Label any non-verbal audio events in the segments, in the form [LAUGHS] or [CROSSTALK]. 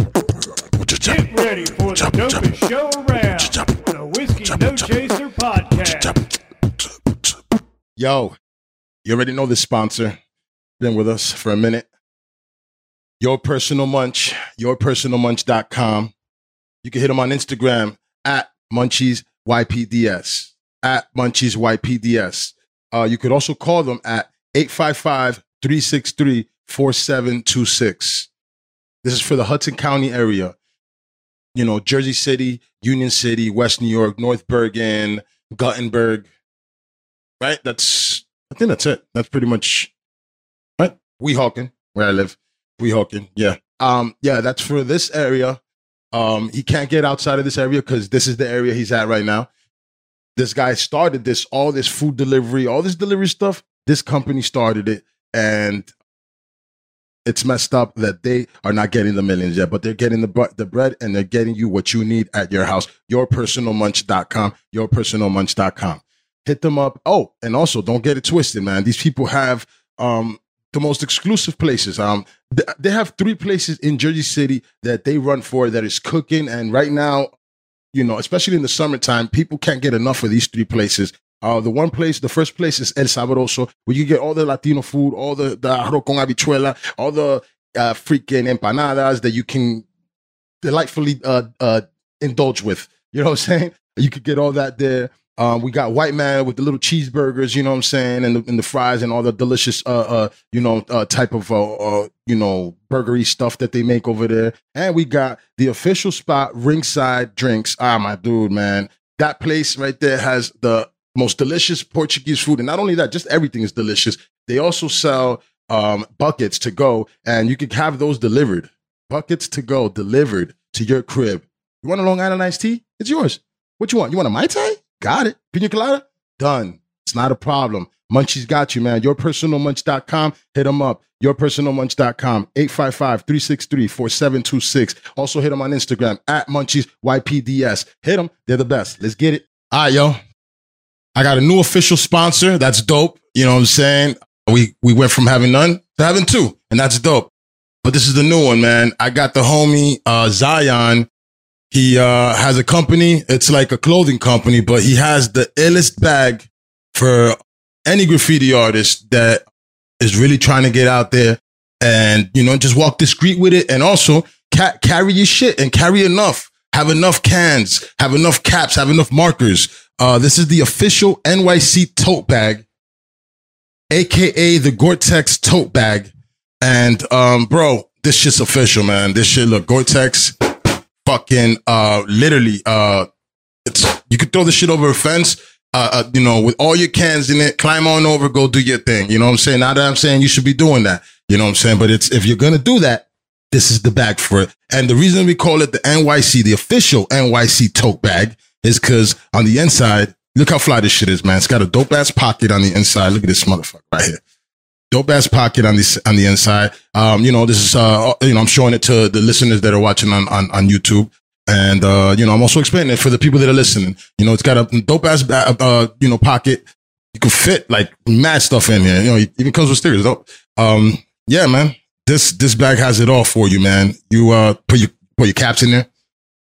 Get ready for the dopest show around. The Whiskey No Chaser Podcast. Yo, you already know this sponsor. Been with us for a minute. Your personal munch, yourpersonalmunch.com. You can hit them on Instagram at munchies YPDS. At munchies YPDS. Uh, you could also call them at 855 363 4726. This is for the Hudson County area. You know, Jersey City, Union City, West New York, North Bergen, Guttenberg, right? That's I think that's it. That's pretty much right. We Hawking, where I live. We Hawking, yeah. Um, yeah, that's for this area. Um, he can't get outside of this area because this is the area he's at right now. This guy started this, all this food delivery, all this delivery stuff. This company started it, and it's messed up that they are not getting the millions yet, but they're getting the bu- the bread and they're getting you what you need at your house. Yourpersonalmunch.com, yourpersonalmunch.com hit them up. Oh, and also don't get it twisted, man. These people have um the most exclusive places. Um, th- they have three places in Jersey City that they run for that is cooking. And right now, you know, especially in the summertime, people can't get enough of these three places. Uh, the one place, the first place is El Sabroso, where you get all the Latino food, all the the arroz con habichuela, all the uh, freaking empanadas that you can delightfully uh, uh, indulge with. You know what I'm saying? You could get all that there. Um, we got white man with the little cheeseburgers, you know what I'm saying, and the, and the fries and all the delicious, uh, uh, you know, uh, type of, uh, uh, you know, burgery stuff that they make over there. And we got the official spot, Ringside Drinks. Ah, my dude, man, that place right there has the most delicious Portuguese food, and not only that, just everything is delicious. They also sell um, buckets to go, and you can have those delivered. Buckets to go delivered to your crib. You want a Long Island iced tea? It's yours. What you want? You want a Mai Tai? Got it. Pina colada? Done. It's not a problem. Munchie's got you, man. Yourpersonalmunch.com. Hit them up. Yourpersonalmunch.com. 855-363-4726. Also hit them on Instagram at Munchies YPDS. Hit them. They're the best. Let's get it. All right, yo. I got a new official sponsor. That's dope. You know what I'm saying? We we went from having none to having two, and that's dope. But this is the new one, man. I got the homie uh, Zion he uh, has a company. It's like a clothing company, but he has the illest bag for any graffiti artist that is really trying to get out there and you know just walk the street with it. And also ca- carry your shit and carry enough. Have enough cans. Have enough caps. Have enough markers. Uh, this is the official NYC tote bag, aka the Gore-Tex tote bag. And um, bro, this shit's official, man. This shit look Gore-Tex fucking uh literally uh it's you could throw the shit over a fence uh, uh you know with all your cans in it climb on over go do your thing you know what i'm saying not that i'm saying you should be doing that you know what i'm saying but it's if you're gonna do that this is the bag for it and the reason we call it the nyc the official nyc tote bag is because on the inside look how fly this shit is man it's got a dope ass pocket on the inside look at this motherfucker right here dope ass pocket on this on the inside. Um, you know, this is uh, you know, I'm showing it to the listeners that are watching on on, on YouTube, and uh, you know, I'm also explaining it for the people that are listening. You know, it's got a dope ass ba- uh, you know pocket. You can fit like mad stuff in here. You know, it even comes with stickers. Dope. Um, yeah, man, this this bag has it all for you, man. You uh, put your put your caps in there.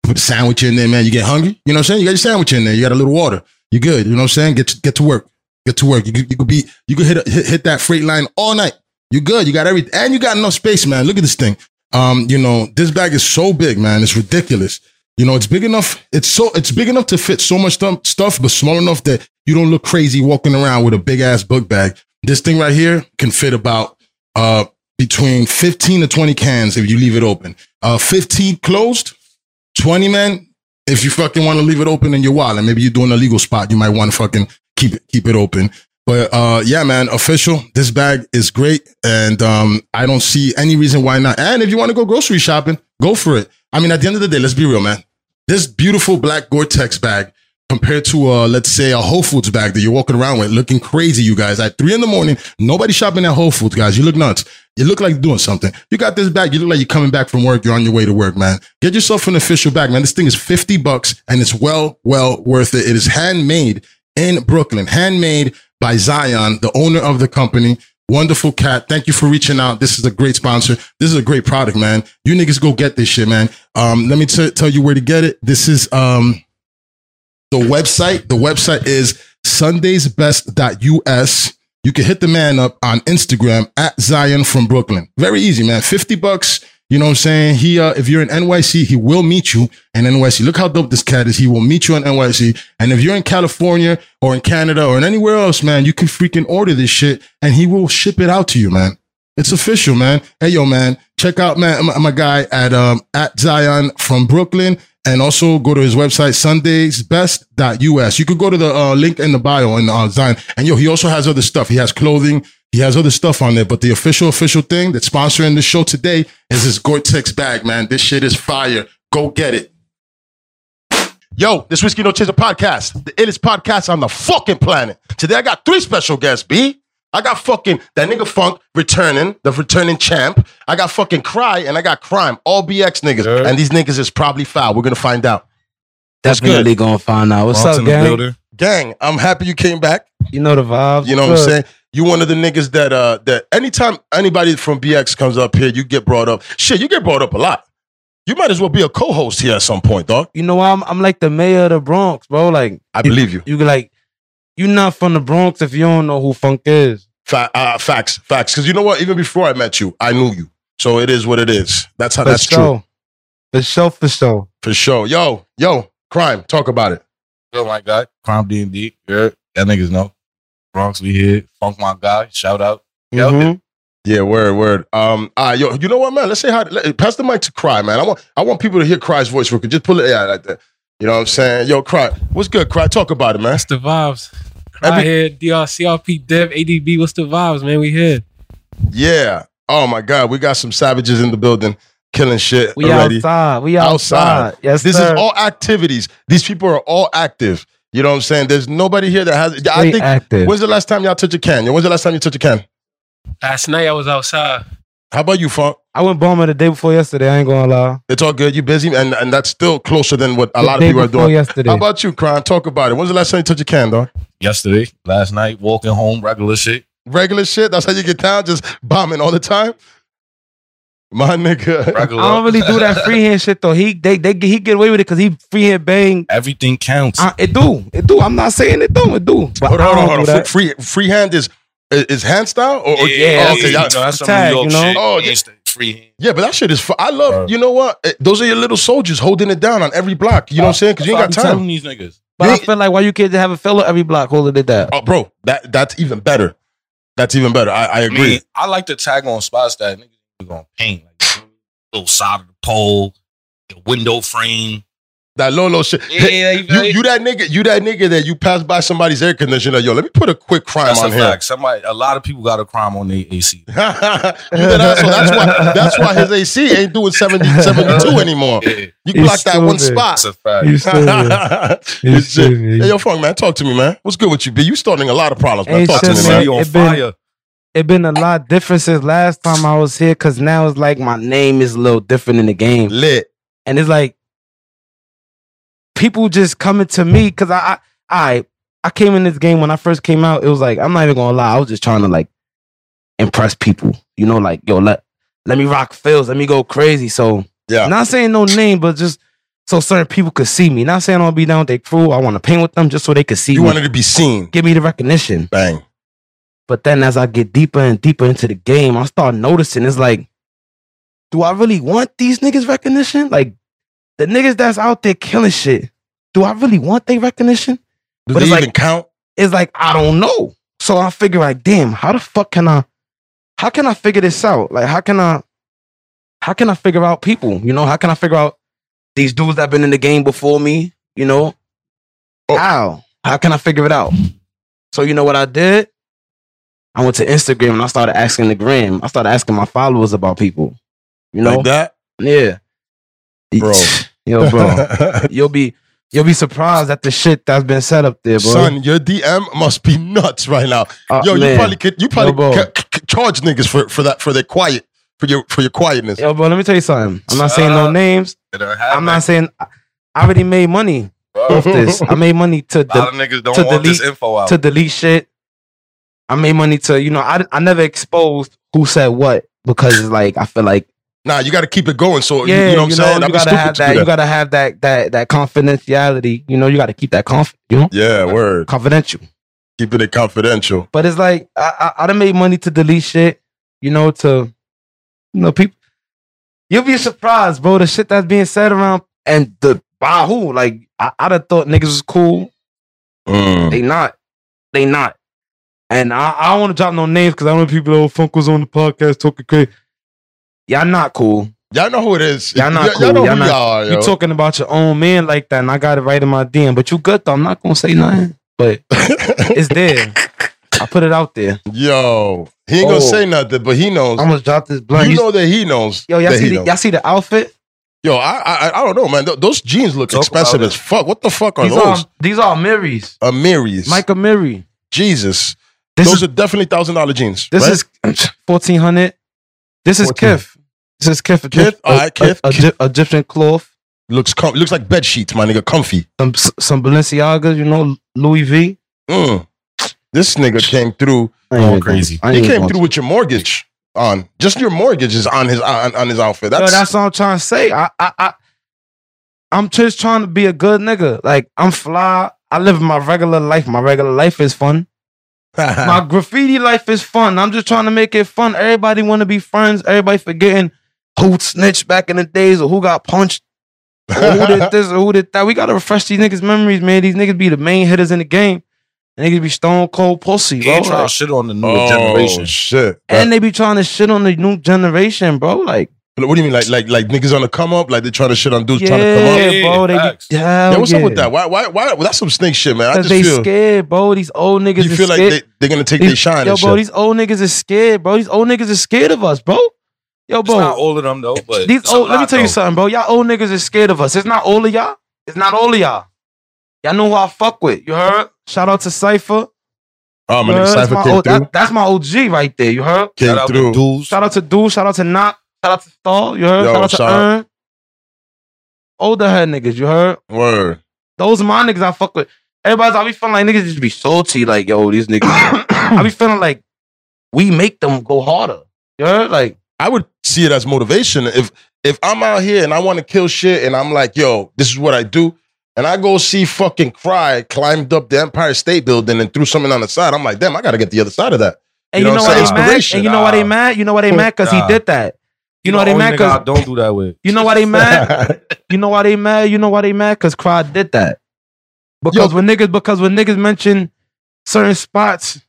Put a sandwich in there, man. You get hungry. You know what I'm saying? You got your sandwich in there. You got a little water. You good. You know what I'm saying? Get to, get to work get to work. You could, you could be you could hit, a, hit hit that freight line all night. You good. You got everything, and you got enough space, man. Look at this thing. Um, you know this bag is so big, man. It's ridiculous. You know it's big enough. It's so it's big enough to fit so much stuff, stuff, but small enough that you don't look crazy walking around with a big ass book bag. This thing right here can fit about uh between fifteen to twenty cans if you leave it open. Uh, fifteen closed, twenty man. If you fucking want to leave it open in your wallet, maybe you're doing a legal spot, you might want to fucking keep it keep it open. But uh, yeah, man, official. This bag is great, and um, I don't see any reason why not. And if you want to go grocery shopping, go for it. I mean, at the end of the day, let's be real, man. This beautiful black Gore-Tex bag compared to uh, let's say a Whole Foods bag that you're walking around with, looking crazy, you guys. At three in the morning, nobody shopping at Whole Foods, guys. You look nuts. You look like you're doing something. You got this bag. You look like you're coming back from work. You're on your way to work, man. Get yourself an official bag, man. This thing is fifty bucks, and it's well, well worth it. It is handmade in Brooklyn, handmade by Zion, the owner of the company. Wonderful cat. Thank you for reaching out. This is a great sponsor. This is a great product, man. You niggas go get this shit, man. Um, let me t- tell you where to get it. This is um the website. The website is sundaysbest.us. You can hit the man up on Instagram at Zion from Brooklyn. Very easy, man. 50 bucks. You know what I'm saying? He, uh, if you're in NYC, he will meet you in NYC. Look how dope this cat is. He will meet you in NYC. And if you're in California or in Canada or in anywhere else, man, you can freaking order this shit and he will ship it out to you, man. It's official, man. Hey, yo, man, check out man, my, my guy at, um, at Zion from Brooklyn and also go to his website sundaysbest.us. You could go to the uh, link in the bio and uh, Zion. And yo, he also has other stuff. He has clothing. He has other stuff on there. But the official official thing that's sponsoring the show today is his Gore-Tex bag, man. This shit is fire. Go get it. Yo, this Whiskey No Chaser podcast, the illest podcast on the fucking planet. Today I got three special guests, B. I got fucking that nigga Funk returning, the returning champ. I got fucking Cry and I got Crime, all BX niggas. Yeah. And these niggas is probably foul. We're gonna find out. Definitely gonna find out. What's Bronx up, in the gang? building. Gang, I'm happy you came back. You know the vibes. You know what What's I'm saying? up? You one of the niggas that uh that anytime anybody from BX comes up here, you get brought up. Shit, you get brought up a lot. You might as well be a co-host here at some point, dog. You know why I'm, I'm like the mayor of the Bronx, bro. Like I believe you. you like you not from the Bronx if you don't know who Funk is. Fa- uh, facts, facts. Because you know what? Even before I met you, I knew you. So it is what it is. That's how. For Oh, that's true sure. For sure, for sure. for sure. Yo, yo, crime. Talk about it. Yo, my guy. Crime D and D. Yeah, that niggas know. Bronx, we here. Funk my guy. Shout out. Yo, Mhm. Yeah, word, word. Um, ah, yo, you know what, man? Let's say hi. Let, pass the mic to Cry, man. I want, I want people to hear Cry's voice. We could just pull it out like that. You know what I'm saying? Yo, Cry, what's good? Cry, talk about it, man. What's the vibes? Cry here, DRCRP Dev, ADB. What's the vibes, man? We here. Yeah. Oh my God, we got some savages in the building killing shit We already. outside. We Outside. outside. Yes, This sir. is all activities. These people are all active. You know what I'm saying? There's nobody here that has. I They think. active. When's the last time y'all touched a can? Yo, When's the last time you touched a can? Last night I was outside. How about you, Funk? I went bomber the day before yesterday. I ain't gonna lie. It's all good. You busy, and, and that's still closer than what a lot the of day people are before doing. yesterday. How about you, Crime? Talk about it. When's the last time you touched a can, dog? Yesterday, last night, walking home, regular shit. Regular shit. That's how you get down. Just bombing all the time. My nigga. Regular. I don't really [LAUGHS] do that freehand shit though. He they they he get away with it because he freehand bang. Everything counts. I, it do it do. I'm not saying it do it do. But hold I on, hold don't on, hold do on. that. Free, freehand is is hand style or, or- Yeah, Oh, okay, you know, y'all- that's some tag, New York you know? shit. Oh, yeah. It's the free. Yeah, but that shit is. Fu- I love. You know what? Eh, Those are your little soldiers holding it down on every block. You know what I'm saying? Because you ain't got That's what I be time. telling these niggas. But I They- feel like why you kids have a fellow every block holding it down. Oh, bro, that that's even better. That's even better. I, I I agree. mean, I like to tag on spots that niggas be gonna paint. Like, little side of the pole, the window frame. that Lolo shit. Yeah, you, You, you that nigga, you that nigga that you pass by somebody's air conditioner. Yo, let me put a quick crime that's a on here. fact. Somebody, a lot of people got a crime on their AC. [LAUGHS] you been out, so that's why that's why his AC ain't doing 70, 72 anymore. Yeah, You He's blocked that one stupid. spot. that's a fact. [LAUGHS] You stupid. [LAUGHS] You It's shit. stupid. Hey, yo, Funk, man, talk to me, man. What's good with you, B? You starting a lot of problems, man. Ain't Talk to shit, me, City man. man. on It been- fire. It been a lot different since last time I was here because now it's like my name is a little different in the game, Lit. and it's like people just coming to me because I, I I I came in this game when I first came out. It was like I'm not even gonna lie, I was just trying to like impress people, you know, like yo let let me rock fills, let me go crazy. So Yeah. not saying no name, but just so certain people could see me. Not saying I'll be down with their crew. I want to paint with them just so they could see You me. wanted to be seen. Give me the recognition. Bang. But then as I get deeper and deeper into the game, I start noticing it's like, do I really want these niggas recognition? Like the niggas that's out there killing shit, do I really want their recognition? Do they But it's even like- count? It's like, I don't know. So I figure like, damn, how the fuck can I how can I figure this out? Like how can I how can I figure out people? You know, how can I figure out these dudes that been in the game before me? You know? Oh. How? How can I figure it out? So you know what I did? I went to Instagram and I started asking the gram. I started asking my followers about people. You know? Like that? yeah. Bro. [LAUGHS] [LAUGHS] Yo, bro. you'll be you'll be surprised at the shit that's been set up there, bro. Son, your DM must be nuts right now. Uh, Yo, you man. probably could you probably bro. ca- c- c- charge niggas for, for that for their quiet for your for your quietness. Yo, bro, let me tell you something. I'm not saying no Uh, names. It don't I'm happen, not saying I I already made money bro. [LAUGHS] off this. I made money to A lot de- of niggas don't to want this delete- info out. to delete shit, I made money to you know I I never exposed who said what because it's like I feel like Nah, you got to keep it going. So you- yeah, you, know what I'm saying. you That'd be gotta stupid have to do that, You gotta have that that that confidentiality. You know, you gotta keep that conf you know yeah, word. confidential. Keeping it confidential. But it's like I I, I done made money to delete shit. You know to you know people. You'll be surprised, bro. The shit that's being said around and the by who like I I'd have thought niggas was cool. Mm. They not. They not. And I, I don't want to drop no names because I know people. Oh, Funk was on the podcast talking crazy. Y'all not cool. Y'all know who it is. Y'all not y'all know cool. Y'all who not- y'all are. Yo. You talking about your own man like that, and I got it right in my DM. But you good though. I'm not gonna say nothing. But it's there. I put it out there. yo, he ain't gonna Oh. say nothing, but he knows. I almost dropped this blunt. you You know that he knows. yo, y'all that see, he the, knows. y'all see the outfit? Yo, I, I I don't know, man. Th- those jeans look Talk expensive about as fuck. What the fuck are These are those? these are Mary's. Amiris. Mike, Michael Mary. Jesus. um, This those is are definitely thousand dollar jeans. this right? is [CLEARS THROAT] fourteen hundred. This is 14. Kif. This is Kif. Kith? All right, Kith. Egyptian cloth. looks com- looks like bed sheets, my nigga. Comfy. some some Balenciagas, you know, Louis V. Mm. This nigga came through. I Going ain't even crazy. gonna- I He ain't even came gonna- through with your mortgage on. Just your mortgage is on his on, on his outfit. Yo, That's, that's what I'm trying to say. I, I, I, I'm just trying to be a good nigga. Like I'm fly. I live my regular life. My regular life is fun. [LAUGHS] My graffiti life is fun. I'm just trying to make it fun. Everybody want to be friends. Everybody forgetting who snitched back in the days or who got punched or who [LAUGHS] did this or who did that. We gotta refresh these niggas' memories, man. These niggas be the main hitters in the game. Niggas be stone cold pussy, You bro. ain't trying Like- to shit on the newer oh generation. shit! and they be trying to shit on the new generation, bro. Like, That- what do you mean, like like like niggas on the come up? Like they trying to shit on dudes yeah, trying to come up? Yeah, bro. They facts. be, hell Yeah, what's yeah. up with that? Why why why? well, that's some snake shit, man. I just Cause they feel scared, bro. These old niggas. you is feel like scared. they they're gonna take These- their shine Yo, and bro, shit. these old niggas is scared, bro. These old niggas is scared of us, bro. Yo, It's bro. not all of them though, but These it's a old. Let me lot, tell you though. something, bro. Y'all old niggas is scared of us. It's not all of y'all. It's not all of y'all. Y'all know who I fuck with. You heard? Shout out to Cipher. Oh, my You nigga heard? That's Cypher my came old- through. that- that's my OG right there. You heard? came Shout out through. to dudes. Shout out to Dude. Shout out to Knock. Shout out to Stall. You heard? Yo, shout out to shout out. Earn. Older head niggas. You heard? Word. Those are my niggas I fuck with. Everybody's I be feeling like niggas just be salty. Like yo, [COUGHS] these niggas. I be feeling like we make them go harder. You heard? Like I would see it as motivation. If if I'm out here and I want to kill shit and I'm like, yo, this is what I do, and I go see fucking Cry climbed up the Empire State Building and threw something on the side, I'm like, damn, I gotta get the other side of that. and You you, know know, what I'm why saying? they mad? Inspiration, And you know why they nah. mad? You know why they mad? Cause Nah. he did that. You know why what they I mad? mean? I Cause don't do that with. you know why [LAUGHS] they mad? You know why they mad? You know why they mad? Cause Cry did that. Because when niggas because when niggas mention certain spots,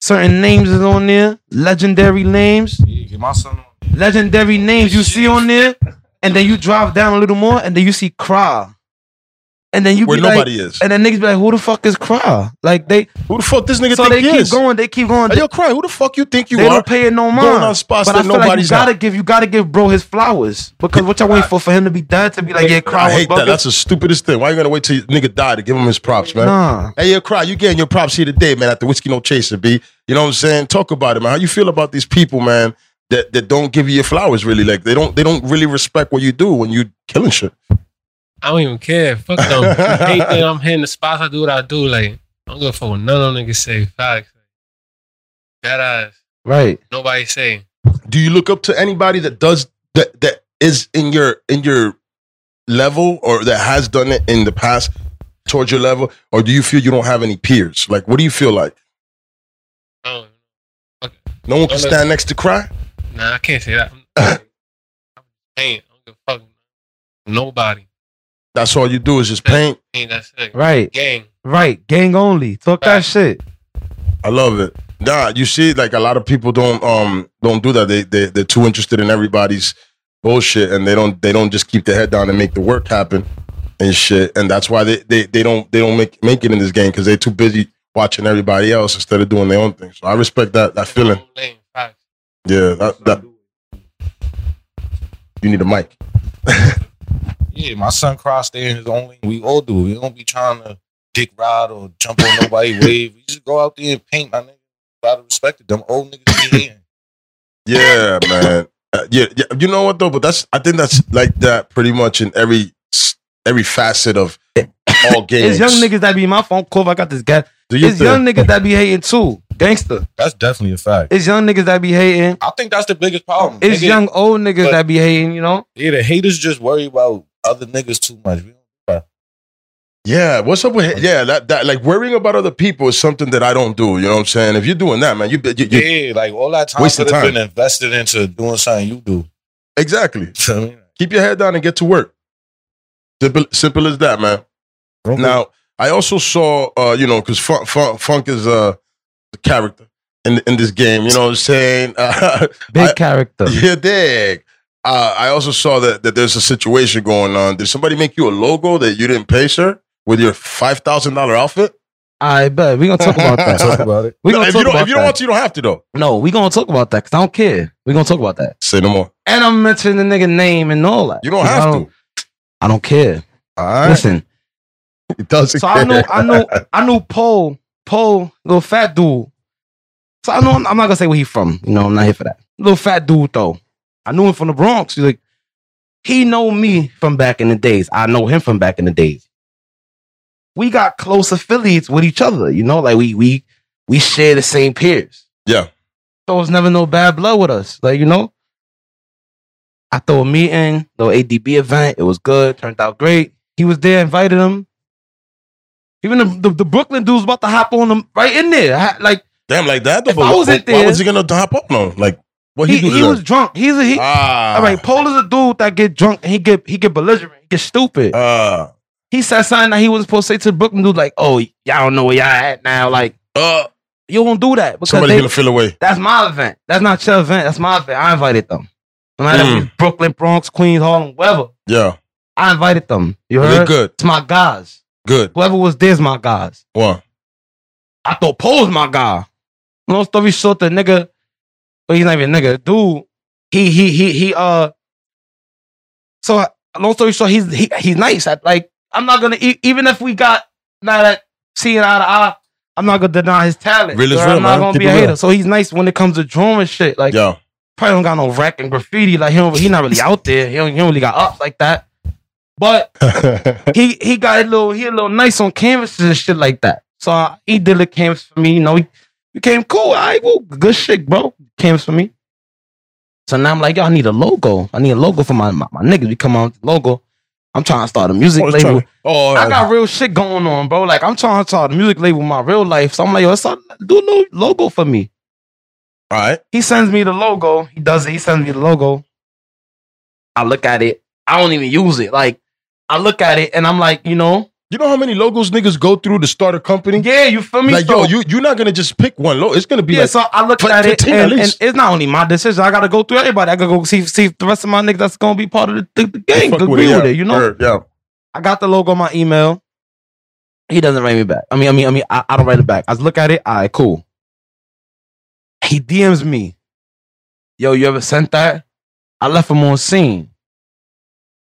certain names is on there, legendary names. Yeah, get my son on. legendary names you see on there, and then you drive down a little more, and then you see Cry, and then you Where be like, nobody is. and then niggas be like, who the fuck is Cry? Like they, Who the fuck this nigga so they think keep he is? going, they keep going, Hey, they, yo, Cry, who the fuck you think you they are? don't pay it no Going mind. on spots But I that feel like you nobody's gotta got. give, you gotta give bro his flowers because what y'all waiting for for him to be dead to be like, yeah, Cry I was hate that. bugging? That's the stupidest thing. Why you gonna wait till your nigga die to give him his props, man? nah. Hey, yo, Cry, you getting your props here today, man, at the Whiskey No Chaser, B. You know what I'm saying? Talk about it, man. How you feel about these people, man, that, that don't give you your flowers, really? Like, they don't they don't really respect what you do when you killing shit. I don't even care. Fuck them. hate them. I'm hitting the spots. I do what I do. Like, I don't give a fuck what none of them niggas say. Facts. That ass. Right, Nobody say. Do you look up to anybody that does that that is in your in your level or that has done it in the past towards your level? Or do you feel you don't have any peers? Like, what do you feel like? I don't No one can stand next to Cry? Nah, I can't say that. I'm paying. I don't give a fuck. Nobody. That's all you do is just paint. Ain't that sick. right, Gang. right. Gang only. Talk that shit. I love it. Nah, you see, like a lot of people don't um don't do that. They they they're too interested in everybody's bullshit, and they don't they don't just keep their head down and make the work happen and shit. And that's why they they, they don't they don't make make it in this game because they're too busy watching everybody else instead of doing their own thing. So I respect that that feeling. Lame. Facts. Yeah, that, that you need a mic. Yeah, my son crossed there in his own lane. We all do. We don't be trying to dick ride or jump on [LAUGHS] nobody wave. We just go out there and paint, my nigga. Gotta respect it. Them old niggas be hating. Yeah, man. Uh, yeah, yeah, you know what though, but that's I think that's like that pretty much in every s- every facet of all games. It's young niggas that be my phone call. I got this guy. Do your It's thing. young niggas that be hating too. Gangster. That's definitely a fact. It's young niggas that be hating. I think that's the biggest problem. It's Nigga, young old niggas but- that be hating, you know? Yeah, the haters just worry about other niggas too much. We don't- Yeah, what's up with yeah that that like worrying about other people is something that I don't do. You know what I'm saying? If you're doing that, man, you, you, you Yeah, like all that time Waste of could have time. been invested into doing something you do. [LAUGHS] exactly You know what I mean? keep your head down and get to work. Simple, simple as that, man. Now, I also saw, uh, you know, because Funk, Funk, Funk is uh, the character in in this game. You know what I'm saying? [LAUGHS] Uh, Big I- [LAUGHS] character. you dig. Uh, I also saw that, that there's a situation going on. Did somebody make you a logo that you didn't pay, sir, with your five thousand dollar outfit? I bet. we gonna talk [LAUGHS] about that. talk about it. we No, gonna if talk you don't, about if you don't that. want to, you don't have to though. no, we gonna talk about that because I don't care. we gonna talk about that. Say no more. And I'm mentioning the nigga name and all that. You don't 'Cause I have don't, to. I don't care. All right. Listen, It doesn't [LAUGHS] so I knew, care. I knew, I knew Paul, Paul, little fat dude. So I know I'm, I'm not gonna say where he from. You know, I'm not here for that. Little fat dude though. I knew him from the Bronx. He's like, he know me from back in the days. I know him from back in the days. We got close affiliates with each other. You know, like we we we share the same peers. Yeah. So it's never no bad blood with us. Like you know. I throw a meeting, little ADB event. It was good. Turned out great. He was there. Invited him. Even the, the, the Brooklyn dude was about to hop on him right in there. I had- like Damn, like that. Though, If but I why- was in why there- was he gonna hop up on? him? Like what he, he, do? to he them? was drunk. He's a he. ah, all right, Paul is a dude that get drunk and he get he get belligerent. He get stupid. Uh, he said something that he was supposed to say to the Brooklyn dude, like, "Oh, y'all don't know where y'all at now. Like, uh, you don't do that because somebody's they- gonna feel away. that's my event. That's not your event. That's my event. I invited them. No matter if Mm. it's Brooklyn, Bronx, Queens, Harlem, wherever, Yeah, I invited them. You they heard? good, It's my guys. good. Whoever was there's my guys. One. I thought Paul was my guy. Long story short, the nigga, well, he's not even a nigga, dude. He he he he uh. So uh, long story short, he's he, he's nice. I, like I'm not gonna e- even if we got now that seeing eye to eye, I'm not gonna deny his talent. Real is So real, I'm not man. gonna Keep be a it real. hater. So he's nice when it comes to drawing and shit. Like Yeah, probably don't got no rack and graffiti. Like he don't, he not really out there. He don't, he don't really got up like that. But he he got a little he a little nice on canvases and shit like that. So uh, he did a canvas for me. You know, he became cool. I well, good shit, bro. Canvas for me. So now I'm like, yo, I need a logo. I need a logo for my my, my niggas. We come out with the logo. I'm trying to start a music Oh, it's label. trying- oh, I got real shit going on, bro. Like I'm trying to start a music label in my real life. So I'm like, yo, let's start, do a little logo for me. all right. He sends me the logo. He does it. He sends me the logo. I look at it. I don't even use it. Like I look at it and I'm like, you know, You know how many logos niggas go through to start a company? Yeah, you feel me? like, so, yo, you you're not gonna just pick one logo. It's gonna be yeah, like, so I looked for- at for it, team at and, and least. it's not only my decision. I got to go through everybody. I got to go see see if the rest of my niggas that's gonna be part of the, the, the gang. fuck Agree with it, yeah, you know. word, yeah. I got the logo on my email. He doesn't write me back. I mean, I mean, I mean, I, I don't write it back. I look at it. All right, cool. He DMs me. Yo, you ever sent that? I left him on scene.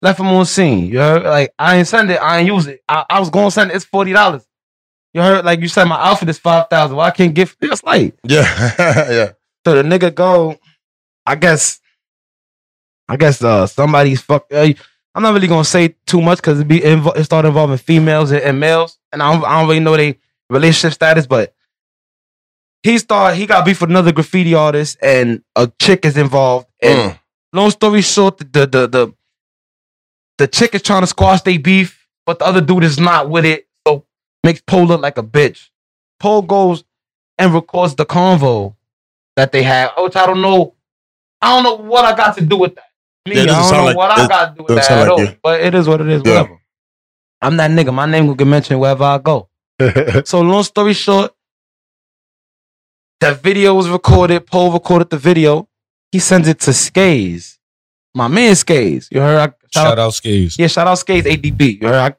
Left him on scene. You heard? Like, I ain't send it. I ain't use it. I, I was going to send it. It's $40. You heard? Like, you said my outfit is 5000 Well, I can't get It's like, yeah, [LAUGHS] yeah. so the nigga go, I guess, I guess uh somebody's fuck. Uh, I'm not really gonna say too much because it be invo- it start involving females and, and males, and I don't, I don't really know their relationship status, but he started he got beef with another graffiti artist, and a chick is involved. And Mm. long story short, the the the the chick is trying to squash their beef, but the other dude is not with it, so makes Paul look like a bitch. Paul goes and records the convo that they had, which I don't know. I don't know what I got to do with that. Me, Yeah, it I doesn't don't know sound like- what I it got to do with doesn't that sound at like all. you. But it is what it is. Yeah. Whatever. I'm that nigga. My name will get mentioned wherever [LAUGHS] I go. so long story short, that video was recorded. Paul recorded the video. He sends it to Skaze, my man Skaze. You heard? I, Shout out Skaves. yeah, shout out Skates ADB. All right.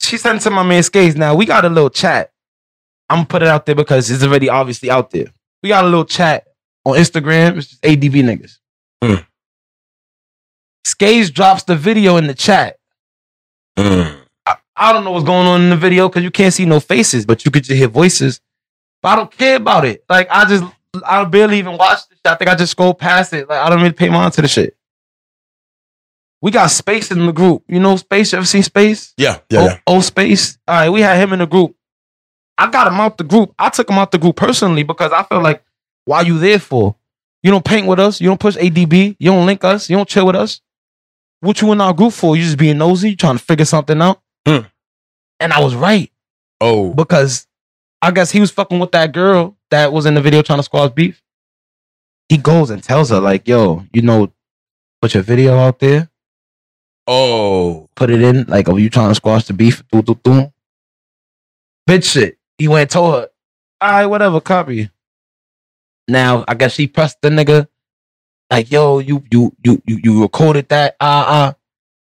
She sent it to my man Skates. Now we got a little chat. I'm gonna put it out there because it's already obviously out there. We got a little chat on Instagram. It's just ADB niggas. Hmm. Skates drops the video in the chat. Mm. I don't know what's going on in the video because you can't see no faces, but you could just hear voices. But I don't care about it. Like I just, I barely even watched the shit. I think I just scrolled past it. Like I don't really pay mind to the shit. We got space in the group. You know space. You ever seen space? Yeah, yeah, yeah. Oh, oh, space. All right, we had him in the group. I got him out the group. I took him out the group personally because I felt like, why you there for? You don't paint with us. You don't push ADB. You don't link us. You don't chill with us. What you in our group for? You just being nosy. You trying to figure something out. Hmm. And I was right Oh, because I guess he was fucking with that girl that was in the video trying to squash beef. He goes and tells her like, "Yo, you know, put your video out there." oh, put it in. Like, are you trying to squash the beef? Doo, doo, doo. Bitch shit. He went and told her, all right, whatever, copy. Now, I guess she pressed the nigga, like, yo, you you you you, you recorded that, ah uh, ah. Uh.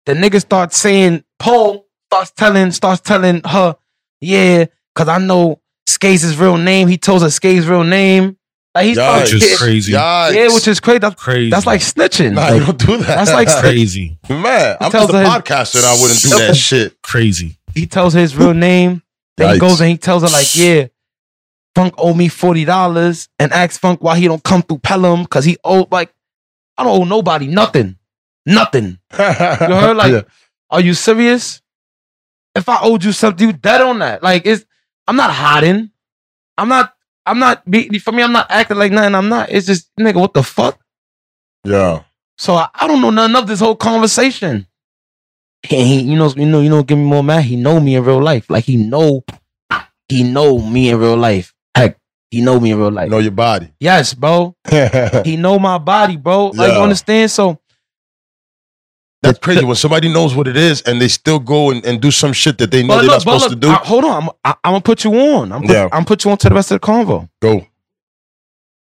The nigga starts saying, Paul starts telling, starts telling her, yeah, cause I know Skate's his real name. He tells her Skate's real name. Like he starts, Yikes. Which is yeah, crazy. yikes. yeah, which is crazy. That's, Crazy. that's like snitching. Nah, Like, you don't do that. that's [LAUGHS] like- [LAUGHS] crazy. man. I'm tells just a her- podcaster, and I wouldn't do [LAUGHS] that shit. Crazy. he tells her his real name. Then he Yikes. goes and he tells her like, yeah, Funk owe me forty dollars, and asks Funk why he don't come through Pelham because he owed like I don't owe nobody nothing, nothing. You heard like, Yeah. are you serious? If I owed you something, you dead on that. Like it's, I'm not hiding. I'm not. I'm not. Be, for me, I'm not acting like nothing. I'm not. It's just nigga, what the fuck? yeah. So I, I don't know nothing of this whole conversation. And he, you know, you know, you know, give me more mad. He know me in real life. Like he know, he know me in real life. Heck, he know me in real life. know your [LAUGHS] body. Yes, bro. He know my body, bro. Like Yeah. you understand? So That's crazy when somebody knows what it is and they still go and, and do some shit that they know but they're not look, but supposed look, to do. I- hold on. I'm, I, I'm gonna put you on. I'm, put, Yeah. I'm put you on to the rest of the convo. go.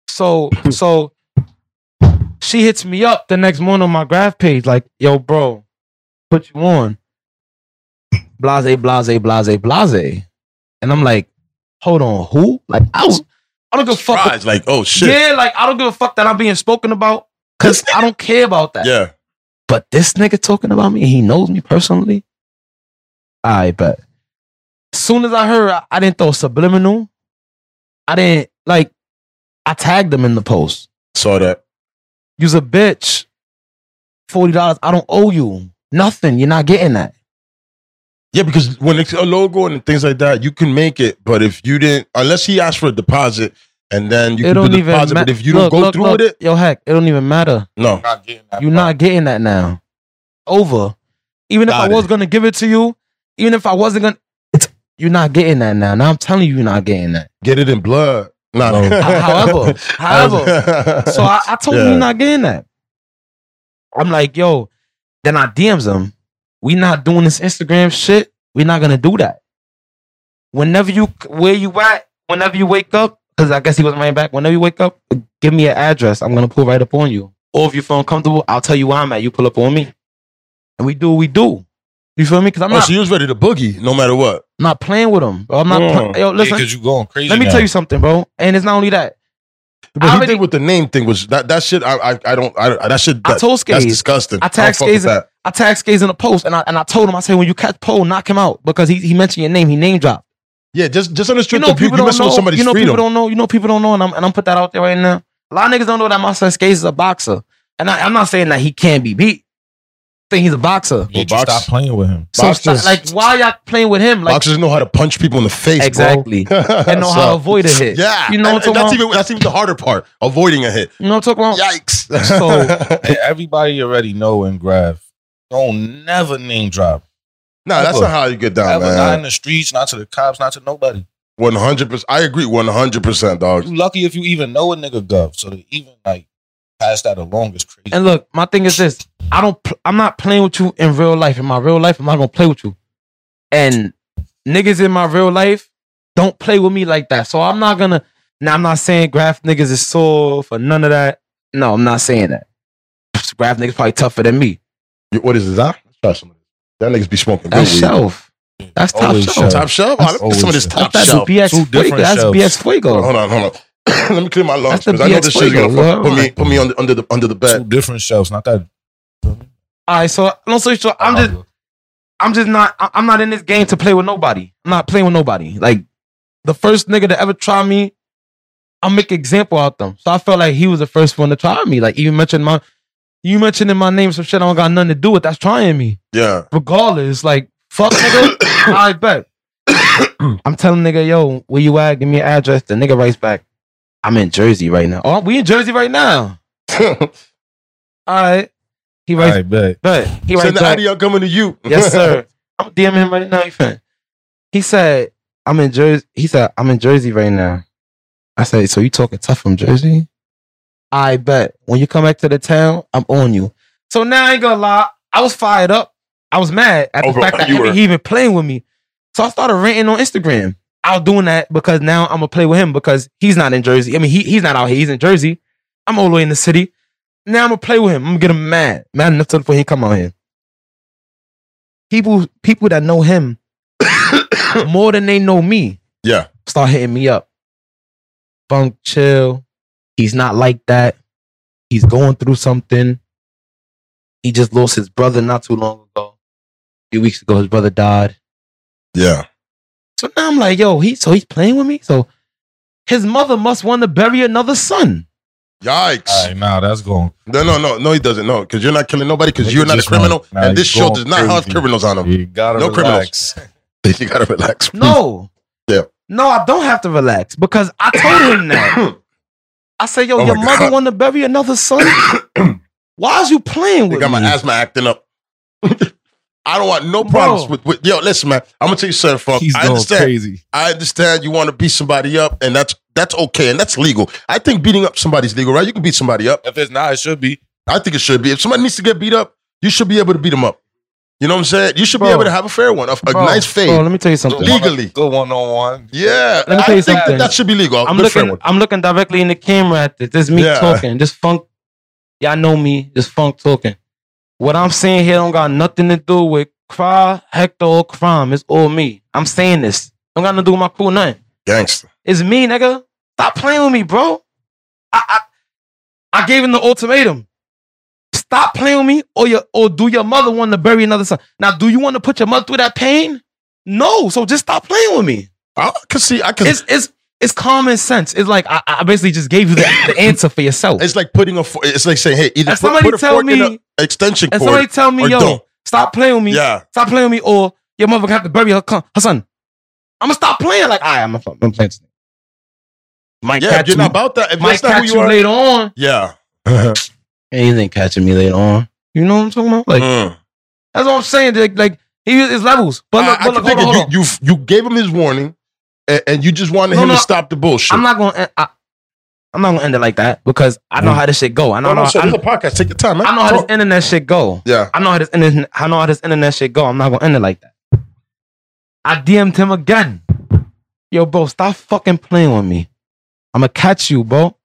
So so she hits me up the next morning on my graph page, like, yo, bro, put you on. Blase, blase, blase, blase. And I'm like, hold on, who? Like, I was I don't give a fuck. Surprise, like, oh shit. Yeah, like I don't give a fuck that I'm being spoken about. Cause I don't care about that. Yeah. But this nigga talking about me, he knows me personally. I bet. Soon as I heard, I, I didn't throw subliminal. I didn't like. I tagged him in the post. Saw that. You's a bitch. Forty dollars. I don't owe you nothing. You're not getting that. Yeah, because when it's a logo and things like that, you can make it. But if you didn't, unless he asked for a deposit and then you can it do don't the even deposit, ma- but if you don't Look, go look, through look. with it, yo heck, it don't even matter. no. Not getting that. You're not getting that now. Over. Even if Got I it. was gonna give it to you, even if I wasn't gonna, it's, you're not getting that now. Now I'm telling you, you're not getting that. Get it in blood. Nah. No. [LAUGHS] However, however, So I, I told him Yeah. you're not getting that. I'm like, yo, then I DMs him. We not doing this Instagram shit. we not gonna do that. Whenever you where you at, whenever you wake up, because I guess he wasn't right back. Whenever you wake up, give me an address. I'm gonna pull right up on you. Or if you feel uncomfortable, I'll tell you where I'm at. You pull up on me. And we do what we do. You feel me? Because I'm oh, not, so you was ready to boogie no matter what. not playing with him. I'm not Mm. pl- yo, Because listen, you going crazy. let me now. tell you something, bro. And it's not only that. But he already- did with the name thing was that that shit. I I, I don't. I, that shit. I That, told that's Skaze, disgusting. I tagged I'll fuck with Skaze- that. I tagged Skates in a post and I and I told him I said when you catch Poe, knock him out because he, he mentioned your name, he name dropped. Yeah, just just You understand know the people you people don't messing with know. somebody's You know people freedom. don't know. You know people don't know, and I'm and I'm put that out there right now. A lot of niggas don't know that my son Skates is a boxer, and I, I'm not saying that he can't be beat. I think he's a boxer. You need to Well, box- stop playing with him. So Boxers- it's not- like why y'all playing with him? Like Boxers know how to punch people in the face, [LAUGHS] Exactly. bro. and know how So- to avoid a hit. Yeah, you know and- what I'm and talking that's about. even that's even the harder part, avoiding a hit. You know what I'm talking about. Yikes! So- Hey, Everybody already know and grab. Don't never name drop. [LAUGHS] nah, that's Ever. not how you get down, Never, not in Oh, man. the streets, not to the cops, not to nobody. One hundred percent. I agree, one hundred percent, dog. You lucky if you even know a nigga gov. So to even like pass that along is crazy. And look, my thing is this: I don't. Pl- I'm not playing with you in real life. In my real life, I'm not gonna play with you. And niggas in my real life don't play with me like that. So I'm not gonna. Now I'm not saying graph niggas is soft or none of that. No, I'm not saying that. Graph niggas probably tougher than me. You- What is this? Huh? Let's try some of this. That niggas be smoking good That's weed. shelf. That's top Always shelf. shelf. Top shelf. Oh, let That's me get some of this always- top That's shelf. BX Two Fuego. different That's shelves. BX Fuego. Hold on, hold on. [COUGHS] Let me clear my lungs Oh. That's the because I know BX this shit's gonna flavor, fuck- put bro. me put me under under the under the Two bed. different shelves, not that. All right, so long story short, I'm Uh-huh. just I'm just not. I- I'm not in this game to play with nobody. I'm not playing with nobody. Like the first nigga to ever try me, I'll make example out them. So I felt like he was the first one to try me. Like even mentioned my, you mentioning my name, some shit I don't got nothing to do with. That's trying me. Yeah. Regardless, like fuck nigga, [COUGHS] I bet. I'm telling nigga, yo, where you at? Give me your address. The nigga writes back, I'm in Jersey right now. Oh, we in Jersey right now. All right. He writes, I bet. but he writes Send the back, audio coming to you. yes sir. [LAUGHS] I'm DMing him right now. He fin. He said, I'm in Jersey. He said, I'm in Jersey right now. I said, so you talking tough from Jersey? I bet. When you come back to the town, I'm on you. So now I ain't gonna lie. I was fired up. I was mad at the Oh, bro, fact that you were. he even playing with me. So I started ranting on Instagram. I was doing that because now I'm gonna play with him because he's not in Jersey. I mean, he, he's not out here. He's in Jersey. I'm all the way in the city. Now I'm gonna play with him. I'm gonna get him mad, mad enough to the point he come out here. People, people that know him [LAUGHS] more than they know me Yeah. start hitting me up. Funk chill. He's not like that. He's going through something. He just lost his brother not too long ago. A few weeks ago, his brother died. [LAUGHS] Yeah. So now I'm like, yo, he so he's playing with me. So his mother must want to bury another son. Yikes. All right, now that's going. No, no, no, no, he doesn't. No, because you're not killing nobody because Nigga you're not a just criminal. want- nah, and this you show going does not house crazy. criminals on them. You gotta No relax. [LAUGHS] you got to relax. [LAUGHS] No. Hmm. Yeah. No, I don't have to relax because I told [COUGHS] him that. I said, yo, Oh your my mother God. want to bury [COUGHS] another son. Why is you [LAUGHS] playing They with got my me? asthma acting up. [LAUGHS] I don't want no problems with, with yo. Listen, man, I'm gonna tell you something. Funk. He's I going understand. crazy. I understand you want to beat somebody up, and that's that's okay, and that's legal. I think beating up somebody's legal, right? You can beat somebody up. If it's not, it should be. I think it should be. If somebody needs to get beat up, you should be able to beat them up. You know what I'm saying? You should be Bro. able to have a fair one, a, a Bro, nice fade. bro, let me tell you something. Legally. Go one on one. yeah, Let me I tell you think that something. That, should be legal. I'm Good fair looking. one. I'm looking directly in the camera at this. This is me Yeah. talking. This funk. Y'all know me. This funk talking. What I'm saying here don't got nothing to do with cry, Hector, or crime. It's all me. I'm saying this. Don't got nothing to do with my crew. Nothing. Gangster. It's me, nigga. Stop playing with me, bro. I I, I gave him the ultimatum. Stop playing with me, or your or do your mother want to bury another son? Now, do you want to put your mother through that pain? No. So just stop playing with me I can see. I can. It's, it's it's it's common sense. It's like I, I basically just gave you the, the answer for yourself. like putting a. fo- It's like saying, hey, either If put, somebody put a tell fork in me- a extension And cord. somebody tell me, or yo, don't. stop playing with me. Yeah, Stop playing with me, or your mother gonna have to bury her, con- her son. I'm gonna stop playing. Like, all right, I'm, gonna- I'm playing. Might yeah. If catch you're you, not about that, if might that's not catch who you, you are, later on. yeah. And you ain't catching me later on. You know what I'm talking about? [LAUGHS] Like, Mm. that's what I'm saying. Like, like he is levels. But look, I, I but can look, think hold on, hold of you, on. you. You gave him his warning, and, and you just wanted No, him no. to stop the bullshit. I'm not gonna. End, I, I'm not gonna end it like that because I Mm. know how this shit go. I know. no, no, how, sir. I, This is a podcast. Take your time. Man. I know how this Talk. internet shit go. Yeah. I know how this internet, I know how this internet shit go. I'm not gonna end it like that. I DM'd him again. Yo, bro, stop fucking playing with me. I'ma catch you, bro.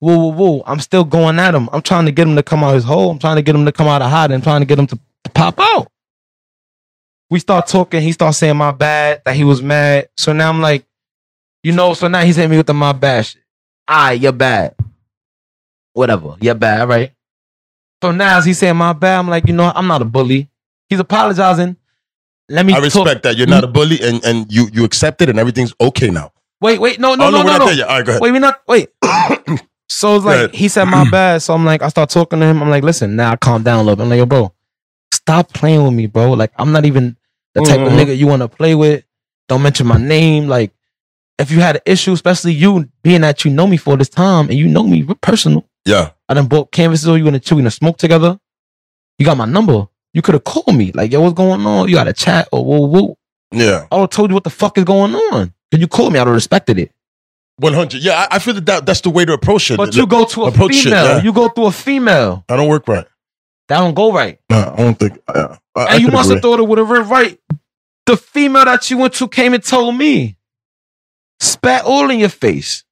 Whoa, whoa, whoa. I'm still going at him. I'm trying to get him to come out his hole. I'm trying to get him to come out of hiding. I'm trying to get him to, to pop out. We start talking. He starts saying my bad, that he was mad. So now I'm like, you know, so now he's hitting me with the my bad shit. Ah, you're bad. Whatever. You're bad, all right? So now as he's saying my bad, I'm like, you know, what? I'm not a bully. He's apologizing. Let me I talk- Mm. respect that. You're not a bully, and, and you you accept it, and everything's okay now. Wait, wait, no, no, oh no, no, we're no, not no. there yet. All right, go ahead. Wait, we not [COUGHS] wait. so it's Go like ahead. he [COUGHS] said my bad. So I'm like, I start talking to him. I'm like, listen, now nah, calm down a little bit. I'm like, yo, bro, stop playing with me, bro. Like, I'm not even the type Mhm. of nigga you want to play with. Don't mention my name. Like, if you had an issue, especially you being that you know me for this time and you know me we're personal. Yeah. I done bought canvases or you gonna chew, we gonna smoke together. You got my number. You could have called me. Like, yo, what's going on? You got a chat or whoa, whoa. Yeah. I would have told you what the fuck is going on. Could you call me? I would have respected it. One hundred. Yeah, I, I feel that, that that's the way to approach it. But you go to a female. Approach it, yeah. You go through a female. I don't work right. That don't go right. No, I don't think. Yeah. I, I and you could must have agree. thought it would have been right. The female that you went to came and told me. Spat all in your face.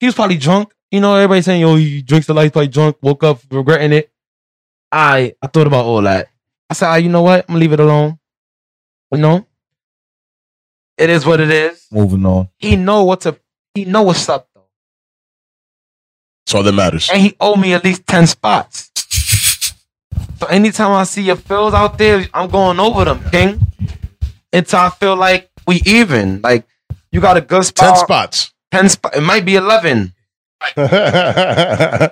He was probably drunk. You know, everybody saying, yo, he drinks the life, probably drunk, woke up regretting it. I I thought about all that. I said, "Ah, you know what? I'm gonna leave it alone. You know? It is what it is. Moving on. He know what to he know what's up though. That's all that matters. and he owed me at least 10 spots. So anytime I see your fills out there, I'm going over them, King. Until I feel like we even. Like you got a good spot. Ten spots. [LAUGHS] 10 spot. It might be 11. Uh,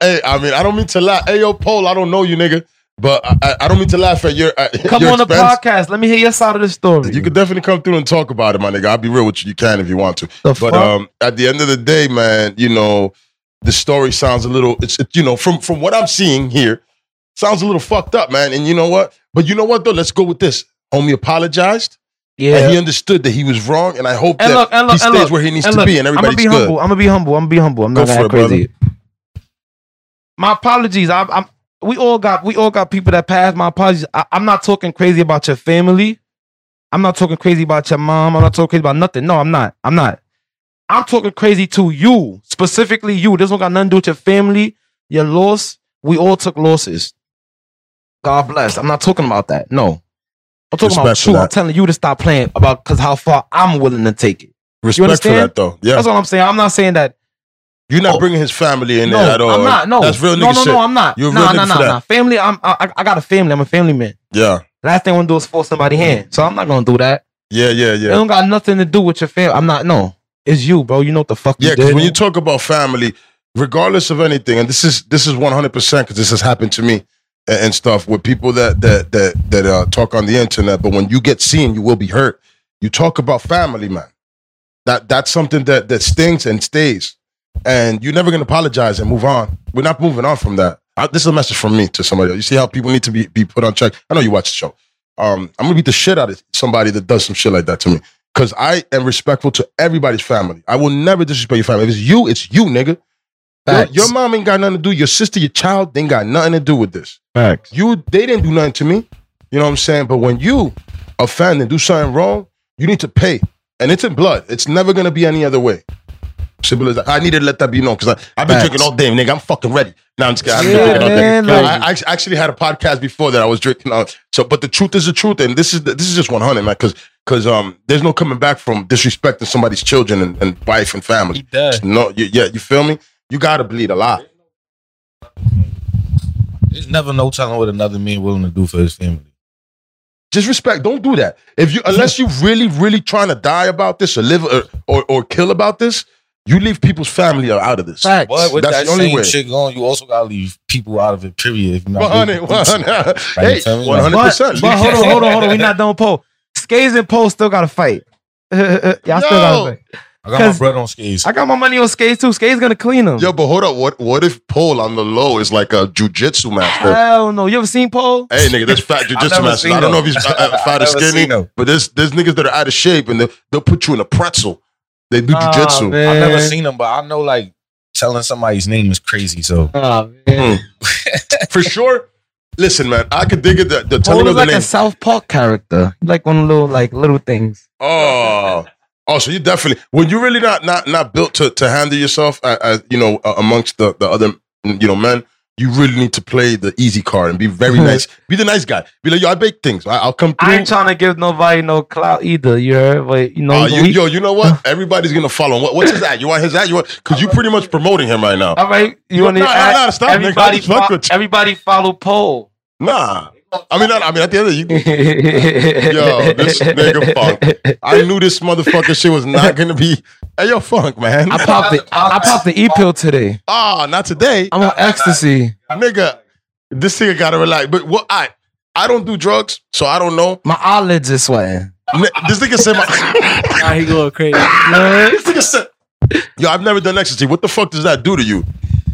hey, I mean, I don't mean to lie. Hey, yo, Pole, I don't know you, nigga. But I- I, I don't mean to laugh at your. At Come your on the expense. podcast. Let me hear your side of the story. You could definitely come through and talk about it, my nigga. I'll be real with you. You can if you want to. the But fuck? um, at the end of the day, man, you know, the story sounds a little. It's it- you know from from what I'm seeing here, sounds a little fucked up, man. And you know what? But you know what though? Let's go with this. Homie apologized, yeah. and he understood that he was wrong, and I hope And that look, and look, he and stays look, where he needs and to look, be, and I'm gonna everybody's be good. humble. I'm gonna be humble. I'm gonna be humble. I'm Go not gonna for act it, crazy. My apologies. I'm, I'm. We all got. We all got people that pass. My apologies. I, I'm not talking crazy about your family. I'm not talking crazy about your mom. I'm not talking crazy about nothing. No, I'm not. I'm not. I'm talking crazy to you specifically. You. This one got nothing to do with your family. Your loss. We all took losses. God bless. I'm not talking about that. No. I'm talking about Respect for you. I'm that. telling you to stop playing about because how far I'm willing to take it. Respect for understand? that though. Yeah, That's all I'm saying. I'm not saying that. you're not Oh. bringing his family in no, there at all. I'm not. No, that's real nigga No, no, shit. no. I'm not. You're a nah, real nah, nigga nah, for that. nah. Family. I'm. I, I got a family. I'm a family man. Yeah, Last thing I want to do is force somebody hand. So I'm not gonna do that. yeah, yeah, It Mm-hmm. yeah. don't got nothing to do with your family. I'm not. No, it's you, bro. You know what the fuck. Yeah, you because did. when you talk about family, regardless of anything, and this is this is one hundred percent because this has happened to me and, and stuff with people that that that that uh, talk on the internet. But when you get seen, you will be hurt. You talk about family, man. That that's something that that stings and stays, and you're never gonna apologize and move on. We're not moving on from that. I, this is a message from me to somebody. else. You see how people need to be be put on check. I know you watch the show. Um, I'm gonna beat the shit out of somebody that does some shit like that to me. Cause I am respectful to everybody's family. I will never disrespect your family. If it's you, it's you, nigga. Your, Facts. your mom ain't got nothing to do. Your sister, your child, they ain't got nothing to do with this. facts. You, they didn't do nothing to me. You know what I'm saying? But when you offend and do something wrong, you need to pay, and it's in blood. It's never gonna be any other way. Simple as that. I need to let that be known because I've been Facts. drinking all day, nigga. I'm fucking ready. Now I'm just kidding. I've been Yeah, drinking all day. man, No, like- I act- actually had a podcast before that I was drinking. Uh, so, but the truth is the truth, and this is this is just 100, man. Because because um, there's no coming back from disrespecting somebody's children and, and wife and family. He does. No, you, yeah, you feel me? You gotta bleed a lot. There's never no telling what another man willing to do for his family. Just respect. Don't do that. If you unless you really, really trying to die about this or live or or, or kill about this, you leave people's family out of [LAUGHS] this. Facts. But with That's that the only same way. shit going, you also gotta leave people out of it. Period. If you're not 100, willing to do something. 100. Right, Hey, you feel me? 100 But, percent. but hold on, hold on, hold on. We not done with Poe. Skays and Poe still got to fight. [LAUGHS] Y'all still Yo. got to fight. I got my Cause- bread on skates. I got my money on Skays too. Skays gonna clean him. Yo, but hold up. What what if Paul on the low is like a jujitsu master? Hell no. You ever seen Poe? Hey nigga, there's [LAUGHS] fat I've jujitsu never masters. seen I don't know if them. he's uh, uh, fat or I've never skinny, seen them. but there's there's niggas that are out of shape and they they'll put you in a pretzel. They do Nah, jujitsu. man. I've never seen him, but I know like telling somebody's name is crazy. [LAUGHS] So Nah, man. For sure. Listen, man, I could dig it. The, the Paul telling is of the like name. a South Park character. Like one of the little like little things. Oh, oh, so you definitely when you're really not not not built to to handle yourself, uh, uh, you know, uh, amongst the the other you know men. You really need to play the easy card and be [LAUGHS] very nice. Be the nice guy. Be like, yo, I bake things. I, I'll come I through. ain't trying to give nobody no clout either. You heard? But you know, Uh, he's you, weak. yo, you know [LAUGHS] what? Everybody's gonna follow him. What, what's his ad? You want his ad? You want? Because you pretty much promoting him right now. all right. You Yo, want to nah, nah, nah, stop, nigga. I everybody, just fuck fo- with you. everybody follow Paul. Nah, I mean, not, I mean, at the end of the day, [LAUGHS] yo, you- this nigga Funk. I knew this motherfucking shit was not gonna be. [LAUGHS] Hey, yo, funk, man. I popped it. I, I popped the E pill today. Ah, not today. I'm on ecstasy. nigga, this nigga gotta relax. But what I I don't do drugs, so I don't know. My eyelids is sweating. Ni- This nigga said my [LAUGHS] Now he going crazy. This nigga said Yo, I've never done ecstasy. What the fuck does that do to you?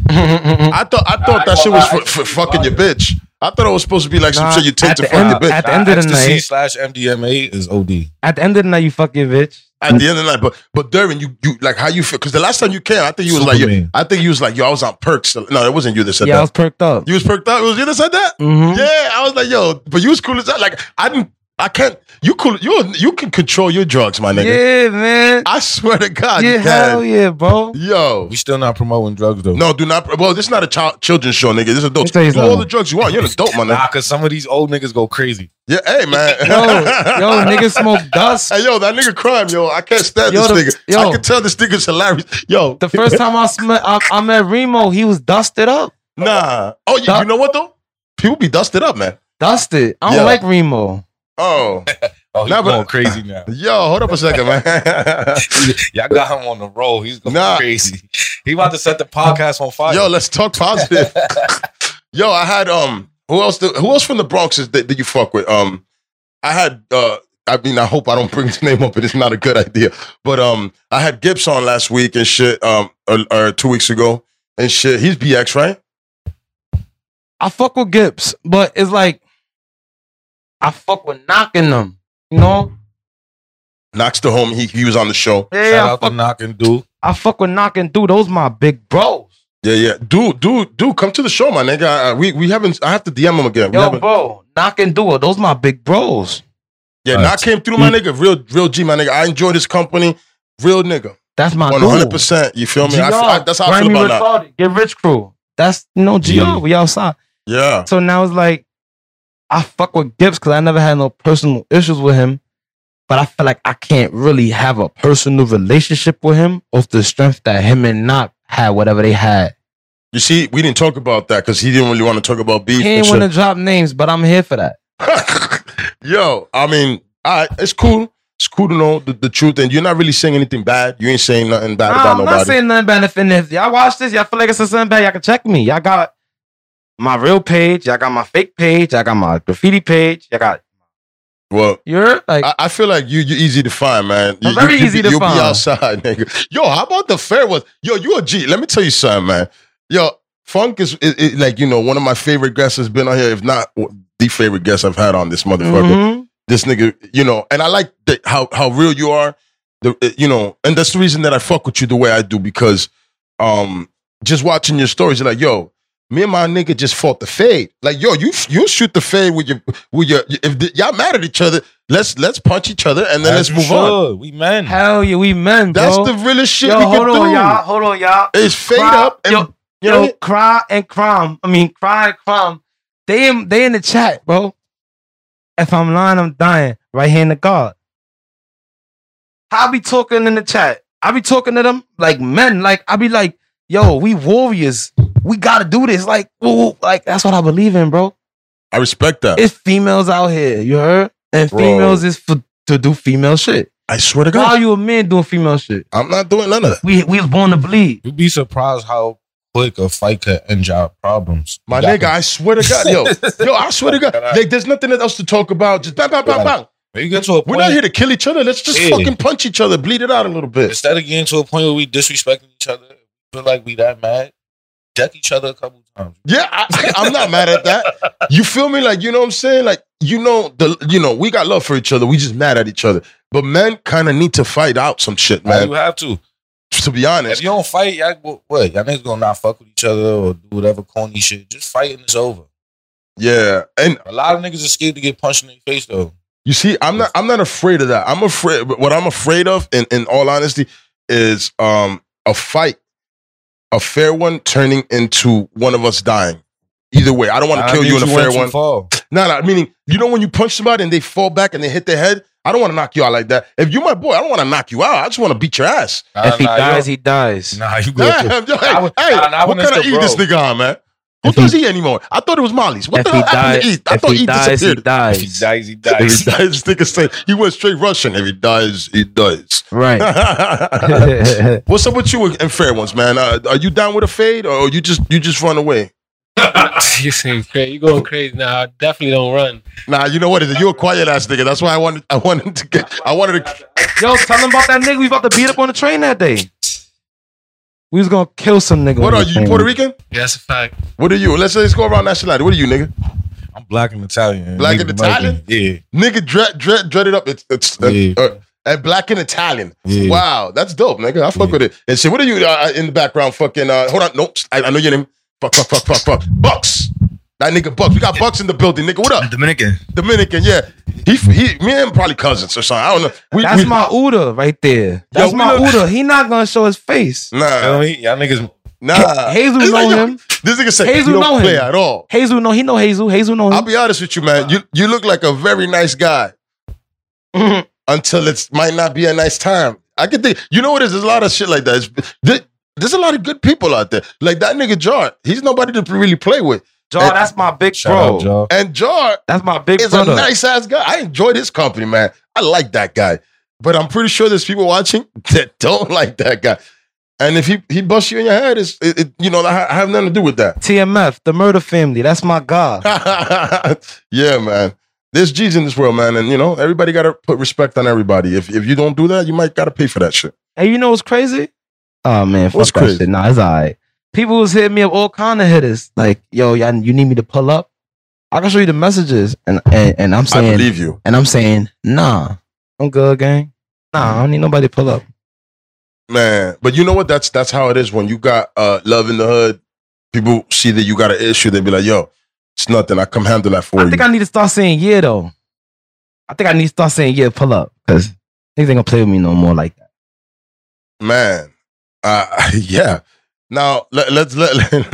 I thought I thought that shit was for, for fucking your bitch. I thought it was supposed to be like some Nah, shit you take at to the fuck end- your bitch Uh, at the end of the ecstasy night- slash MDMA is OD. [LAUGHS] At the end of the night, you fuck your bitch. at the end of the night. But but Durin, you you like how you feel? Because the last time you came, I think you was like, yo, Superman. I think you was like, yo, I was on perks. No, it wasn't you that said Yeah, I that. was perked up. you was perked up. It was you that said that. Mhm. Yeah, I was like, yo, but you was cool as that. Like I didn't. I can't. You cool. You you can control your drugs, my nigga. Yeah, man. I swear to God, yeah, you hell can. yeah, bro. Yo. We still not promoting drugs though. No, do not. Well, this is not a child children's show, nigga. This is adults. Let me tell Do you all something. the drugs you want. You're an adult, my nigga. Nah, cause some of these old niggas go crazy. Yeah, hey, man. Yo, yo, niggas smoke [LAUGHS] dust. Hey, yo, that nigga crime, yo. I can't stand Yo, this the- nigga. I yo. can tell this nigga's hilarious. Yo, The first time I, sm- I, I met Remo, he was dusted up. [LAUGHS] nah. Oh, you, Nah. you know what though? People be dusted up, man. Dusted. I don't Yeah. like Remo. Oh, Oh, he's Nah, but- going crazy now. yo, hold up a second, man. [LAUGHS] [LAUGHS] Y'all got him on the roll. He's going Nah. crazy. He about to set the podcast on fire. [LAUGHS] Yo, let's talk positive. yo, I had um Who else? Do, who else from the Bronx is that, that you fuck with? Um, I had. uh I mean, I hope I don't bring his name up, but it's not a good idea. But um, I had Gibbs on last week and shit. Um, or, or two weeks ago and shit. He's BX, right? I fuck with Gibbs, but it's like I fuck with knocking them. You know? Knox the homie. He, he was on the show. Yeah, Shout I out to fuck, Knock and Do. I fuck with knocking dude. Those my big bros. Yeah, yeah. Dude, dude, dude, come to the show, my nigga. I, I- we we haven't. I have to DM him again. We Yo, haven't- bro, knocking dude. Those my big bros. yeah, All right. Knox came through, my nigga. Real, real G, my nigga. I enjoyed his company. Real nigga, That's my one hundred percent. You feel me? I, I, that's how I feel about that. that. Get rich crew. That's you know, GR, Yeah. we outside. Yeah, So now it's like I fuck with Gibbs because I never had no personal issues with him. But I feel like I can't really have a personal relationship with him off the strength that him and Knock had whatever they had. you see, we didn't talk about that because he didn't really want to talk about beef. He and ain't shit. want to drop names, but I'm here for that. [LAUGHS] Yo, I mean, all right, it's cool. It's cool to know the, the truth, and you're not really saying anything bad. You ain't saying nothing bad Nah, about I'm nobody. not saying nothing bad. If, and if y'all watch this, y'all feel like it's something bad, y'all can check me. Y'all got my real page. Y'all got my fake page. Y'all got my graffiti page. Y'all got well, your like. I, I feel like you you easy to find, man. You, I'm very you, you, easy to You'll find. be outside, [LAUGHS] nigga. Yo, how about the fair was? Yo, you a G. Let me tell you something, man. Yo, Funk is, is, is like you know one of my favorite guests has been on here, if not the favorite guest I've had on this motherfucker. Mhm. This nigga, you know, and I like the, how how real you are. The uh, you know, and that's the reason that I fuck with you the way I do because, um, just watching your stories, you're like, yo. Me and my nigga just fought the fade. Like, yo, you you shoot the fade with your with your if the, y'all mad at each other, let's let's punch each other and then let's As you move on. should. We men. Hell yeah, we men, bro. That's the realest shit Yo, we hold can on, do. y'all. Hold on, y'all. It's fade Cry- up and yo, you know yo, cry and crime. I mean, cry and crime. They in they in the chat, bro. If I'm lying, I'm dying. Right hand to God. I be talking in the chat. I be talking to them like men. Like I be like, yo, we warriors. We gotta do this. Like, woo, woo. like that's what I believe in, bro. I respect that. It's females out here. You heard? And Bro. females is for to do female shit. I swear to Why God, are you a man doing female shit? I'm not doing none of that. We we was born to bleed. You'd be surprised how quick a fight could end job problems. My Y'all nigga, I swear to God, yo, [LAUGHS] yo, I swear to God, like, there's nothing else to talk about. Just bang, bang, bang, bang. When you get to a We're point, not here to kill each other. Let's just Yeah. fucking punch each other, bleed it out a little bit. instead of getting to a point where we disrespecting each other, feel like we that mad, deck each other a couple times. Yeah, I, I'm not mad at that. You feel me? Like you know what I'm saying? Like you know the you know we got love for each other. We just mad at each other. But men kind of need to fight out some shit, Why man. you have to? To be honest, If you don't fight, y'all, go- what? Y'all niggas gonna not fuck with each other or do whatever corny shit. Just fighting is over. yeah, and A lot of niggas are scared to get punched in the face though. You see, I'm not I'm not afraid of that. I'm afraid but what I'm afraid of in, in all honesty is um a fight, a fair one turning into one of us dying. Either way, I don't want to kill you in a fair one. No, no, meaning you know when you punch somebody and they fall back and they hit their head, I don't want to knock you out like that. If you're my boy, I don't want to knock you out. I just want to beat your ass. if he dies, he dies. nah, [LAUGHS] you Damn, good. yo, hey, I would- hey, nah, nah, I what wouldn't kind of still eat this broke. nigga on, man? Who If does he eat anymore? I thought it was Molly's. What if the he hell happened dies, to Eat? I if thought he Eat dies, he disappeared. If he dies. dies, he If dies. he dies, [LAUGHS] this nigga say he went straight Russian. If he dies, he dies. [LAUGHS] Right. [LAUGHS] What's up with you and fair ones, man? Uh, are you down with a fade, or you just you just run away? [LAUGHS] you seem crazy. You going crazy now? I definitely don't run. Nah, you know what? You're a quiet ass nigga. That's why I wanted I wanted to get I wanted to. Yo, tell him about that nigga we about to beat up on the train that day. We was gonna kill some nigga. What on are the you, train. Puerto Rican? Yeah, that's a fact. What are you? Let's let's go around nationality. What are you, nigga? I'm black and Italian. Black Native and Italian? American. Yeah. Nigga dread dread dreaded up. It's it's uh, Yeah. uh, uh, black and Italian. Yeah. Wow, that's dope, nigga. I fuck Yeah. with it. And shit, what are you uh, in the background? Fucking uh, hold on. Nope, I, I know your name. Fuck, fuck, fuck, fuck, fuck. Bucks. That nigga Bucks. We got Bucks in the building, nigga. What up? Dominican. Dominican, yeah. He, he, me and him probably cousins or something. I don't know. We, That's we- my Uda right there. That's we Mm. my look- Uda. He not gonna show his face. nah, Feel me? Y'all niggas. nah. Hazel It's know yo, him. This nigga said you Hazel don't know him. play at all. Hazel know he know Hazel. Hazel know I'll him. be honest with you, man. You you look like a very nice guy until it's might not be a nice time. I can think. You know what? it is? There's a lot of shit like that. It's- there- there's a lot of good people out there. Like that nigga Jar. He's nobody to really play with. Jaw, that's my big Shout out, bro. y'all. And Jar That's my big is brother. a nice ass guy. I enjoyed his company, [LAUGHS] man. I like that guy. But I'm pretty sure there's people watching that don't like that guy. And if he he busts you in your head, is it, it, you know I, I have nothing to do with that. TMF, the murder family. That's my God. [LAUGHS] yeah, man. There's G's in this world, man, and you know everybody got to put respect on everybody. If if you don't do that, you might got to pay for that shit. Hey, you know what's crazy? Oh man, fuck What's that crazy? shit. Nah, it's all right. People was hitting me up all kind of hitters. Like, yo, y'all, you need me to pull up? I can show you the messages, and and, and I'm I saying, believe you. and I'm saying, nah, I'm good, gang. Nah, I don't need nobody to pull up. Man, but you know what? That's that's how it is. When you got uh, love in the hood, people see that you got an issue. They be like, "Yo, it's nothing. I come handle that for I you." think I need to start saying yeah though. I think I need to start saying yeah, pull up, because they ain't gonna play with me no more like that. Man, uh, [LAUGHS] yeah. Now let, let's let, [LAUGHS]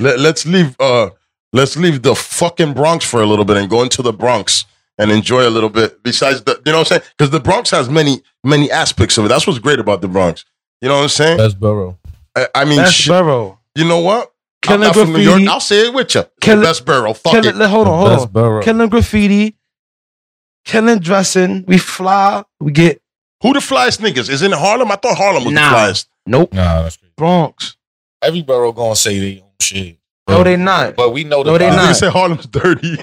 let let's leave uh let's leave the fucking Bronx for a little bit and go into the Bronx and enjoy a little bit. Besides the, you know what I'm saying? Because the Bronx has many many aspects of it. That's what's great about the Bronx. You know what I'm saying? Best borough. I, I mean, That's shit, Burrow. you know what? I'm Killing not from New York. graffiti. I'll say it with you. Kill- Best borough. Fuck Killing, it. hold on, hold the on. best borough. Killing graffiti. Killing dressing. We fly. We get Who the flyest niggas? Is it in Harlem? I thought Harlem was Nah. the flyest. nope. nah, that's crazy. Bronx. Every borough gonna say they own shit, Oh. No, they not. but we know the No, they vibe. not. Niggas say Harlem's dirty. [LAUGHS]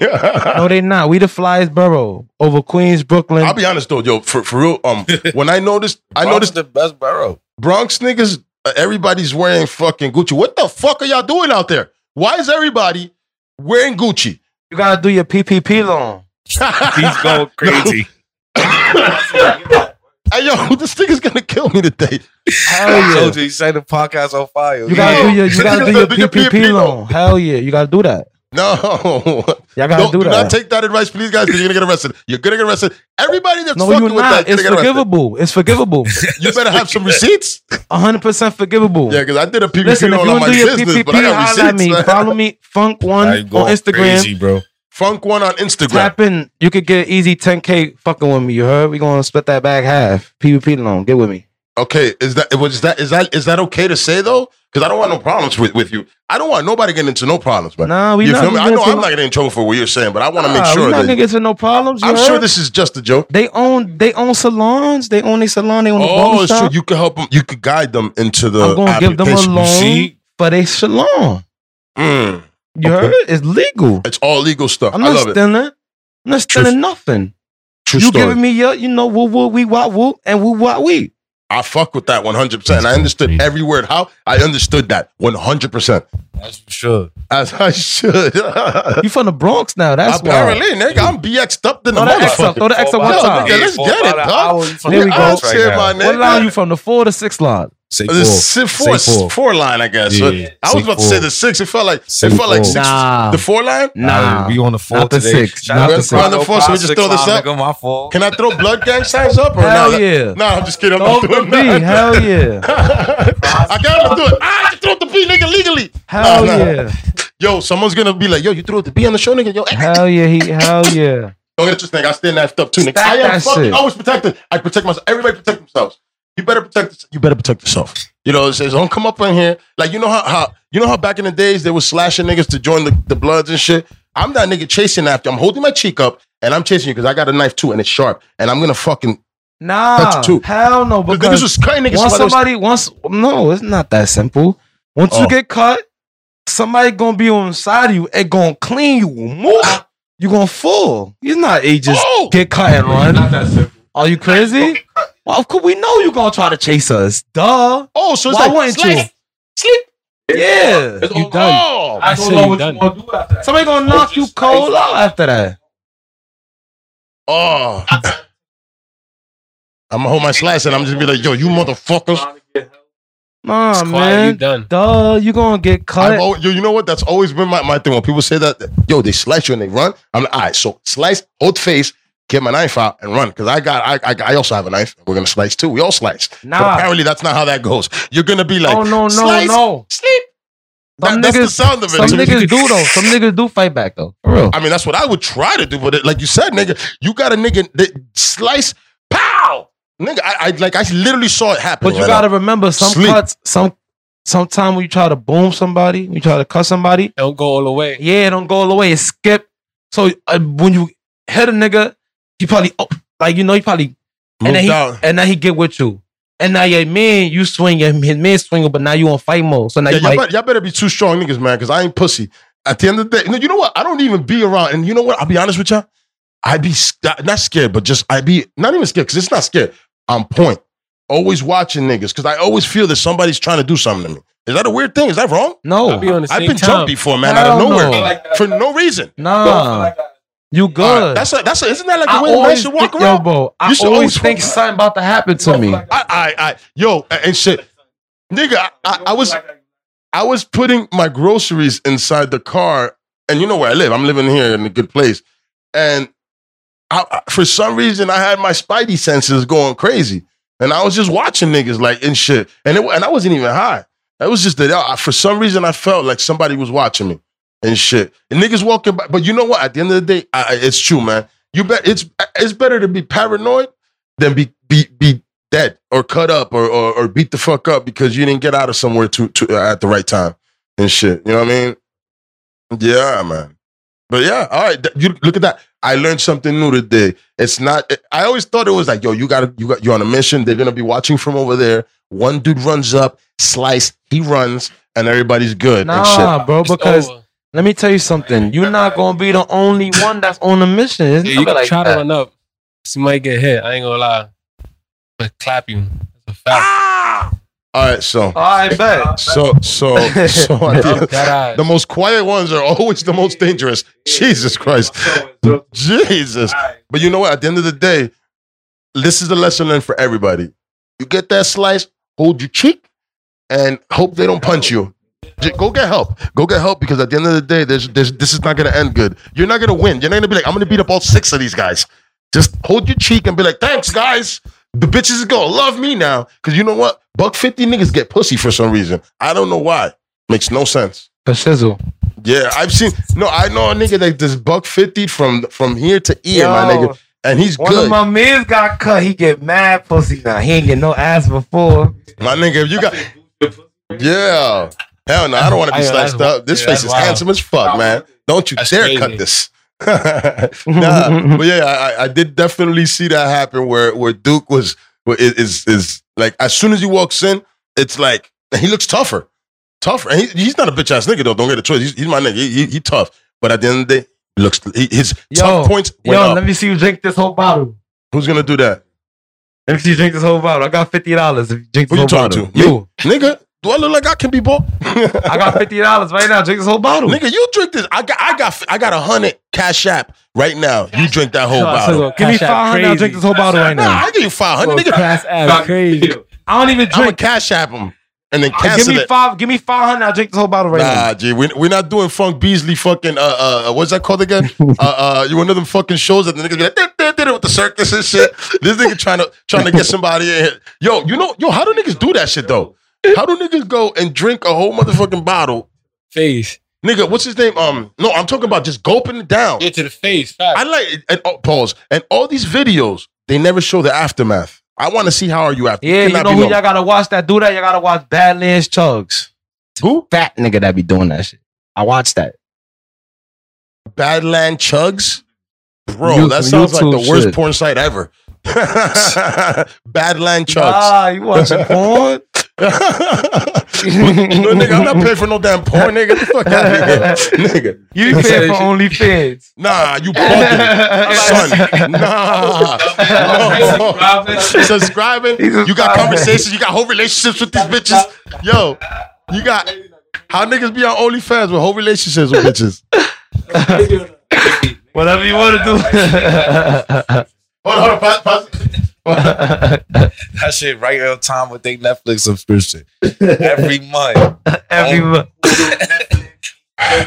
No, they not. We the flyest borough over Queens, Brooklyn. I'll be honest though, yo, for, for real. [LAUGHS] Um, when I noticed, I Bronx noticed the best borough. Bronx niggas, uh, everybody's wearing fucking Gucci. What the fuck are y'all doing out there? Why is everybody wearing Gucci? you gotta do your PPP loan. He's [LAUGHS] going crazy. Hey, yo, [LAUGHS] this nigga's gonna kill me today. [LAUGHS] Hell I yeah. told you, you set the podcast on fire. You gotta do your Yeah. you gotta do your Do your PPP PPP loan. Hell yeah, you gotta do that. No, [LAUGHS] Y'all gotta Don't, do do that. not take that advice, please, guys. Because you're gonna get arrested. You're gonna get arrested. Everybody that's no, fucking you with not. that, you're It's gonna get arrested. forgivable. It's forgivable. You better have some receipts. hundred percent forgivable. Yeah, because I did a PPP Listen, if on you all don't my do your business, PPP, but I got holla at receipts. me. man. Follow me, Funk One Now you on going Instagram. crazy, bro. Funk one on Instagram. Tap in. You could get easy 10k fucking with me. You heard? We gonna split that back half. PPP loan. Get with me. Okay, is that was that is that is that okay to say though? Because I don't want no problems with, with you. I don't want nobody getting into no problems, man. Nah, we you not feel me? I gonna know get I'm no- not getting in trouble for what you're saying, but I want to Nah, make we sure not gonna that get to no problems. You I'm heard? sure this is just a joke. they own they own salons. They own a salon. They own a barber Oh, it's true. shop. You could help them. You could guide them into the. I'm gonna give them a application. loan see? for their salon. Mm, You Okay. heard? It's legal. it's all legal stuff. i I'm not love it. stealing. I'm not stealing nothing. True you story. giving me your, you know, woo woo we what woo and woo what we. I fuck with that 100. percent I understood every word. How I understood that 100. percent That's for sure. As I [LAUGHS] should. You from the Bronx now? That's why. Apparently, nigga, I'm BXed up in the Throw Oh, that X up. motherfucker. Throw the X up Four one Yo, by time. the nigga, let's four get by it, the dog. hour, you from There the we go. outs right Shit, now. my What nigga. line you from? The four to six line. Say The si- Say four, four. line, I guess. So Yeah, I was say about to say four. the six. It felt like Say it felt like four. six. The four line. [LAUGHS] Nah, we on the four Not the today. six, Shout not out the to six. Cardo On the four, so we just Five, throw six this line, up? nigga, My fault. Can I throw blood gang signs up or Hell not? yeah. Nah, I'm just kidding. I'm Throw not up the doing B. that. Hell yeah. [LAUGHS] I gotta do it. Ah, I can throw up the B, nigga, legally. Hell Nah, nah. yeah. Yo, someone's gonna be like, yo, you threw up the B on the show, nigga. Yo, eh, eh, eh. Hell yeah. He, hell yeah. don't get it twisted, nigga. I stand that stuff too, nigga. Stack I am that fucking shit. always protected. I protect myself. Everybody protect themselves. You better protect. yourself. You better protect yourself. You know, it says don't come up in here. Like you know how, how you know how back in the days they were slashing niggas to join the, the bloods and shit. I'm that nigga chasing after. I'm holding my cheek up and I'm chasing you because I got a knife too and it's sharp and I'm gonna fucking. Nah. That's two. Hell no. Because niggas Because was cutting niggas. once while they was- somebody once no, it's not that simple. Once Oh. you get cut, somebody gonna be on the side of you and gonna clean you. Move. You gonna fall. You're not you just Oh! get cut and run. that simple. Are you crazy? Well, of course we know you gonna try to chase us. Duh. oh, so it's Why like wouldn't you? slice, Sleep. Yeah. You done. Oh, I don't say know you what you done. gonna do after that. Somebody gonna knock you cold out after that. oh. I'm gonna hold my slice and I'm just gonna be like, yo, you motherfuckers. Nah, It's quiet. man. You done. Duh, you gonna get I've cut. always, yo, you know what? That's always been my, my thing. When people say that, that, yo, they slice you and they run. I'm like, all right, so slice, hold face, get my knife out and run. Cause I got, I, I, I also have a knife. We're gonna slice too. We all slice. But Nah. apparently that's not how that goes. You're gonna be like, Ah. oh no, no, slice, no. sleep. That- Some that's the niggas- sound of it. Some niggas do though. Some niggas do fight back though. For real. I mean, that's what I would try to do, but it, like you said, nigga, you got a nigga that slice, pow, nigga. I, I like, I literally saw it happen. But you right gotta now. remember some Sleep. cuts, some sometime when you try to boom somebody, when you try to cut somebody, Don't go all the way. yeah, it don't go all the way. It skip. So uh, when you hit a nigga, he probably oh, like you know he probably Move and then he down. and then he get with you. And now your man, you swing your his man swinging, but now you on fight mode. So now Yeah, you y'all, like, better, y'all better be two strong niggas, man, because I ain't pussy. At the end of the day, no, you know what? I don't even be around. And you know what? I'll be honest with y'all. I be sc- not scared, but just I be not even scared because it's not scared. I'm point. Always watching niggas because I always feel that somebody's trying to do something to me. Is that a weird thing? Is that wrong? I'll no, be on the same I've been time. jumped before, man, Hell out of nowhere no. for no reason. nah, you good. All right, that's a, that's a, isn't that like the I way a man always should walk think- around? Yo, bro, I You should always always think walk- something about to happen to me. I, I, I, yo, a- and shit, nigga, I, I, I was, I was putting my groceries inside the car, and you know where I live. I'm living here in a good place, and I, I- for some reason, I had my spidey senses going crazy, and I was just watching niggas like and shit, and it, wa- and I wasn't even high. That was just that. I, for some reason, I felt like somebody was watching me and shit. And niggas walking by, but you know what? At the end of the day, I, I- it's true, man. You bet. It's it's better to be paranoid than be be be dead or cut up or, or or beat the fuck up because you didn't get out of somewhere to, to uh, at the right time and shit. You know what I mean? Yeah, man. But yeah, all right. th- You look at that. I learned something new today. It's not. I always thought it was like, yo, you got to you got you're on a mission. They're gonna be watching from over there. One dude runs up, slice. He runs, and everybody's good and shit. Nah, bro, It's because over. let me tell you something. You're not gonna be the only one that's on a mission. It's Yeah, not you can like try to that. run up. You might get hit. I ain't gonna lie. But clap you. That's a fact. Ah! All right, so All right, bet. so so [LAUGHS] so. I did- [LAUGHS] That I, the most quiet ones are [LAUGHS] always the most dangerous. Jesus Christ, Jesus. But you know what? At the end of the day, this is a lesson learned for everybody. You get that slice, hold your cheek, and hope they don't punch you. J- Go get help. Go get help because at the end of the day, there's, there's, this is not going to end good. You're not going to win. You're not going to be like, I'm going to beat up all six of these guys. Just hold your cheek and be like, thanks, guys. The bitches is going to love me now. Because you know what? Buck 50 niggas get pussy for some reason. I don't know why. Makes no sense. The sizzle. Yeah, I've seen. No, I know a nigga that this buck fifty from from here to ear, my Yo. nigga, and he's One good. of my men's got cut. He get mad pussy now. He ain't get no ass before. my nigga, if you got, yeah, hell no, I don't want to be I- that's sliced wild. up. This Yeah, face that's is wild. handsome as fuck, man. Don't you That's dare crazy. cut this. [LAUGHS] nah, but yeah, I, I- I did definitely see that happen where where Duke was where is, is is like as soon as he walks in, it's like and he looks tougher, tougher, and he, he's not a bitch ass nigga though. Don't get a choice. He's, he's my nigga. He, he, he tough, but at the end of the day, he looks he, his Yo, tough points went Yo, up. let me see you drink this whole bottle. Who's gonna do that? Let me see you drink this whole bottle. I got fifty dollars if you drink Who this you whole talking to? bottle. You. Nigga, do I look like I can be [LAUGHS] [LAUGHS] bought? I got fifty dollars right now. Drink this whole bottle. Nigga, you drink this. I got I got I got a hundred cash app right now. You drink that whole bottle. Give me Cash App five hundred. I'll drink this whole crazy. bottle right Nah, now. I give you five hundred. Nigga, Class app crazy. I don't even I'm gonna drink. cash app him and then Give cancel me it. five. Give me five hundred. I'll drink this whole bottle right now. Nah, G, we, we're not doing Funk Beasley fucking, uh, uh, what's that called [LAUGHS] again? uh, uh, you one of them fucking shows that the nigga be like, did it with the circus and shit. This nigga trying to, trying [LAUGHS] to get somebody in here. Yo, you know, yo, how do niggas do that shit though? How do niggas go and drink a whole motherfucking bottle Face. Nigga, what's his name? Um, no, I'm talking about just gulping it down. Get to the face. Fact. I like and oh, pause. And all these videos, they never show the aftermath. I want to see how are you after. Yeah, you Cannot know be who long. y'all gotta watch that do that? Y'all gotta watch Badlands Chugs. Who? Fat nigga that be doing that shit. I watched that. Badland Chugs. Bro, You- that sounds like the YouTube worst shit. porn site ever. [LAUGHS] Badland Chugs. [LAUGHS] Ah, you watching porn? no, nigga, I'm not paying for no damn porn, nigga. Get the fuck out of [LAUGHS] here, nigga. You be paying for OnlyFans. Nah, you bugging. [LAUGHS] son. Nah. No. Subscribing. He's You got subscribing. conversations. You got whole relationships with these bitches. Yo, you got how niggas be on OnlyFans with whole relationships with bitches. Whatever you want to Hold on, hold on, pause, pause. do. That shit right on time with their Netflix subscription every month. Every month. Um,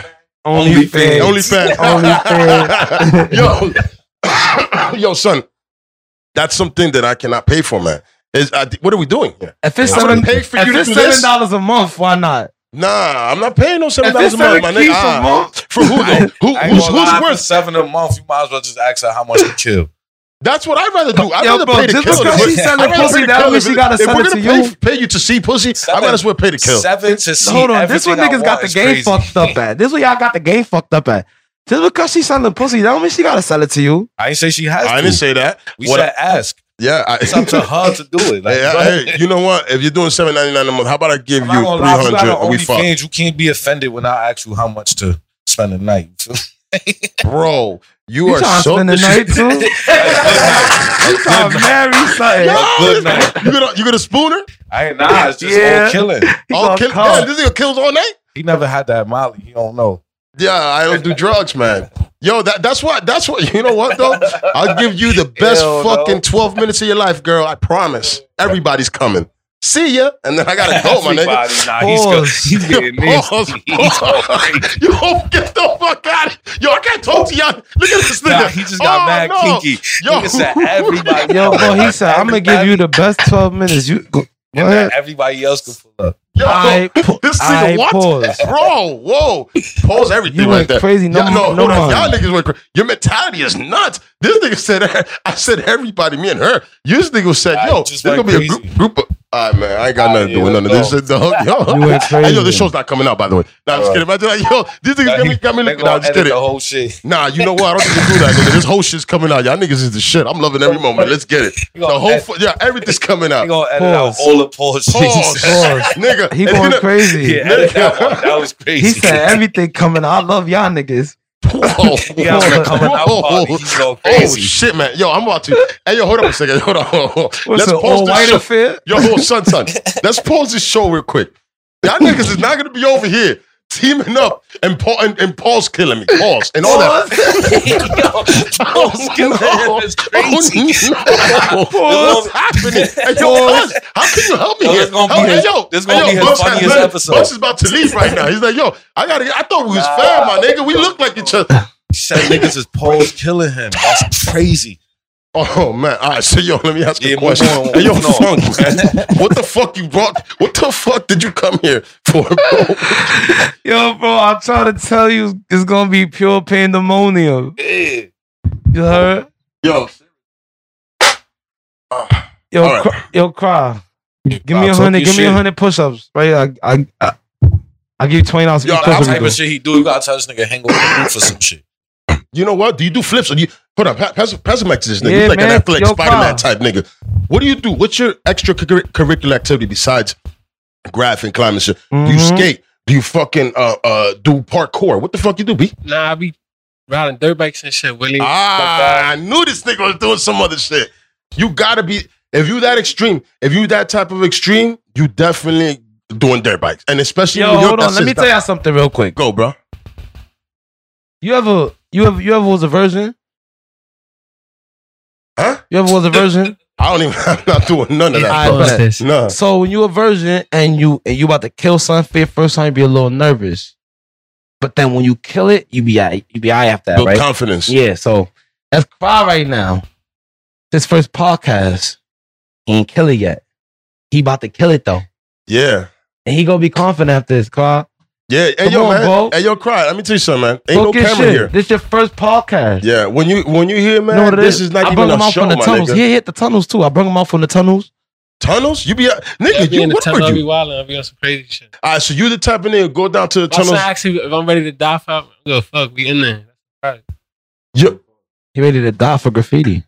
[LAUGHS] OnlyFans. OnlyFans. [LAUGHS] yo, [COUGHS] yo, son, that's something that I cannot pay for, man. Is I, what are we doing? here? If it's I'm seven, gonna pay for if you to it's do seven this. dollars a month, why not? Nah, I'm not paying no seven If dollars it's a month, seven my keys nigga. a Ah, month, for who though? Who, I ain't who's gonna lie, who's for worth? seven a month. You might as well just ask her how much to kill. That's what I'd rather do. I'd Yo, rather bro, pay to just kill. because than- she's selling I'd rather pussy, pay to that kill means than- she gotta if sell we're it gonna to pay, you. Pay you to see pussy. I might as well pay to kill. Seven to see. Hold on, this everything what niggas I got want the is game crazy. fucked up at. This what y'all got the game fucked up at. Just because she's selling pussy, that don't mean she gotta sell it to you. I ain't say she has. I to. didn't say that. We What said ask. Yeah, I, It's up [LAUGHS] to her to do it. Like, Hey, I- hey, you know what? If you're doing seven ninety nine a month, how about I give I'm you not three gonna lie, if you got hundred an and we fuck, OnlyFans, You can't be offended when I ask you how much to spend a night. You feel me? bro? You, You are trying to so [LAUGHS] spend the night [LAUGHS] too? You trying to marry something? Yo, Good this- you gonna you gonna spoon her? I ain't nah. It's just Yeah. all killing. He Oh, gonna kill, come. yeah, this nigga kills all night. He never had that Molly. He don't know. Yeah, I don't do drugs, man. Yo, that that's what that's what you know what though. I'll give you the best Hell no. fucking twelve minutes of your life, girl. I promise. Everybody's coming. See ya, and then I gotta Oh, go, my nigga. [LAUGHS] Everybody, Nah, he's, good. Pause. [LAUGHS] he's getting [LAUGHS] Pause, this. He's alright. pause. [LAUGHS] Yo, get the fuck out! Yo, I can't talk to y'all. Look at this nigga. Nah, he just got Oh, mad no. kinky. Yo. Yo, said everybody. Yo, bro, he said, I'm gonna give you the best 12 minutes. You go, go And ahead. then everybody else can pull up. Yo, I, pu- this nigga I what? pause. bro, whoa, pause everything You like went that. crazy. No, Yeah, no, no, no, hold on. y'all no. niggas went crazy. Your mentality is nuts. This nigga said, [LAUGHS] I said everybody, me and her. You this nigga said, I yo, there's just gonna went be a crazy. group, group of. All right, man, I ain't got Ah, nothing to do yeah, with none of this no. shit, dog. [LAUGHS] [LAUGHS] Yo, You went Hey, yo, this crazy. show's not coming out, by the way. Nah, I'm just Alright. kidding. Imagine, like, yo, these niggas got me, got me They looking. gonna Nah, I'm just edit kidding. The whole shit. Nah, you know what? I don't think they do that, nigga. This whole shit's coming out. Y'all niggas is the shit. I'm loving every moment. Let's get it. They The gonna whole, edit- fu- yeah, everything's coming they out. gonna edit out Pause. all the pause. [LAUGHS] Pause, nigga. [LAUGHS] He it's going gonna- crazy. Yeah, edit that one. That [LAUGHS] was crazy. He said everything coming. I love y'all niggas. Whoa, He got Whoa. a coming out Whoa. party. He's going Oh crazy. shit, man! Yo, I'm about to. Hey, yo, hold on a second. Hold on. Hold on. What's Let's an all pause this white show. affair? Yo, hold on, son, [LAUGHS] son. Let's pause this show real quick. Y'all niggas is not gonna be over here teaming up and Paul and, and Paul's killing me. Pause and all [LAUGHS] that. Oh, [LAUGHS] Paul's killing him. It's [LAUGHS] crazy. Oh, no. What's happening? Hey, yo, cuz, how can you help me Yo, here? this gonna be Help- his- yo, this gonna hey, be yo, his Bucks funniest has left. episode. Bucks is about to leave right now. He's like, yo, I gotta. get- I thought we was Nah. fam, my nigga. We look like each other. He said niggas is Paul's killing him. That's crazy. Oh man! All right, so yo, let me ask you Yeah, a move question. on, hey, yo, move on. Funk, man, what the fuck you brought? What the fuck did you come here for, bro? Yo, bro, I'm trying to tell you, it's gonna be pure pandemonium. [LAUGHS] Yeah. You heard? Yo, Yo, All right. cry, yo, cry. Give Nah, me a talk hundred. your Give me a shit. hundred push-ups. Right? I, I, I, I give you twenty dollars. Yo, for each I'm That push-up type you of do. shit he do, you gotta tell this nigga hang over the roof or some shit. you know what? Do you do flips? Or you hold on, pa- pass, pass him back to this nigga. Yeah, He's like man. an athletic Yo, Spider Man Kyle. type nigga. What do you do? What's your extracurricular activity besides graph and climbing shit? Do you Mhm. skate? Do you fucking uh uh do parkour? What the fuck you do, B? Nah, I be riding dirt bikes and shit, Willie. Ah, I knew this nigga was doing some other shit. You gotta be if you that extreme, if you that type of extreme, you definitely doing dirt bikes, and especially in Yo, New York. hold that on. Let shit's me not- tell y'all something real quick. Go, bro. You ever, you ever, you ever was a virgin? Huh? You ever was a virgin? I don't even. [LAUGHS] I'm not doing none of that. I bro. bet. this. No. So when you a virgin and you and you about to kill something for your first time, you be a little nervous. But then when you kill it, you be aight- you be eye after that, Build right? confidence. Yeah. So that's cry right now. This first podcast, he ain't kill it yet. He about to kill it though, Yeah. and he gonna be confident after this. Cry. Yeah. Hey Come yo, on, man. bro. Hey yo, cry. Let me tell you something, man. Ain't no Fuck your camera shit. here. This your first podcast. Yeah. When you when you here, man, You know what it this is not I even brought a him out show, from the my tunnels. nigga. Yeah, he hit the tunnels too. I brought him out from the tunnels. Tunnels? You be a- Yeah, I nigga. be You in the what tunnel, are I be you? wilding. I be on some crazy shit. All right. So you the type of nigga go down to the My son tunnels. actually, if I'm ready to die for, I'm gonna fuck. We in there. Yo, He ready to die for graffiti.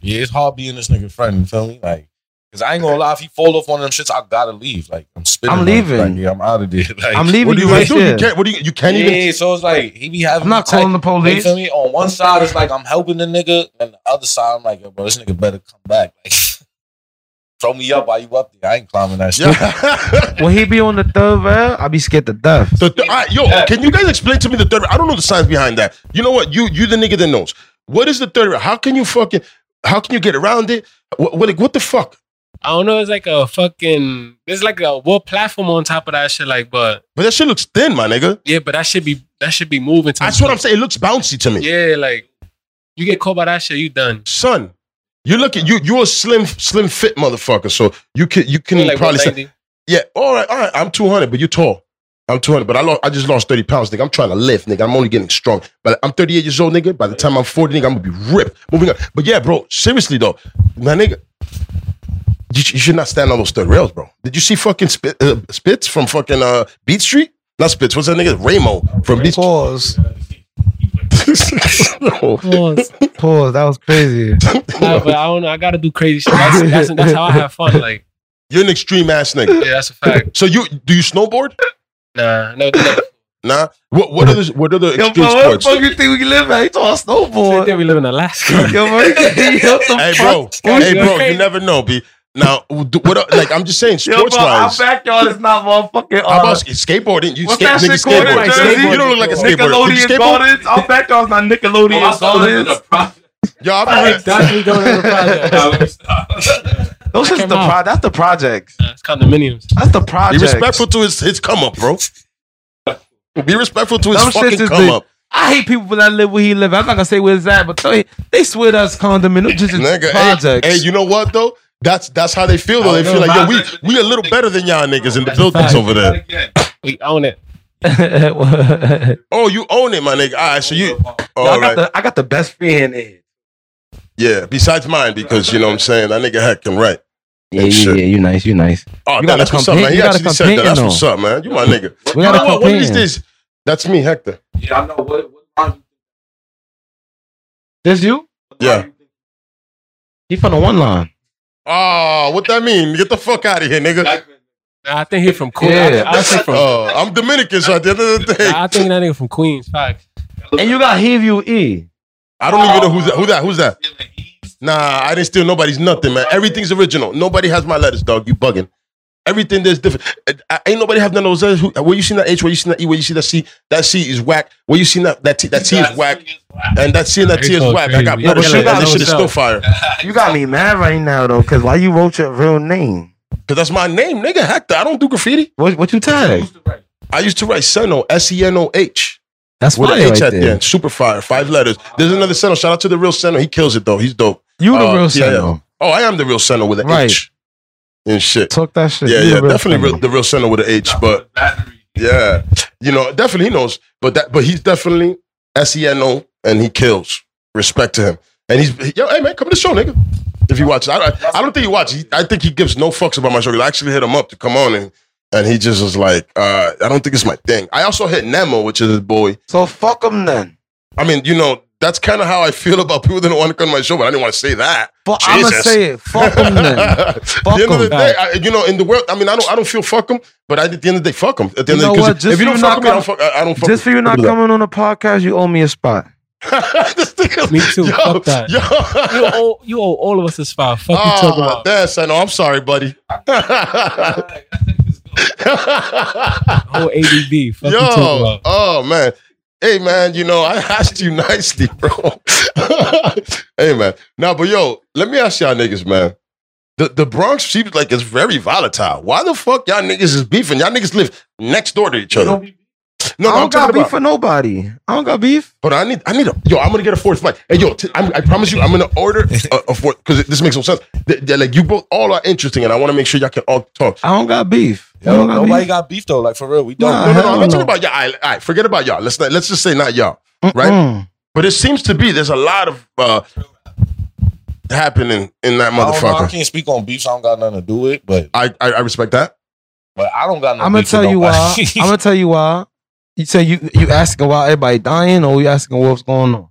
Yeah, it's hard being this nigga friend, you feel me? Like, cause I ain't gonna lie, if he fall off one of them shits, I gotta leave. Like, I'm spitting. I'm on it. leaving. Like, yeah, I'm out of there. [LAUGHS] Like, I'm leaving what do you you right want to do? You there. can't. What do you? You can't yeah, even. so it's like he be having. I'm not the type- calling the You police. feel me? On one side, it's like I'm helping the nigga, and the other side, I'm like, yo, bro, this nigga better come back. Like, [LAUGHS] throw me up while you up there. I ain't climbing that shit. [LAUGHS] Yeah. When he be on the third rail, I be scared to death. The th- I- yo, can you guys explain to me the third? I don't know the science behind that. You know what? You you the nigga that knows. What is the third? How can you fucking? How can you get around it? What, what like what the fuck? I don't know. It's like a fucking. There's like a wood platform on top of that shit. Like, but But that shit looks thin, my nigga. yeah, but that should be that should be moving. To That's what I'm saying. It looks bouncy to me, Yeah, like you get caught by that shit, you done. son. You're looking. You you're a slim slim fit motherfucker. So you can you can You like probably say, 190. yeah. All right, all right. I'm 200, but you're tall. I'm 200, but I lost, I just lost 30 pounds, nigga. I'm trying to lift, nigga. I'm only getting strong. But I'm 38 years old, nigga. By the time I'm 40, nigga, I'm gonna be ripped. Moving on. But yeah, bro, seriously though, my nigga, you, sh- you should not stand on those third rails, bro. Did you see fucking Spit, uh, Spitz from fucking uh, Beat Street? Not Spitz. What's that nigga? Ramo from Beat Street. Pause. Pause. Pause. That was crazy. [LAUGHS] Nah, but I don't know. I gotta do crazy shit. That's, that's, that's how I have fun. Like, [LAUGHS] You're an extreme ass nigga. yeah, that's a fact. So you do you snowboard? Nah, no, no. Nah. What what are the what are the Yo, extreme bro, where the sports? fuck you think we live at? You [LAUGHS] talking Shit, snowboard? then we live in Alaska. [LAUGHS] Yo, bro, you think- yo, the Hey fuck? bro, hey You're bro, crazy. you never know, b. Now, do- what? are- Like I'm just saying, Yo, sports bro, our wise. backyard is not motherfucking. Uh, How about skateboarding? You what's skate, that nigga, shit called in skateboard. Jersey? You don't look like a skateboarder. Did you Nickelodeon skateboard? Gardens. Our backyard's not Nickelodeon Gardens. Yo, I've been Like, definitely don't have a [LAUGHS] project. Those is the out. pro- That's the projects. Nah, it's condominiums. That's the Be projects. respectful to his, his come up, bro. Be respectful to his Them shits fucking is come the- up, I hate people that live where he live. I'm not gonna say where it's at, but they, they swear that's condominium. Just nigga. Hey, projects. hey, you know what though? That's that's how they feel though. They feel like yo, we we a little better than y'all niggas in the buildings fact. over there. We own it. Oh, you own it, my nigga. All right, so you all I got Oh, right, the I got the best friend in. yeah. Besides mine, because you know what I'm saying that nigga heck can write. Yeah, yeah, Shit. you nice, you nice. Oh, You no, gotta that's what's up, come man. paint- He you gotta actually come said that. That's painting what's up, man. You my nigga. We You gotta know what? One of these compare. days, that's me, Hector. Yeah, I know what. what This you? Yeah. He from the one line. Oh, what that mean? Get the fuck out of here, nigga. Nah, I think he from Queens. Yeah. I, I think from. Oh, I'm Dominican, so I did the thing. nah, I think that nigga from Queens. Facts. And you got Heview E. I don't even know who's that. Who that? Who's that? Nah, I didn't steal nobody's nothing, man. Everything's original. Nobody has my letters, dog. You bugging. Everything there's different. I, I- ain't nobody have none of those letters. Who, where you seen that H? Where you seen that E? Where you see that C? That C is whack. Where you seen that that T? That T is whack. And that C and that T is They go whack. I got crazy. better Yeah, but shit, you and this got shit is still those fire. You got me mad right now though, cause why you wrote your real name? Cause that's my name, nigga. Hector. I don't do graffiti. What what you tag? I used to write Seno, S E N O H, That's with what an right H at the there. end. Super fire. Five letters. There's another Seno. Shout out to the real Seno. He kills it though. He's dope. You the Uh, real yeah, center. Oh, I am the real Seno with an Right. H. And shit. Talk that shit. Yeah, You the yeah, real definitely center. real, the real center with an H, but yeah, you know, definitely he knows, but that, but he's definitely S E N O, and he kills. Respect to him, and he's he- yo, hey man, come to the show, nigga. If he watches, I, I, I don't think he watches. He- I think he gives no fucks about my show. 'cause I actually hit him up to come on, and and he just was like, uh, I don't think it's my thing. I also hit Nemo, which is his boy. So fuck him then. I mean, you know, that's kind of how I feel about people that don't want to come to my show, but I didn't want to say that. But I'ma Jesus. say it. Fuck him then. [LAUGHS] [LAUGHS] at Fuck the end of the 'em. day, I, you know, in the world, I mean, I don't, I don't feel fuck 'em, but I, at the end of the day, fuck 'em. At the end of You know the day, 'cause what? Just if you for don't you fuck not 'em, I don't fuck. I, I don't fuck. Just for [LAUGHS] you not coming on the podcast, you owe me a spot. This nigga- Me too. Yo, Fuck that. Yo. You owe, you owe all of us a spot. Fuck you talking Oh, about. that's I know. I'm sorry, buddy. [LAUGHS] Whole ADB. Fuck you talking Yo, about. oh man. Hey man, you know, I asked you nicely, bro. [LAUGHS] hey man. Now, but yo, let me ask y'all niggas, man. The the Bronx seems like it's very volatile. Why the fuck y'all niggas is beefing? Y'all niggas live next door to each other. No, no, I don't I'm got talking beef about. for nobody. I don't got beef. But I need, I need a yo. I'm gonna get a fourth mic. Hey yo, t- I'm, I promise you, I'm gonna [LAUGHS] order a, a fourth because this makes no sense. They- they're like you both all are interesting, and I want to make sure y'all can all talk. I don't got beef. [LAUGHS] You Yo, don't got nobody beef? got beef though. Like for real, we don't. Nah, No, no, no. hell I'm not no. talking about y'all. All right, all right, forget about y'all. Let's not, let's just say not y'all. right? Mm-mm. But it seems to be there's a lot of uh happening in that I, don't know, I motherfucker. can't speak on beefs. I don't got nothing to do with, but I, I I respect that. but I don't got no. I'm gonna beef with tell you why. [LAUGHS] nobody. [LAUGHS] I'm gonna tell you why. You say you you asking why everybody dying, or you asking what's going on?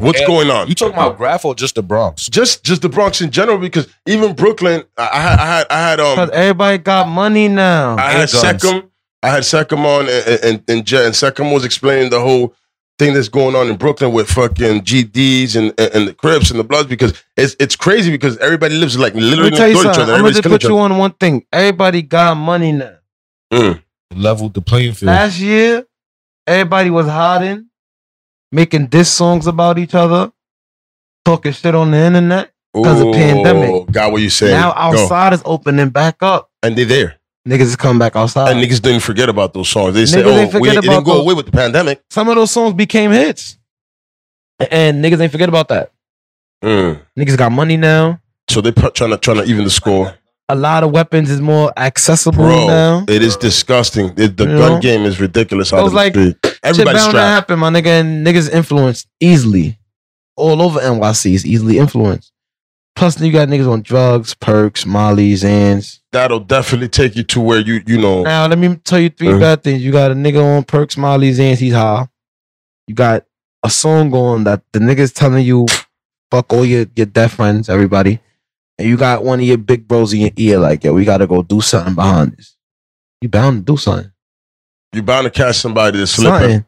What's Yeah. going on? you talking about Graph or just the Bronx? Just just the Bronx in general because even Brooklyn, I, I had I had I had Because um everybody got money now. I had guns. Secum. I had Secum on and and, and Jet and Secum was explaining the whole thing that's going on in Brooklyn with fucking GDs and and, and the Crips and the Bloods because it's it's crazy because everybody lives like literally Let me tell next door you to each something. other. I'm gonna Everybody's just killing put each other. you on one thing. Everybody got money now. Leveled the playing field. Last year, everybody was hiding, making diss songs about each other, talking shit on the internet. 'cause of pandemic. Ooh, Got what you saying? now Go. outside is opening back up. and they're there. Niggas is coming back outside. And niggas didn't forget about those songs. They Uh, Niggas said, ain't "Oh, we forget it didn't about go those- away with the pandemic." Some of those songs became hits, A- and niggas ain't forget about that. Mm. Niggas got money now. So they're trying to trying to even the score, A lot of weapons is more accessible bro. now. It is disgusting. It- the You gun know? game is ridiculous. I Out was of like, the street. everybody's shit bound to strapped. happen, my nigga. And niggas influenced easily, all over NYC is easily influenced. Plus, you got niggas on drugs, perks, mollies, ands. That'll definitely take you to where you you know. Now let me tell you 3 Mhm. bad things. You got a nigga on perks, Molly's, and he's high. You got a song on that the niggas telling you, fuck all your, your deaf friends, everybody. And you got one of your big bros in your ear, like, yo, we gotta go do something behind this. You bound to do something. You're bound to catch somebody that's slipping. Something.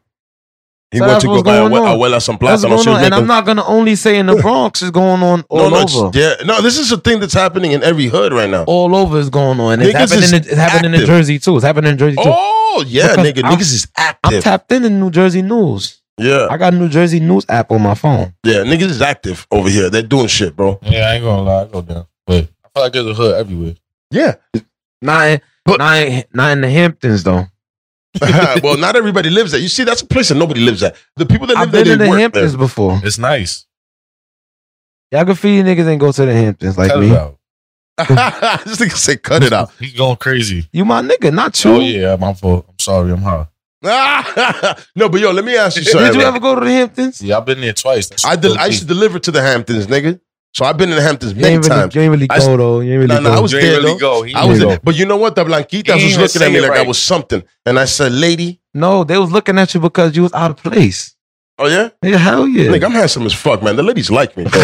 He So went that's to go what's buy a going well, on. a well at some That's plaza. going on. And I'm not gonna only say [LAUGHS] in the Bronx is going on all no, over. No, yeah, no, this is a thing that's happening in every hood right now. all over is going on. And It's Niggas happening, is in, it's happening in active. Jersey too. It's happening in Jersey too. Oh, yeah, Because nigga. I'm- niggas is I'm active. tapped in in New Jersey news. yeah, I got a New Jersey news app on my phone. yeah, niggas is active over here. They're doing shit, bro. Yeah, I ain't gonna lie, I go down. But I feel like there's a hood everywhere. Yeah. Not in, But- not in, not in the Hamptons though. [LAUGHS] well, not everybody lives there. You see, that's a place that nobody lives at. The people that live I've been there, in they the work Hamptons there. before. It's nice. Y'all can feed niggas and go to the Hamptons like Cut me. it out. [LAUGHS] this nigga say, cut it out. [LAUGHS] He's going crazy. You my nigga, not you. Oh yeah, my fault. I'm sorry, I'm high. no, but yo, let me ask you something. Did you bro. ever go to the Hamptons? Yeah, I've been there twice. That's I, del- low-key. I used to deliver to the Hamptons, nigga. So I've been in the Hamptons You many ain't, really, times. you ain't really I- go though. You ain't Nah, really nah, go. I was You there, ain't really though. go. He I was, didn't Yeah. there. but you know what? The He blanquitas was ain't even looking at say me it like I right. was something, and I said, "Lady, no, they was looking at you because you was out of place. oh yeah, Nigga, hell yeah. nigga, I'm handsome as fuck, man. The ladies like me, bro.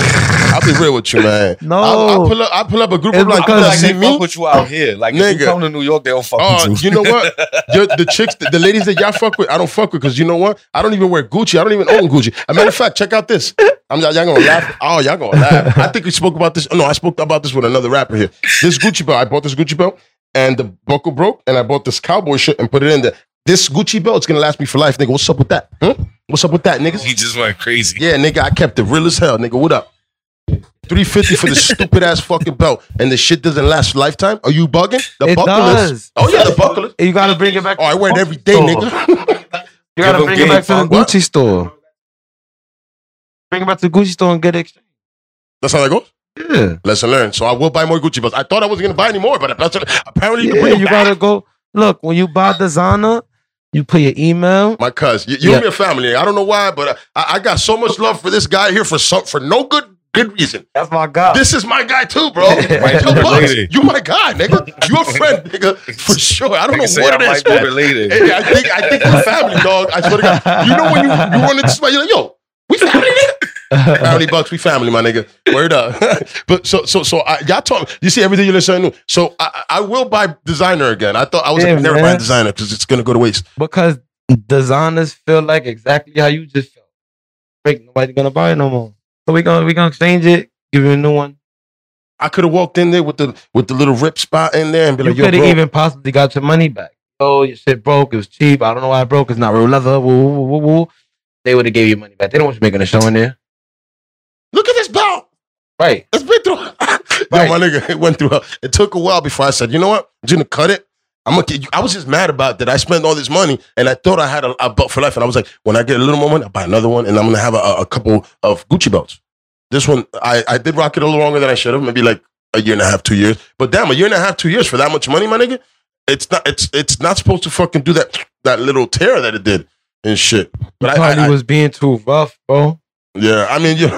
I'll be real with you, man. [LAUGHS] no, I, I pull up, I pull up a group It's of because- blanquitas. like see they me? fuck with you out here. Like if Nigga. you come to New York, they don't fuck Oh, with you you. know [LAUGHS] what? The, the chicks, the, the ladies that y'all fuck with, I don't fuck with because you know what? I don't even wear Gucci. I don't even own Gucci. A matter of fact, check out this. I'm y'all, y'all gonna laugh. Oh, y'all gonna [LAUGHS] laugh. I think we spoke about this. No, I spoke about this with another rapper here. This Gucci belt, I bought this Gucci belt, and the buckle broke, and I bought this cowboy shit and put it in there. This Gucci belt's gonna last me for life, nigga. What's up with that? Huh? What's up with that, niggas? [LAUGHS] he just went crazy. Yeah, nigga, I kept it real as hell, nigga. What up? 350 [LAUGHS] for the stupid ass fucking belt, and the shit doesn't last a lifetime. Are you bugging? The It buckle is. does. Oh yeah, the buckle is. you gotta bring it back. Oh, I wear it every day, store. nigga. You gotta Give 'em bring it back to the game, Gucci fuck. store. Bring it back to the Gucci store and get it. That's how that goes. Yeah, Lesson learned. So I will buy more Gucci belts. I thought I wasn't gonna buy any more, but apparently you can yeah bring them you back. gotta go. Look, when you buy designer, you put your email. My cuz, you, you Yeah. and me a family. I don't know why, but uh, I, I got so much love for this guy here for some for no good good reason. That's my guy. This is my guy too, [LAUGHS] bro. Yo, Bucks, you my guy, nigga. You a friend, nigga, for sure. I don't know what it is, man. [LAUGHS] related. Hey, I think I think we're family, dog. I swear to God. You know when you, you run into somebody, you're like, yo, we family, nigga. family bucks, we family, my nigga. Word up. [LAUGHS] but so so so I, y'all talk. You see everything you're listening to. So I, I I will buy designer again. I thought I was Yeah, like, never man. buying designer because it's gonna go to waste. [LAUGHS] because designers feel like exactly how you just felt. Break nobody gonna buy it no more. So we gonna we gonna exchange it. Give you a new one. I could have walked in there with the with the little rip spot in there and be You like, yo, could have bro. even possibly got your money back. Oh, your shit broke. It was cheap. I don't know why it broke. It's not real leather. Woo, woo, woo, woo, woo. They would have gave you money back. They don't want you making a show in there, look at this belt. right? It's been through. [LAUGHS] Yo, my nigga, it went through. hell. It took a while before I said, you know what? I'm gonna cut it. I'm gonna. Get you. I was just mad about that. I spent all this money, and I thought I had a, a belt for life. And I was like, when I get a little more money, I'll buy another one, and I'm gonna have a, a couple of Gucci belts. This one, I, I did rock it a little longer than I should have, maybe like a year and a half, two years. But damn, a year and a half, two years for that much money, my nigga. It's not. It's it's not supposed to fucking do that that little tear that it did and shit. But I, I, Probably I- was being too rough, bro. yeah, I mean, [LAUGHS] you know,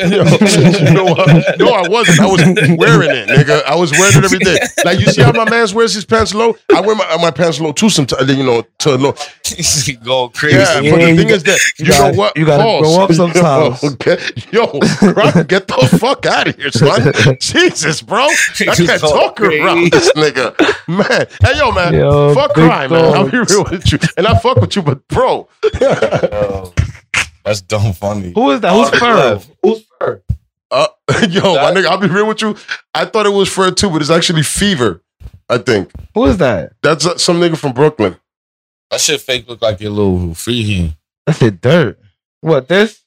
you know what? No, I wasn't. I was wearing it, nigga. I was wearing it every day. Like you see how my man wears his pants low. I wear my, my pants low too sometimes. You know, to low. He's going crazy. Yeah, but the you thing got- is that you, you gotta- know what? you gotta Pause. grow up sometimes. okay, [LAUGHS] yo, Rock, get the fuck out of here, son. [LAUGHS] Jesus, bro, I You can't talk talk crazy. around this nigga, man. Hey, yo, man, Yo, Uh, fuck big crime, man. I'll dog. be real with you, and I fuck with you, but bro, Yo, that's dumb funny. Who is that? Who's Ferb? Who's Ferb? Uh, [LAUGHS] yo, my nigga, I'll be real with you. I thought it was Fred too, but it's actually Fever. I think Who is that? that's uh, some nigga from Brooklyn. That shit fake look like your little free hand. That's it, dirt. What this?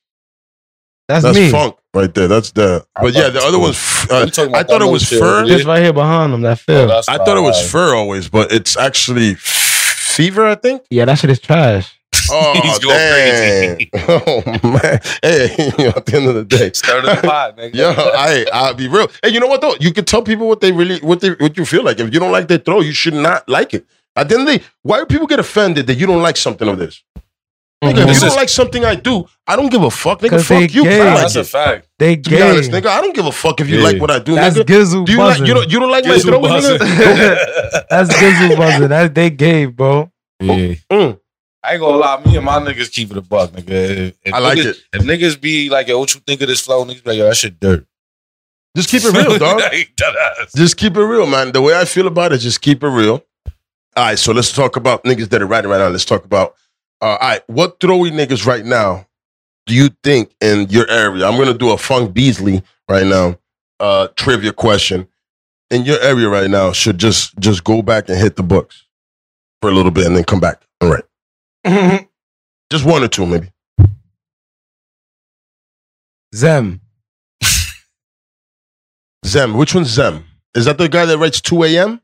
That's, That's me. funk right there. That's the. I But yeah, thought the it other [LAUGHS] was- one's. Uh, You talking about I thought it that was little Fur. shit. This right here behind him. That Phil. That's I thought it was like- Fur always, but it's actually Fever. I think. yeah, that shit is trash. Oh [LAUGHS] He's going damn! crazy. [LAUGHS] oh man! Hey, [LAUGHS] you know, at the end of the day, [LAUGHS] Start of the pot, nigga. Yo, I I'll be real. Hey, you know what though? You can tell people what they really what they what you feel like. If you don't like their throw, you should not like it. At the end of the day, why do people get offended that you don't like something of this? Nigga, if Mhm. you This don't is- like something I do, I don't give a fuck, nigga. 'Cause they Fuck you. gay. I like that's a it. fact. They To gay. be honest, nigga, I don't give a fuck if you Yeah. like what I do, That's nigga. Gizzle Do you like buzzing. you don't you don't like Guess who my throw, nigga? [LAUGHS] buzzing? That's Gizzle buzzing. That's they gay, bro. Yeah. Mm. I ain't gonna lie, me and my niggas keep it a buck, nigga. If, if I like niggas, it. If niggas be like, yo, what you think of this flow? Niggas be like, yo, that shit dirt. Just keep it [LAUGHS] real, dog. Like, deadass. Just keep it real, man. The way I feel about it, just keep it real. All right, so let's talk about niggas that are writing right now. Let's talk about uh, all right, what throwy niggas right now do you think in your area? I'm gonna do a Funk Beasley right now uh, trivia question in your area right now should just just go back and hit the books for a little bit and then come back. All right, just one or two maybe. Zem. Zem, which one's Zem? Is that the guy that writes 2 a.m.?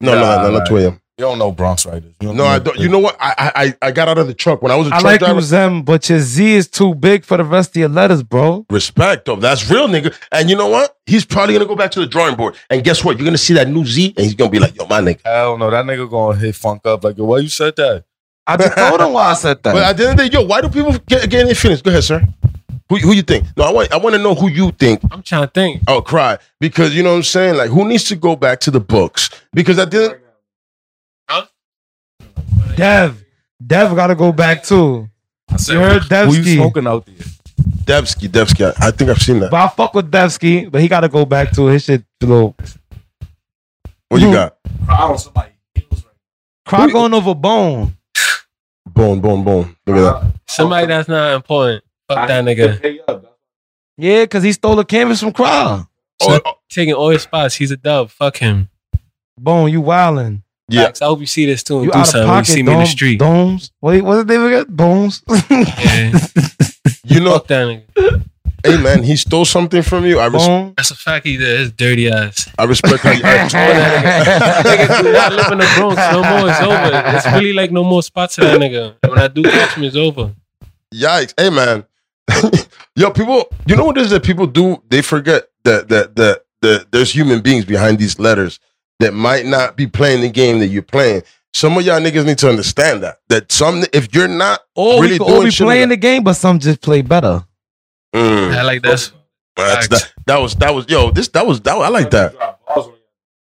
No, no, Nah, no, nah. not 2 a.m. [SIGHS] You don't know Bronx writers. You No, I don't. You know what? I I- I, I got out of the truck when I was a I truck like driver. you, Zem, but your Z is too big for the rest of your letters, bro. Respect, though. That's real, nigga. And you know what? He's probably gonna go back to the drawing board. And guess what? You're gonna see that new Z, and he's gonna be like, "Yo, my nigga." I don't know. That nigga gonna hit funk up like, yo, why you said that? I just told [LAUGHS] him why I said that. But at the end of the day, yo, why do people get, get any feelings? Go ahead, sir. Who who you think? No, I want I want to know who you think. I'm trying to think. I'll cry because you know what I'm saying. Like, who needs to go back to the books? Because I didn't. Dev. Dev got to go back too. I said, You heard who you Devsky. smoking out there? Devsky, Devsky. I, I think I've seen But that. I fuck with Devsky, but he got to go back too. His shit, a little. What you got? Cry on somebody. Cry going over bone. Boom, boom, boom. Look at that. Somebody that's not important. Fuck that nigga. Yeah, because he stole the canvas from Cry. Oh, oh, Taking all his spots. He's a dub. Fuck him. Bone, you wildin'. Yeah. Facts. I hope you see this too. Oh, You do out of something. when pocket, you see me in the Dom- street. Domes. Wait, what's the name again? Bones. [LAUGHS] [LAUGHS] Yeah. you know, Fuck that nigga. hey man, he stole something from you. I res- Bone. That's a fact. He did. His [LAUGHS] dirty ass. I respect. how you- [LAUGHS] Niggas do not live in the Bronx no more. It's over. It's really like no more spots for that nigga. When I do catch him, it's over. Yikes! Hey man, yo, people, you know what it is that people do? They forget that that that that there's human beings behind these letters that might not be playing the game that you're playing. Some of y'all niggas need to understand that that some if you're not Or Really oh, we could all doing be shit playing like- the game, but some just play better. Mm, I like that's that's- that, that was that was yo this that was that was- I like that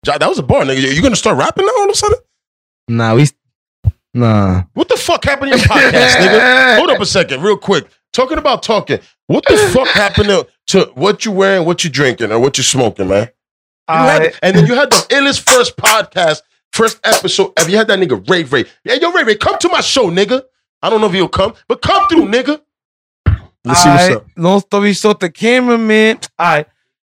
Ja, that was a bar nigga you, you gonna start rapping now all of a sudden Nah, we. Nah. what the fuck happened to your podcast nigga [LAUGHS] hold up a second real quick talking about talking what the fuck happened to, to what you wearing what you drinking or what you smoking man You All had- right. and then you had the illest first podcast, first episode ever. You had that nigga Ray Ray. Yeah, yo, Ray Ray, come to my show, nigga. I don't know if you'll come, but come through, nigga. Let's see what's Alright, up. Long story short, the cameraman. All right.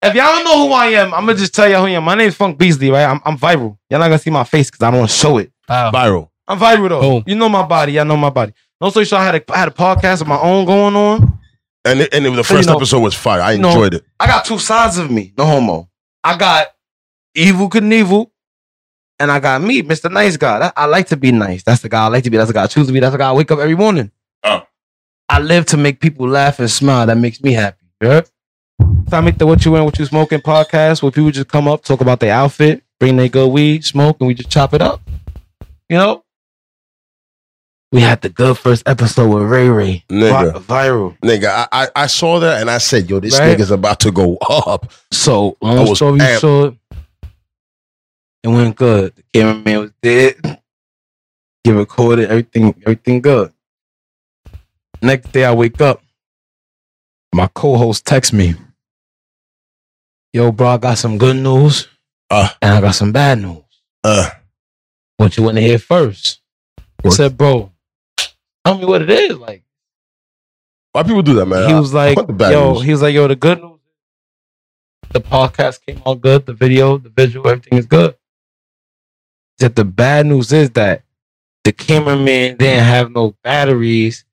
If y'all don't know who I am, I'm gonna just tell y'all who I am. My name is Funk Beasley, right? I'm, I'm viral. Y'all not gonna see my face because I don't want to show it. wow. Viral. I'm viral though. Boom. You know my body. Y'all know my body. Long story short, I had a, I had a podcast of my own going on. And it, and it, the So, you first know- episode was fire. I you know- enjoyed it. I got two sides of me. No homo. I got evil Knievel, and I got me, Mr. Nice Guy. That- I like to be nice. That's the guy I like to be. That's the guy I choose to be. That's the guy I wake up every morning. Oh. I live to make people laugh and smile. That makes me happy. Yeah. So I make the What You Wearing, What You Smoking podcast where people just come up, talk about their outfit, bring their good weed, smoke, and we just chop it up. You know? We had the good first episode with Ray Ray. Nigga. Vi- viral. Nigga, I, I, I saw that and I said, yo, this Right. nigga's about to go up. So I long was story amped. short, it went good. The cameraman was dead. He recorded everything. Everything good. Next day, I wake up. My co-host texts me, "Yo, bro, I got some good news, Uh. and I got some bad news. Uh, What you want to hear first? I What? said, "Bro, tell me what it is." Like why people do that, man? he was like, want the bad yo, news. he was like, yo, the good news, is the podcast came out good, the video, the visual, everything is good. That the bad news is that the cameraman didn't have no batteries,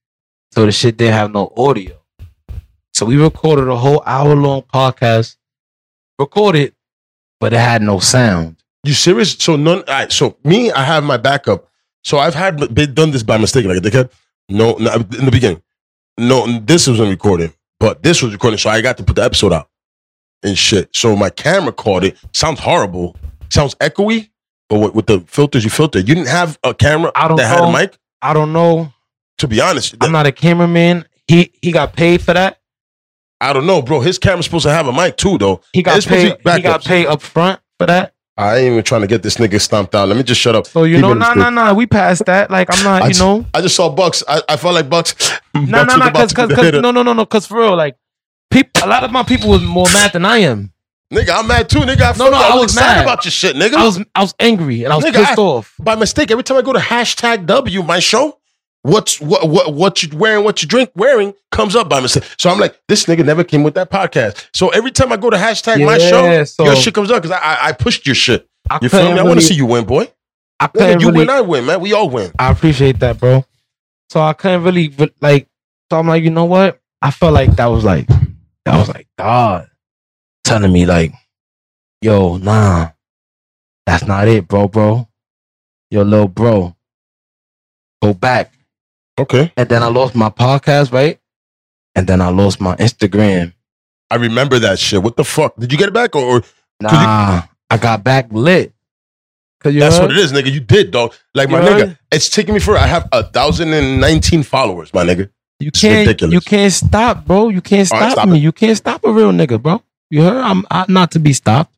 so the shit didn't have no audio. So we recorded a whole hour long podcast, recorded, but it had no sound. you serious? So none. All right, so me, I have my backup. So I've had been done this by mistake, like a dickhead. No, no, in the beginning, no, this wasn't recorded, but this was recorded, so I got to put the episode out and shit. So my camera caught it. Sounds horrible. Sounds echoey. But with, with the filters you filter, you didn't have a camera I don't that had know. a mic. I don't know. To be honest, I'm not a cameraman. He he got paid for that. I don't know, bro. His camera's supposed to have a mic too, though. He got It's supposed to paid. be He got backups. paid up front for that. I ain't even trying to get this nigga stomped out. Let me just shut up. So you Keep know, it in nah, the nah, nah. We passed that. Like I'm not, I you ju- know, I just saw Bucks. I, I felt like Bucks. no, [LAUGHS] Bucks no, was no, about because, to because, get hit up. no, no, no, no, because for real, like people, a lot of my people was more mad than I am. Nigga, I'm mad too, nigga. I, No, no, fuck- I I was was excited mad. about your shit, nigga. I was, I was angry and I was Nigga, pissed I- off. By mistake, every time I go to hashtag W, my show, what's what what what you wearing, what you drink wearing comes up by mistake. So I'm like, this nigga never came with that podcast. So every time I go to hashtag my Yeah, show, so- your shit comes up because I, I I pushed your shit. I You feel me? couldn't I want really- to see you win, boy. I Nigga, couldn't you really, win, I win, man. We all win. I appreciate that, bro. So I couldn't really but, like. So I'm like, you know what? I felt like that was like that was like God telling me like, yo, nah, that's not it, bro, bro. Yo, little bro, go back. Okay. And then I lost my podcast, right? And then I lost my Instagram. I remember that shit. What the fuck? Did you get it back or, or- you- Nah, I got back lit. Cause you that's heard? what it is, nigga? You did, dog. Like my You nigga, heard? it's taking me for I have a thousand and nineteen followers, my nigga. You It's can't. ridiculous. You can't stop, bro. You can't All right, stop, stop me. You can't stop a real nigga, bro. You heard? I'm I, not to be stopped.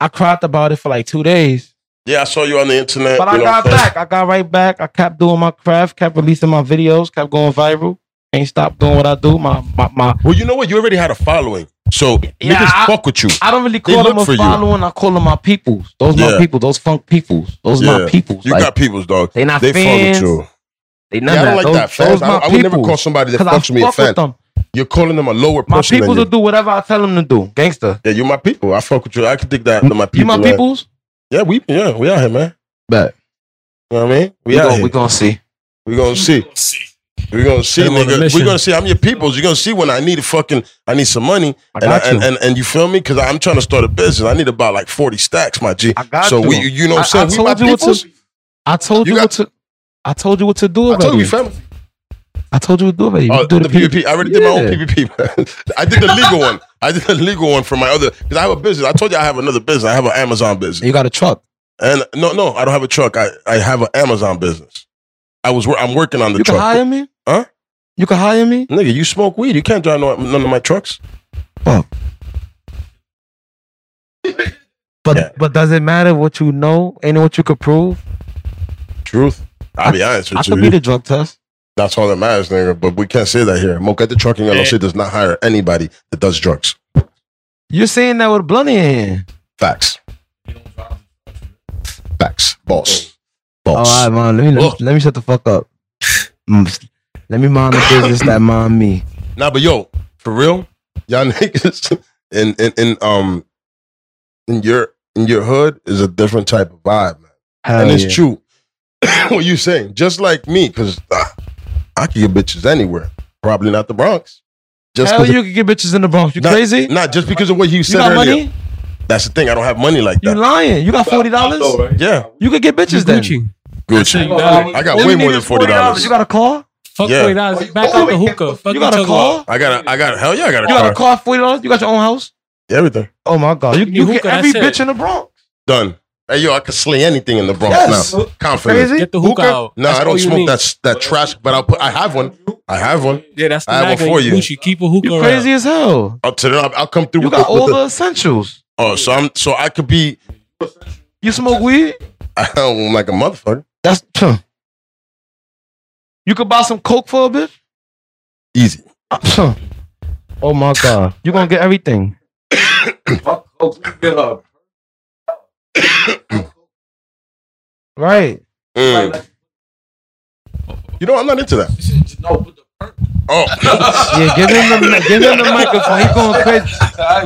I cried about it for like two days, Yeah, I saw you on the internet. but you I know what got I'm saying? back. I got right back. I kept doing my craft, kept releasing my videos, kept going viral. Ain't stopped doing what I do. My my, my Well, you know what? You already had a following, so Yeah, niggas I- fuck with you. I don't really They call look them a for you. following. I call them my peoples. Those my Yeah. people. Those funk peoples. Those Yeah. my peoples. You Like, got people's dog. they not They fans. fuck with you. They none Yeah, I of don't that. like Those, that. Fans. those I, my I would never peoples. call somebody that 'Cause I fucks with me a fuck fan. with them. You're calling them a lower My person. peoples Than will you. do whatever I tell them to do. Gangster. yeah, you're my people. I fuck with you. I can dig that. They're my people. you my man. peoples? Yeah, we yeah we out here, man. Bet. You know what I mean? We, We out gon- here. we gonna see. We [LAUGHS] gonna see. We gonna see, Hit 'em on a nigga. We mission. gonna see. I'm your peoples. You are gonna see when I need a fucking. I need some money. I and, got I, and, you. and and you feel me? Because I'm trying to start a business. I need about like 40 stacks, my G. I got so you. we, you know, I- what I I'm saying, we my told you what to- peoples. I told You you, got- what to. I told you what to do I already. I told you, we family. told you what to do already. You Oh, do the, P- PvP. I already did my own PvP. [LAUGHS] I did the legal one. I did the legal one for my other because I have a business. I told you I have another business. I have an Amazon business. You got a truck. And no, no, I don't have a truck. I, I have an Amazon business. I was wor- I'm working on the you truck. can hire me, Huh? You can hire me. Nigga, you smoke weed. You can't drive no, none of my trucks. But Yeah. but does it matter what you know and what you could prove? Truth. I'll be honest I with could you. be the drug test. That's all that matters, nigga. But we can't say that here. Mokete Trucking LLC does not hire anybody that does drugs. You're saying that with blunt in hand. Facts. Facts. Boss. All Boss. right, man. Let me let, Look. me let me shut the fuck up. Mm, let me mind the business that mind me. Nah, but yo, for real, y'all [LAUGHS] niggas in in, in um in your in your hood is a different type of vibe, man. Hell and it's yeah. true. [COUGHS] what you saying? Just like me, because I can get bitches anywhere. Probably not the Bronx. Just Hell, 'cause- you can get bitches in the Bronx. You not, crazy? Not just because of what you you said got earlier. money? That's the thing. I don't have money like You that. lying? You got forty dollars? Yeah, You could get bitches then. Gucci. Gucci. I got way more than forty dollars. uh, You got a car? Fuck Yeah. Oh, forty dollars. Back out the hookah. Fuck You got a talking car? about? I got. a- I got. Hell yeah, I got a You got a car. car? Forty dollars? You got your own house? Everything Oh my god! You, You you get hookah, every that's bitch it. in the Bronx. done. Hey yo, I could slay anything in the Bronx Yes. now. Confident. Crazy? Get the hookah out. No, That's I don't all you smoke need. that s- that trash. But I'll put. I have one. I have one. Yeah, that's the I have one magnet. for you. Gucci. Keep a hookah. You around. [LAUGHS] crazy as hell. I'll, tell them, I'll I'll come through. You with got the, with all the- the essentials. Oh, so I'm. So I could be. [LAUGHS] You smoke weed. I'm like a motherfucker. That's huh. you could buy some coke for a bitch. Easy. Uh, huh. Oh my god! You gonna get everything. [LAUGHS] Right. Mm. You know, I'm not into that. Oh, [LAUGHS] Yeah. Give him the give him the microphone. He going crazy.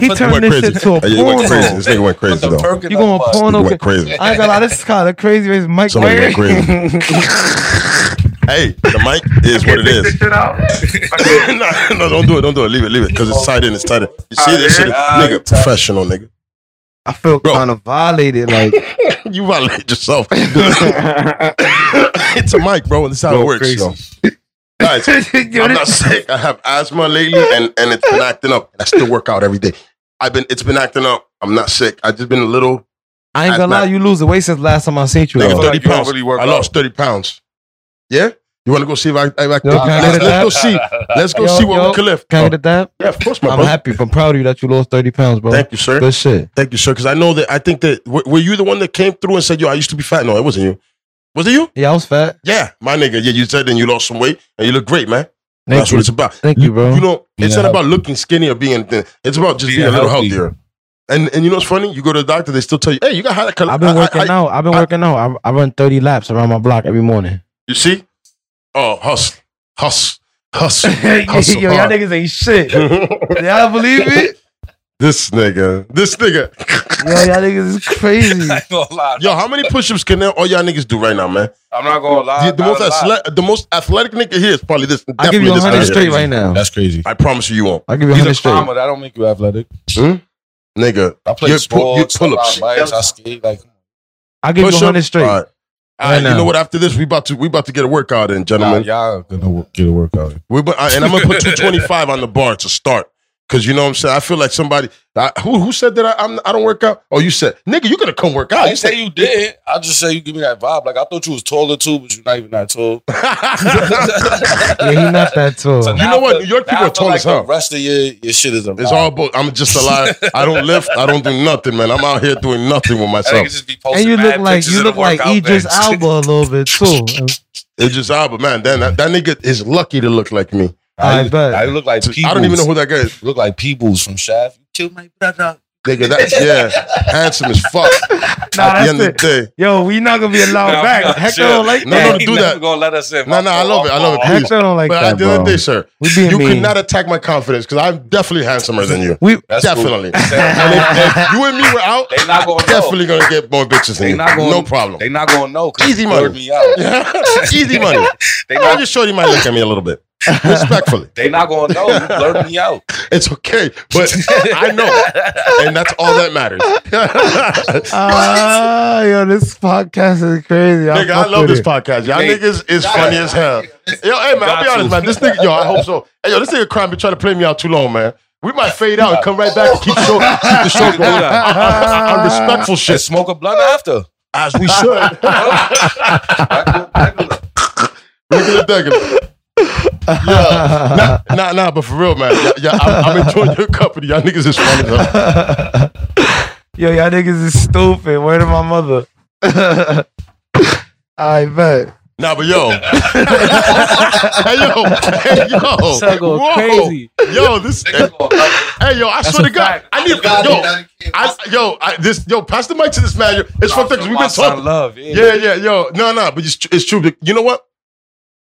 He went turned this crazy. shit to a Hey, you went crazy. porno. This nigga went crazy though. You [LAUGHS] going Nigga porno? went crazy. I ain't gonna lie. This is kind of crazy. This mic. Somebody went crazy. Hey, the mic is what it is. [LAUGHS] no, no, don't do it. Don't do it. Leave it. Leave it. Because it's tight in. It's tight in. You see this shit, nigga? Professional, nigga. I feel Bro. kind of violated. Like You violate [LAUGHS] yourself. it's a mic, bro. And this is how it works. yo. [LAUGHS] Guys, I'm not sick. I have asthma lately, and and it's been acting up. And I still work out every day. I've been. It's been acting up. I'm not sick. I just been a little. I ain't That's gonna lie, not- you lose the weight since last time I seen you. Nigga, though. thirty pounds. I lost thirty pounds. Yeah, You want to go see if I, if I Yo, can I let's, get a let's go dab? see. Let's go Yo, see what yo, we can lift. Can I get a dab? yeah, of course, my I'm brother. happy. I'm proud of you that you lost 30 pounds, bro. Thank you, sir. Good shit. Thank you, sir. Because I know that I think that were, were you the one that came through and said, "Yo, I used to be fat." No, it wasn't you. Was it you? Yeah, I was fat. Yeah, my nigga. Yeah, you said then you lost some weight and you look great, man. Thank That's you. what it's about. Thank you, bro. You know, it's Yeah. not about looking skinny or being thin. It's about just being, Being a little healthy. healthier. And and you know what's funny? You go to the doctor, they still tell you, "Hey, you got high cholesterol." I've been working I, I, out. I've been I- working out. I, I run 30 laps around my block every [LAUGHS] morning. You see? Oh, hustle, hustle, hustle. hustle [LAUGHS] Yo, y'all hard. niggas ain't shit. Y'all believe it? [LAUGHS] this nigga, this nigga. [LAUGHS] Yo, y'all niggas is [LAUGHS] crazy. I ain't gonna lie. Yo, how many push-ups can all y'all niggas do right now, man? I'm not gonna lie. the, the Uh, not most a lot. athle- the most athletic nigga here is probably this. I'll give you definitely this nigga. 100 straight right now. That's crazy. I promise you, you won't, I'll give you He's 100 a straight. climber. That don't make you athletic. nigga. I play Your pull- your sports. I pull-ups. ride bikes. I skate. Like I'll give you Push-up? 100 straight. All right. All right, Right you now. know what? After this, we about to we about to get a workout in, nah, gentlemen. y'all gonna wo- get a workout. We bu- I- and I'm [LAUGHS] gonna put 225 on the bar to start. Cause you know what I'm saying. I feel like somebody I, who who said that I I'm, I don't work out. Oh, you said nigga, you gonna come work out? I You didn't say you did. I just say you give me that vibe. Like I thought you was taller too, but you're not even that tall. Yeah, he [LAUGHS] not that tall. So know now I what? feel- New York now people are I feel tall like as hell. The rest of your your shit is a [LAUGHS] it's vibe. all bull. I'm just a liar. I don't lift. I don't do nothing, man. I'm out here doing nothing with I think myself. it's just be and posting you mad look like pictures you of the look like workout Idris pics. Alba a little [LAUGHS] bit too. It's just ah, but man, that, that that nigga is lucky to look like me. I look- bet. I look like Peebles. I don't even know who that guy is. look like Peebles from Shaft. You killed my brother. Nigga, that yeah, [LAUGHS] handsome as fuck. Nah, At that's the end it. of the Yo, we not gonna be allowed Nah, back. nah, Hector chill. don't like No, no, that. no. do that. Gonna let us in. No, no, I love it. I love it. Please. Hector don't day, like but that, at the end bro. of the day, sir, we being you mean. cannot attack my confidence because I'm definitely handsomer than you. [LAUGHS] we [LAUGHS] That's definitely. Cool. And if, if you and me were out, They not gonna know. definitely gonna get more bitches than They you. not gonna. No problem. [LAUGHS] They not gonna know. 'cause Easy you money. blurred Me out. Easy money. [LAUGHS] They I not. just showed you might look at me a little [LAUGHS] bit. Respectfully. They not gonna know. You blurred me out. It's okay. But I [LAUGHS] know. And that's all that matters. [LAUGHS] Ah, yo, this podcast is crazy. I, Nigga, I fuck love with this it. podcast. Y'all Nigga. niggas is funny as [LAUGHS] hell. Yo, hey man, I'll be Got honest, to. man. This nigga, yo, I hope so. Hey, yo, this nigga crime been trying to play me out too long, man. We might fade out and come right back and keep the show, [LAUGHS] keep [LAUGHS] the show going. On respectful Just shit, smoke a blunt after. as we should. [LAUGHS] Regular degular. Yeah, nah, nah, nah, but for real, man. Yeah, yeah I'm, I'm enjoying your company. Y'all niggas is funny though. Yo, y'all niggas is stupid. Where did my [LAUGHS] mother? I bet. Nah, but yo, [LAUGHS] hey yo, hey yo, Cell going Whoa. crazy. yo, this, hey, yo, I swear to Oh, God, I need, yo, I, I yo, I, this, yo, pass the mic to this man. Yo, it's fucked up because we've been talking. Love, yeah. Yeah, yeah, yo, no, no, but it's, tr- it's true. You know what?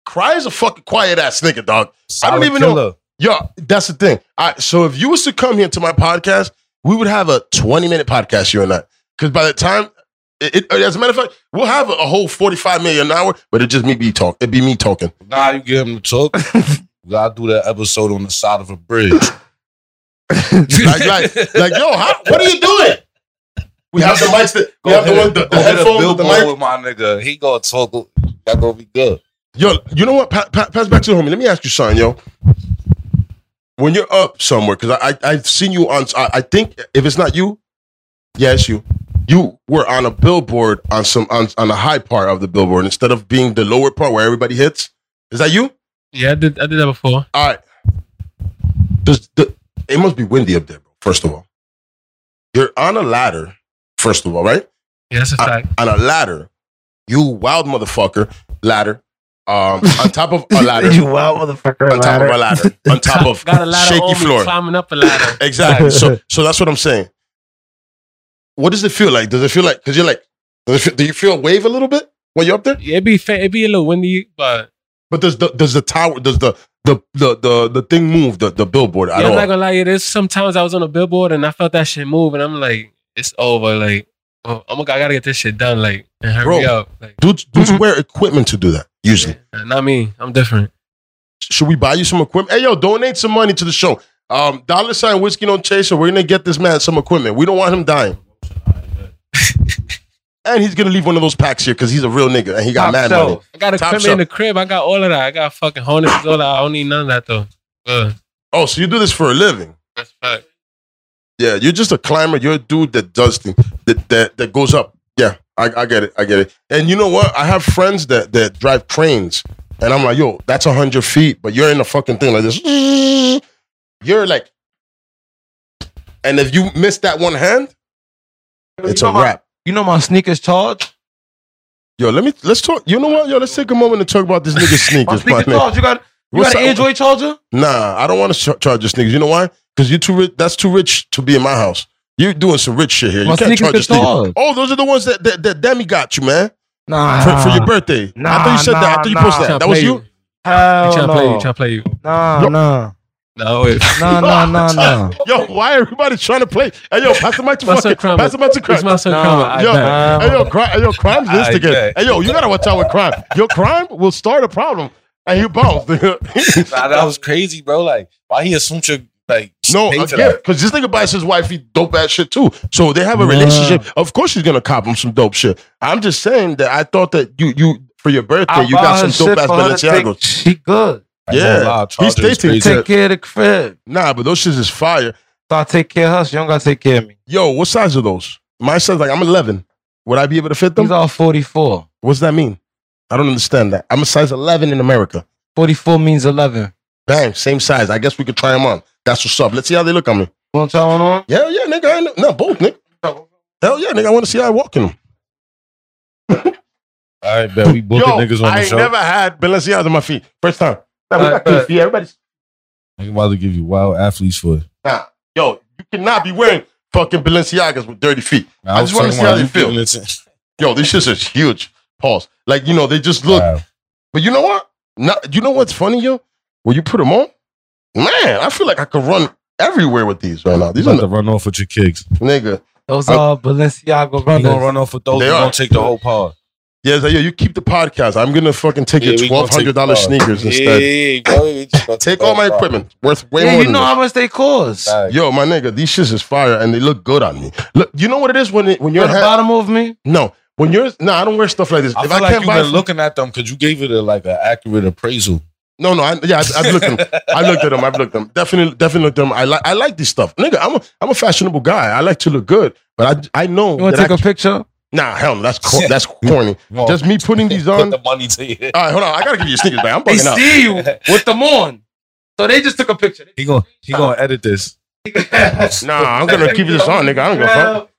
Cry is a fucking quiet ass nigga, dog. I don't Solid even know. killer. Yo, that's the thing. I, so if you was to come here to my podcast, we would have a 20 minute podcast, you and I. Because by the time, it, it- as a matter of fact, we'll have a, a whole 45 million an hour, but it just me be talk. It'd be me talking. Nah, you give him [LAUGHS] the talk. We gotta do that episode on the side of a bridge. Like, like, [LAUGHS] like yo, how, what are you doing? We have the mics that, we have the, one, the, the Go hit a headphones with the billboard mic. with my nigga. He gonna talk. That gonna be good. Yo, you know what? Pa- pa- pass back to the homie. Let me ask you something, yo. When you're up somewhere, because I, I I've seen you on. I, I think if it's not you, yeah, it's you. You were on a billboard on some on on the high part of the billboard instead of being the lower part where everybody hits. Is that you? Yeah, I did. I did that before. All right. Does the, it must be windy up there, bro. First of all, you're on a ladder. First of all, right? Yeah, that's a fact. on a ladder. You wild motherfucker, ladder. Um, on top of [LAUGHS] a ladder. You wild motherfucker. on top of a ladder. ladder, on top of [LAUGHS] Got a ladder shaky on me, floor. climbing up a [LAUGHS] ladder. Exactly. So, so that's what I'm saying. What does it feel like? Does it feel like because you're like, does it feel, do you feel a wave a little bit when you're up there? It'd be fa- it'd be a little windy, but But does the does the tower does the the the the, the thing move the the billboard at yeah, I'm all? not gonna lie. you, There's sometimes I was on a billboard and I felt that shit move, and I'm like, it's over. Like, oh, I'm gonna, I gotta get this shit done. Like, and Bro. hurry up. Like, dudes dudes wear equipment to do that usually. not me. I'm different. Should we buy you some equipment? Hey yo, donate some money to the show. Um, dollar sign whiskey don't chaser. We're gonna get this man some equipment. We don't want him [LAUGHS] dying. and he's gonna leave one of those packs here because he's a real nigga and he got Top mad shelf. money. I got Top equipment shelf. in the crib. I got all of that. I got fucking harnesses, all that. I don't need none of that though. But Oh, so you do this for a living? that's a fact. Yeah, you're just a climber. You're a dude that does things that that, that goes up. Yeah, I, I get it. I get it. And you know what? I have friends that that drive cranes And I'm like, yo, that's 100 feet, but you're in a fucking thing like this. You're like, and if you miss that one hand, it's a wrap. You know my sneakers charge. Yo, let me let's talk. You know what? Yo, let's take a moment to talk about this nigga [LAUGHS] My sneakers. sneakers partner. charge. You got you What's got an up? Android charger? Nah, I don't want to ch- charge your sneakers. You know why? Because you're too rich. That's too rich to be in my house. You're doing some rich shit here. My you can't sneakers charge your get sneakers. dog. Oh, those are the ones that that, that Demi got you, man, Nah, for, for your birthday. I thought you said Ah. nah, that. I thought you nah, posted Tryna that. That play was you. He trying Hell to play you. no. Trying to play you. Nah, nah, [LAUGHS] No, wait. [LAUGHS] nah, nah, nah, nah. Yo, why everybody trying to play? Hey, yo, pass the mic to My son fucking. Crumb. Pass the mic to It's crime. my son Nah, Crumb. Yo, I- nah. hey, yo, crime. Hey, yo, crime's this I again. bet. Hey, yo, you gotta watch out with crime. Your crime will start a problem, and you bounce. [LAUGHS] nigga. Nah, that was crazy, bro. Like, why he assumed your like No, pay for again, because this nigga buys his wife he dope ass shit too. So they have a relationship. Of course, she's gonna cop him some dope shit. I'm just saying that I thought that you you for your birthday I you bought got her some shit dope ass for her to take- Balenciagos. She good. that? Yeah. He Charger stays is crazy. to- Take care of the crib. Nah, but those shits is fire. So I take care of her. She don't gotta take care of me. Yo, what size are those? My size like I'm 11. Would I be able to fit them? These are 44. What's that mean? I don't understand that. I'm a size 11 in America. 44 means 11. You Bang, same size. I guess we could try them on. That's what's up. Let's see how they look on me. want to try one on? Yeah, yeah, nigga. I know. No, both, nigga. Hell yeah, nigga. I want to see how I walk in them. All right, bet we booking niggas on I the ain't show. never had Balenciagas on my feet. First time. Nah, we Uh, got but- good feet. Everybody's I'm about to give you wild athletes for it. nah. Yo, you cannot be wearing fucking Balenciagas with dirty feet. I just wanna see how you feel. Yo, this shit is huge. Pause. Like you know, they just [LAUGHS] look. Wow. But you know what? Not, you know what's funny, yo? When you put them on, man, I feel like I could run everywhere with these right now. You These about are to run off with your kicks. the, nigga. Those I- are Balenciaga You gonna runners. run off with those? They You are. gonna take the whole pod? Yeah, it's like, yo, you keep the podcast. I'm gonna fucking take Yeah, your we gonna twelve take the hundred dollars pod. sneakers instead. Yeah, bro, we just [LAUGHS] gonna Take the all my whole pod. equipment, worth way Yeah, more. you than know this. how much they cost. All right. Yo, my nigga, these shits is fire and they look good on me. Look, you know what it is when it, when You your at the head bottom of me? no when you're no, I don't wear stuff like this. I if feel I like can't you've buy been some- looking at them because you gave it a, like an accurate appraisal. no, no, I, yeah, I, I've looked them. I looked at them. I've looked at them. Definitely, definitely looked at them. I like I like this stuff, nigga. I'm a, I'm a fashionable guy. I like to look good, but I I know You want that to take I, a picture? nah hell no, that's [LAUGHS] cor- that's corny. You gonna Just me putting these Oh. put on. the money to you. All right, hold on. I gotta give you your sneakers back. I'm bugging out. [LAUGHS] see you with them on. So they just took a picture. He gonna he [LAUGHS] gonna edit this. Nah, I'm gonna keep this on, nigga. I don't give a fuck.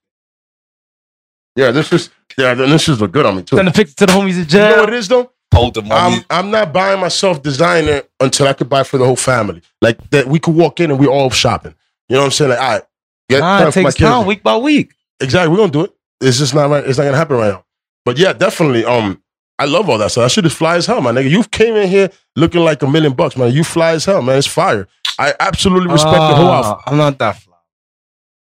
Yeah, this is yeah, this is look good on me too. Send a picture to the homies in You know what jail. it is though? Hold the money. I'm I'm not buying myself designer until I could buy for the whole family. Like that we could walk in and we all shopping. You know what I'm saying? Like, all right, get Nah, time it for my takes kids. time, week by week. Exactly, we're gonna do it. It's just not right. It's not gonna happen right now. But yeah, definitely. Um, I love all that stuff. That shit is fly as hell, my nigga. You came in here looking like a million bucks, man. You fly as hell, man. It's fire. I absolutely respect the whole Ah, outfit. I'm not that fly.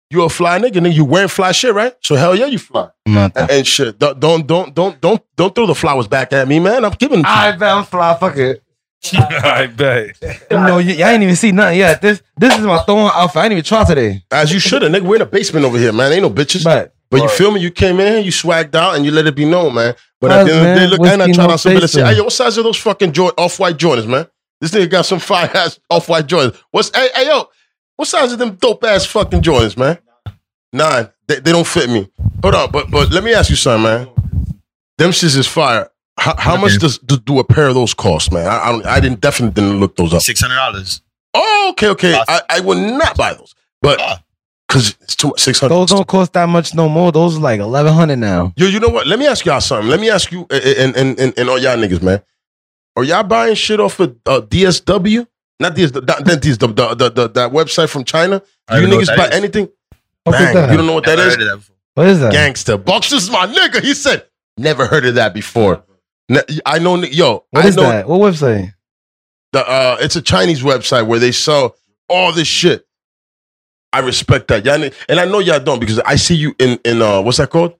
You a fly nigga, nigga. You wearing fly shit, right? So hell yeah, you fly I'm not that and, and shit. Don't don't don't don't don't don't throw the flowers back at me, man. I'm giving. them to I bet I'm fly. Fuck it. [LAUGHS] I bet. No, you, y'all ain't even see nothing yet. This this is my throwing outfit. I didn't even try today. you. As you should, have nigga. We're in a basement over here, man. Ain't no bitches. But But you feel me? You came in, you swagged out, and you let it be known, man. But at Yes, the end of the day, man. look, I ain't not Whiskey, trying no out some chaser. Balenciaga. Hey, yo, what size are those fucking jo- off-white Jordans, man? This nigga got some [LAUGHS] fire ass off-white Jordans. What's hey, hey yo? What size are them dope ass fucking Jordans, man? Nine. They, they don't fit me. Hold on, but but let me ask you something, man. Them shits is fire. How, how much does do, do a pair of those cost, man? I, I don't. I didn't definitely didn't look those up. Six hundred dollars. Oh, okay, okay. I, I will not buy those, but Ah. because it's too much. Six hundred. those don't cost that much no more. Those are like eleven hundred now. Yo, you know what? Let me ask y'all something. Let me ask you a- a- and and and, and all y'all niggas, man. Are y'all buying shit off of uh, DSW? Not DSW, not, not DSW, the, the, the, that website from China. I Do you don't know what niggas that buy is. anything? What is Bang. that? You don't know what that Never is? heard of that before. What is that? Gangster. Box is my nigga. He said, never heard of that before. Ne- I know, ni- yo, What I is know that? What website? The, uh, it's a Chinese website where they sell all this shit. I respect that. Y'all, ni- and I know y'all don't because I see you in, in uh, what's that called?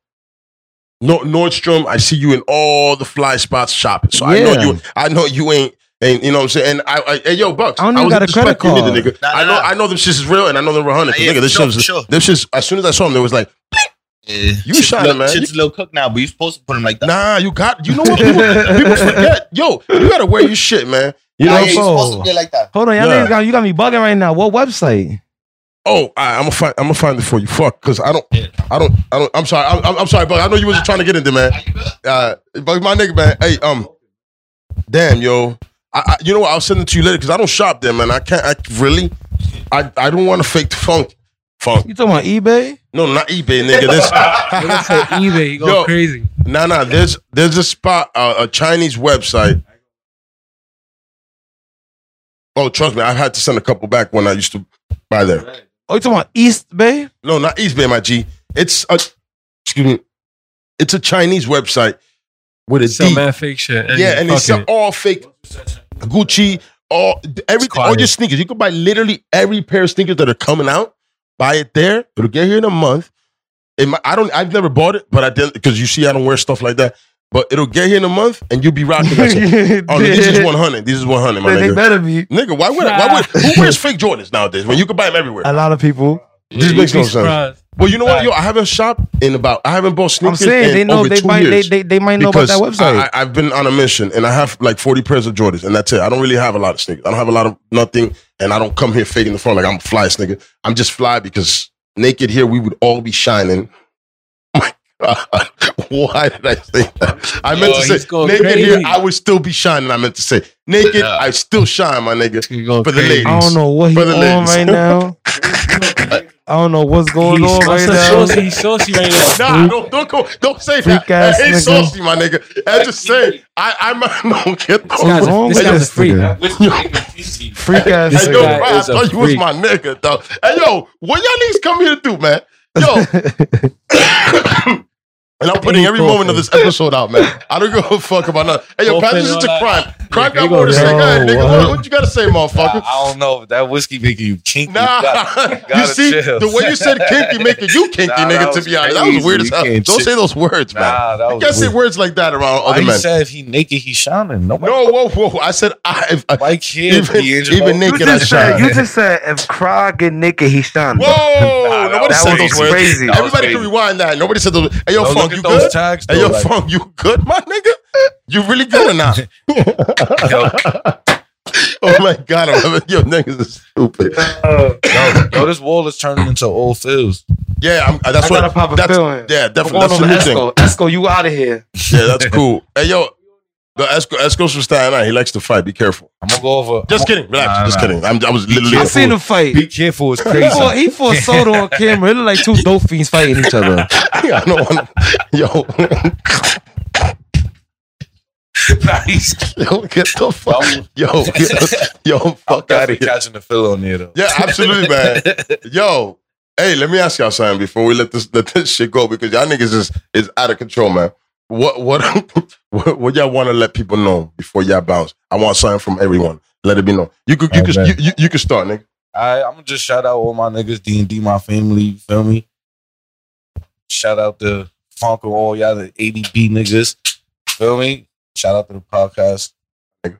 No, Nordstrom. I see you in all the fly spots shopping. So I know Yeah. you. I know you ain't. ain't you know what I'm saying? And I, I hey, yo, Bucks. I don't even wasn't got a credit disrespecting you neither, nigga. Nah, nah, I know. nah. I know them shits is real, and I know them were hundred. Nah, yeah, nigga, this sure, shit was. sure. This shit's. As soon as I saw them, there was like, Yeah. You Shit's shining, little- man. Shit's a little cook now, but you're supposed to put him like that. nah, you got. You know what? People, people forget. Yo, you gotta wear your shit, man. You know Nah, yeah, what I'm you're saying? supposed to be like that. Hold on, y'all Yeah. niggas got, you got me bugging right now. What website? Oh, I, I'm gonna find. I'm gonna find it for you. Fuck, because I don't. I don't. I don't. I'm sorry. I'm, I'm- I'm sorry, but I know you was just trying to get in there, man. Uh, but my nigga, man. Hey, um, damn, yo. I, I, you know what? I'll send it to you later because I don't shop there, man. I can't. I really, I, I don't want to fake the funk. Funk. You talking about eBay? No, not eBay, nigga. When I said This, eBay, you go Yo. crazy. [LAUGHS] nah, nah. There's there's a spot, uh, a Chinese website. Oh, trust me, I had to send a couple back when I used to buy there. Oh, you talking about East Bay? No, not East Bay, my G. It's a excuse me. It's a Chinese website with a Sell D. mad fake shit. And yeah, and they fuck sell it. all fake Gucci, all everything, all quiet. your sneakers. You can buy literally every pair of sneakers that are coming out. Buy it there. It'll get here in a month. It might, I don't. I've never bought it, but I did because you see, I don't wear stuff like that. But it'll get here in a month, and you'll be rocking. that [LAUGHS] shit. [LAUGHS] Oh, no, this is one hundred. This is one hundred, my They, they nigga. better be. Nigga, why would I, why would who wears fake Jordans nowadays when you can buy them everywhere? A lot of people. This You'd makes be no sense. surprised. Well, you know what, yo, I haven't shopped in about I haven't bought I'm sneakers saying in they know over they two might they, years. they they might know about that Because website. I, have been on a mission and I have like 40 pairs of Jordans and that's it. I don't really have a lot of sneakers. I don't have a lot of nothing and I don't come here faking the phone like I'm a fly sneaker. I'm just fly because naked here we would all be shining. [LAUGHS] My God, [LAUGHS] why did I say that? I meant Yo, to he's say going naked here crazy. I would still be shining. I meant to say naked Yeah. I still shine, my nigga. You're going For the crazy. ladies. I don't know what he's Brother on Legs. [LAUGHS] right now. I don't know what's going He's on right now. saucy, he's saucy right now. Nah, don't don't go, don't say that. Freak ass Hey, nigga. saucy, my nigga. I just say I I might [LAUGHS] don't get This guy's wrong a, this with guy's a this freak. nigga? [LAUGHS] Freak ass. Hey, yo, nigga. guy Brian, I is a thought you was freak. my nigga, though. Hey, yo, what y'all niggas come here to do, man? Yo. [LAUGHS] And I'm putting every moment of this episode out, man. I don't give a fuck about nothing. Hey, yo, Dolphin, Patrick's into all crime. Crime Yeah, got you more to go say. Go ahead, down. nigga. What, what you got to say, motherfucker? I don't know if that whiskey making you kinky. [LAUGHS] Nah, Gotta- you gotta see chill. the way you said [LAUGHS] kinky making you kinky, Nah, that nigga. To was be honest, that was crazy. weird as You hell. can't Don't shit. say those words, man. Nah, that You can't was say weird. words like that around Why other you men. said if he naked, he shining. Nobody, No, whoa, whoa. I said I. If, I [LAUGHS] nobody cares. even D'Angelo. even You naked, I just said shine. you just said if Cry get naked, he shining. Whoa! Nah, that nobody was said crazy. those words. Crazy. That was Everybody can crazy. rewind that. Nobody said those. Hey, yo, Yo, funk, look you at those good? tags. Hey, yo, though, like, funk, you good, my nigga? You really good or [LAUGHS] not? yo, [LAUGHS] oh my god, I'm, yo, niggas is stupid. yo, yo, this wall is turning into old fields. Yeah, I'm, uh, that's I what. gotta pop a that's, pill in. Yeah, I'm definitely. going That's the over new thing. Esco. Esco, you out of here. Yeah, [LAUGHS] that's cool. Hey, yo, the Esco, Esco's from Staten Island. He likes to fight. Be careful. I'm gonna go over. Just kidding. Relax. Nah, Just nah. kidding. I'm, I was literally. I seen him fight. Be careful, it's He crazy. fought, he fought Soto on camera. It looked like two dope fiends fighting each other. [LAUGHS] I don't [LAUGHS] want. Yo. [LAUGHS] Yo, get the fuck. Yo, get, yo, fuck out of here. catching the fill on there though. Yeah, absolutely, [LAUGHS] man. Yo, hey, let me ask y'all something before we let this let this shit go because y'all niggas is is out of control, man. What what [LAUGHS] what, what y'all want to let people know before y'all bounce? I want something from everyone. Let it be known. You could you All could right. you, you, you could start, nigga. I, I'm gonna just shout out all my niggas, D and D, my family. You feel me? Shout out to Funk and all y'all, the ADB niggas. Feel me? Shout out to the podcast.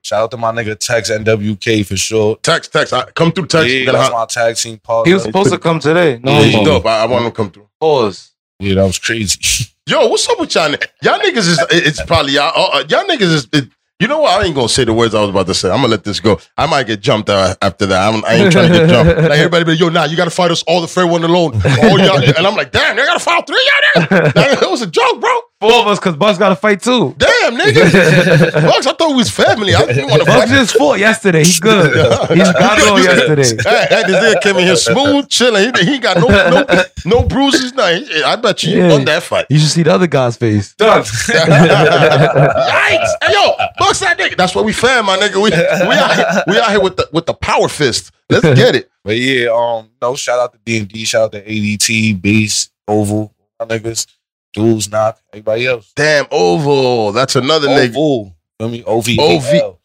Shout out to my nigga Tex NWK for sure. Text text. I, come through text. yeah, We're gonna that's hop- my tag team He partner. was supposed to come today. No, He's Yeah. no. dope. I, I want him to come through. pause. yeah, that was crazy. Yo, what's up with y'all? ni- Y'all niggas is it's probably y'all. Uh, uh, y'all niggas is. It, you know what? I ain't gonna say the words I was about to say. I'm gonna let this go. I might get jumped uh, after that. I'm, I ain't trying to get [LAUGHS] jumped. Like everybody, be like, yo, nah, you gotta fight us all the fair one alone. All y'all, and I'm like, damn, they gotta fight all three of y'all. Niggas. That was a joke, bro. Four of us, because Bucks got to fight too. Damn, [LAUGHS] nigga. Bucks, I thought we was family. I didn't want to fight. Bucks just fought yesterday. [LAUGHS] He's good. He's got on yesterday. Hey, hey, this nigga came in here smooth, chilling. He, he got no no, no bruises. Nothing. I bet you Yeah. won that fight. You should see the other guy's face. Yikes! Hey, yo, books that nigga. That's what we fan, my nigga. We we out here, we out here with the with the power fist. Let's get it. But yeah, um, no, shout out to D and D, shout out to ADT, Beast, Oval, my niggas, Dudes, Knock, everybody else. Damn, Oval. That's another nigga. Oval. Feel me? O V A L.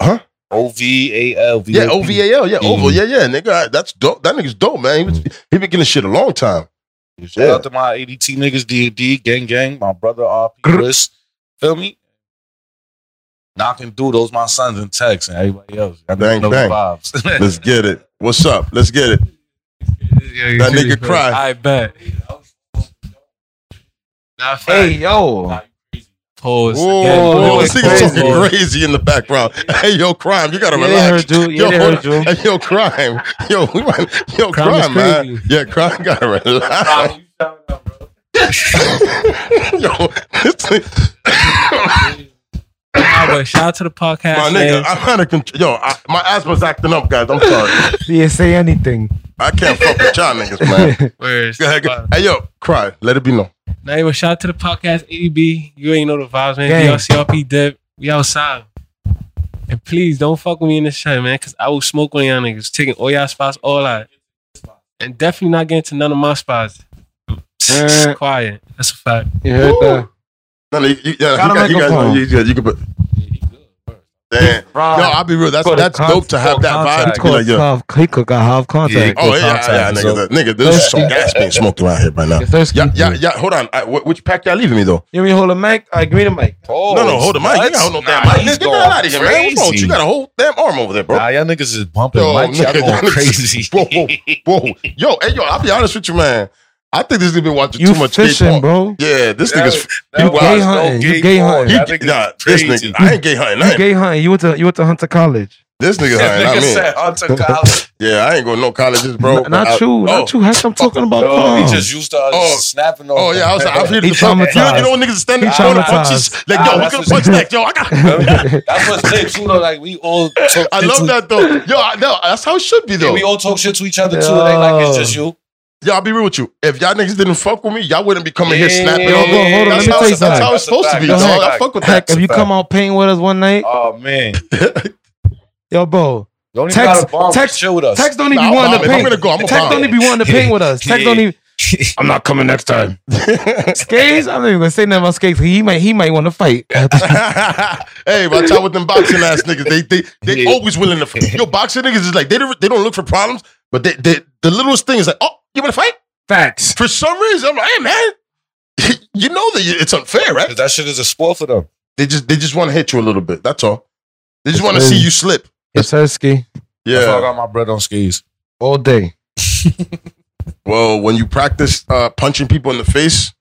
Huh? O V A L. Yeah, O V A L. Yeah, Mhm. Oval. Yeah, yeah, nigga. I- That's dope. That nigga's dope, man. He, was, he been getting shit a long time. Shout Yeah. out to my ADT niggas, D D, Gang Gang, my brother RP Grr. Chris. Feel me? Knocking through those my sons in Tex and everybody else. I Bang, know bang. the vibes. [LAUGHS] Let's get it. What's up? Let's get it. Yeah, That he's nigga crazy, cry. bro. I bet. Nah, fact. Hey, yo. pause. Whoa, Again, whoa, pause. yo, whoa, this nigga Pause. talking crazy in the background. [LAUGHS] Hey, yo, crime. You gotta Yeah, they relax. heard you. Yeah, Yo, they heard you. Hey, yo, crime. Yo, we might, yo, Crime crime, is man. crazy. Yeah, crime gotta relax. [LAUGHS] yo, this thing- Nah, but shout out to the podcast, My nigga, man. I'm out of control. Yo, I, my asthma's acting up, guys. I'm sorry. Yeah, say [LAUGHS] anything. [LAUGHS] I can't fuck with y'all [LAUGHS] niggas, man. Where's Go ahead, go- Hey, yo, cry. Let it be known. Now, even shout out to the podcast, ADB. You ain't know the vibes, man. Gang. DRCRP Dip. We outside. And please don't fuck with me in this shit, man, because I will smoke on y'all niggas, taking all y'all spots, all out. And definitely not getting to none of my spots. Uh. Quiet. That's a fact. You heard that? No, no, you, you, yeah, Got a you, got- you guys know. microphone. You, you, you can put. Damn. No, I'll be real. That's Got a that's dope to have that vibe. To be like, yo. half, he could got half contact. Oh yeah, yeah, yeah, nigga, that- nigga. There's some gas being smoked around here right now. You thirsty? Yeah, yeah, yeah. Hold on. I, wh- which pack y'all leaving me though? You mean hold the mic? I agree the mic. Oh, no, no, hold the mic. You gotta hold no damn mic. Nigga, Get that out of here, man. What's wrong? with You You got a whole damn arm over there, bro. Nah, y'all niggas is bumping Yo, mics. Y'all nigga, that [LAUGHS] nigga- going crazy. Whoa, whoa, whoa. Yo, hey, yo. I'll be honest with you, man. I think this nigga been watching You too much fishing, baseball. bro. Yeah, this That- nigga's that you was gay wild. hunting. gay You gay porn. hunting. He, That nigga nah, is this crazy. nigga, I ain't gay hunting. I You ain't, gay hunting. You went to you went to Hunter College. this nigga That hunting, not nigga me. said Hunter [LAUGHS] College. Yeah, I ain't going to no colleges, bro. N- not I- you, oh, not you. Hesh, I'm talking about. Yo, Tom. he just used to us Oh. snapping on. Oh yeah, I was [LAUGHS] I'm here to He the top. You, traumatized. you know when niggas is standing He trying to punch traumatized. his like Ah, yo, who that's can what's- punch next? Yo, I got. That's what's lit too. Though, like we all. Talk I shit love to- that though. Yo, I, no, that's how it should be though. We all talk shit to each other too. It ain't like it's just you. Yo, I'll be real with you. If y'all niggas didn't fuck with me, y'all wouldn't be coming here Yeah, snapping. yeah, all yeah, over. yeah, hold on, let That's me how tell you it's- That's something. how it's supposed to be. Go dog. ahead. I fuck with Heck, that. if you fact. come out paying with us one night, Oh man, yo, bro, don't even Text- gotta bomb. text- chill with us. Tex don't Nah, even I'm be wanting to bombing. I'm paint. gonna go. I'm Tex don't gonna even be wanting to paint with us. Tex don't [LAUGHS] even. I'm not coming next time. [LAUGHS] Skates, I'm not even gonna say nothing about Skates. He might, he might want to fight. [LAUGHS] hey, watch out with them boxing [LAUGHS] ass niggas. They they they always willing to fight. Yo, boxing niggas is like they don't they don't look for problems, but they, they the littlest thing is like, oh, you want to fight? Facts. For some reason, I'm like, hey man, [LAUGHS] you know that it's unfair, right? 'Cause that shit is a sport for them. They just they just want to hit you a little bit. That's all. They just want to see you slip. [LAUGHS] Yasersky, That's why I Yeah. got my bread on skis. all day. Well, when you practice uh, punching people in the face,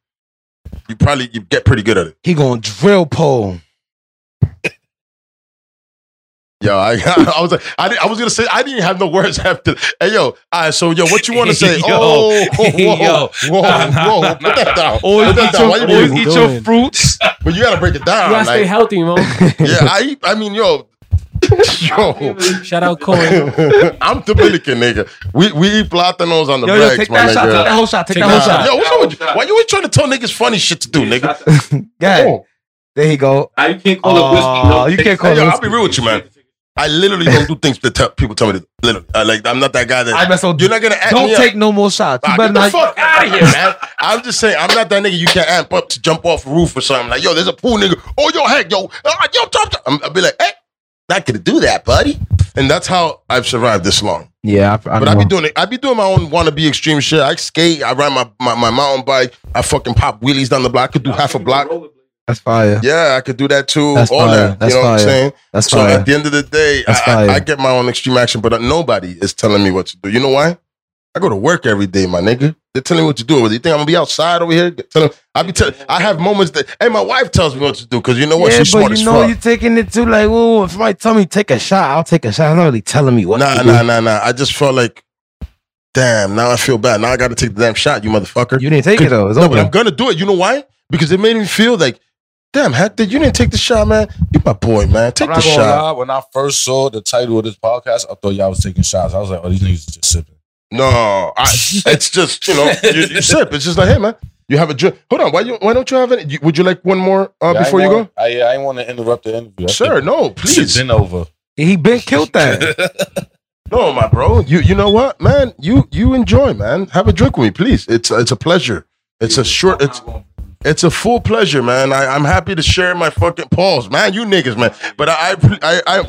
you probably you get pretty good at it. He gonna drill pole. Yo, I, [LAUGHS] I was like, I, didn't- I was gonna say I didn't have no words [LAUGHS] after. Hey, yo, all right, so yo, what you want to [LAUGHS] say? Yo. oh, whoa, Yo. whoa, whoa, put that down. Always Put that eat down. your, Why you always doing- eat your doing? fruits. But you gotta break it You down. gotta stay like, healthy, [LAUGHS] man. yeah, I I mean, yo, [LAUGHS] yo. Shout out Cohen. [LAUGHS] I'm Dominican, nigga. We we eat platanos on the Yo, yo, blacks, take my that shot. nigga. Take that whole shot. Take Take that whole shot. that Yo, what's up with you? Why you always trying to tell niggas funny shit to do, nigga? God, there he go. Now you can't call it whiskey, no. You can't call Oh. Hey, it yo, I'll whiskey. be real with you, man. I literally don't do things that tell, people tell me to. Literally, I, like I'm not that guy that. I mess up. you're not gonna amp Don't me take up. no more shots. You Nah, better get the not. fuck out of here, man. I'm just saying, I'm not that nigga you can amp up to jump off a roof or something. Like, yo, there's a pool, nigga. Oh, yo, heck, yo, uh, yo, top, top. I'm, I'll be like, hey, not gonna do that, buddy. And that's how I've survived this long. Yeah, I, I But I be doing it. I be doing my own wannabe extreme shit. I skate. I ride my, my, my mountain bike. I fucking pop wheelies down the block. I could do half a block. That's fire. Yeah, I could do that too. That's all fire. that. That's you know what I'm fire. saying? That's so uh, fire. at the end of the day, That's I, I, fire. I get my own extreme action, but uh, nobody is telling me what to do. You know why? I go to work every day, my nigga. They're telling me what to do. Whether you think I'm gonna be outside over here, tell them. I be telling. I have moments that, hey, my wife tells me what to do because you know what? yeah, She's smart but as you know fuck. you're taking it too like, whoa, if somebody tell me take a shot, I'll take a shot. I'm not really telling me what. Nah, to nah, nah, nah. I just felt like, damn. Now I feel bad. Now I got to take the damn shot, you motherfucker. do. You didn't take it though. It's no, over. but I'm gonna do it. You know why? Because it made me feel like, damn, Hector, you didn't take the shot, man. You my boy, man. Take I'm the not gonna shot. lie. When I first saw the title of this podcast, I thought y'all was taking shots. I was like, oh, these niggas just sipping. No, I, it's just you [LAUGHS] know you, you sip. It's just like hey man, you have a drink. Hold on, why you why don't you have it? Would you like one more uh, Yeah, I before you ain't go? wanna- I, I ain't want to interrupt the interview. I Sure, think no, Shit's please, been over. he been killed [LAUGHS] that. no, my bro. You you know what, man? You you enjoy, man. Have a drink with me, please. It's it's a pleasure. It's a short. It's it's a full pleasure, man. I, I'm happy to share my fucking pause, man. You niggas, man. But I I I, I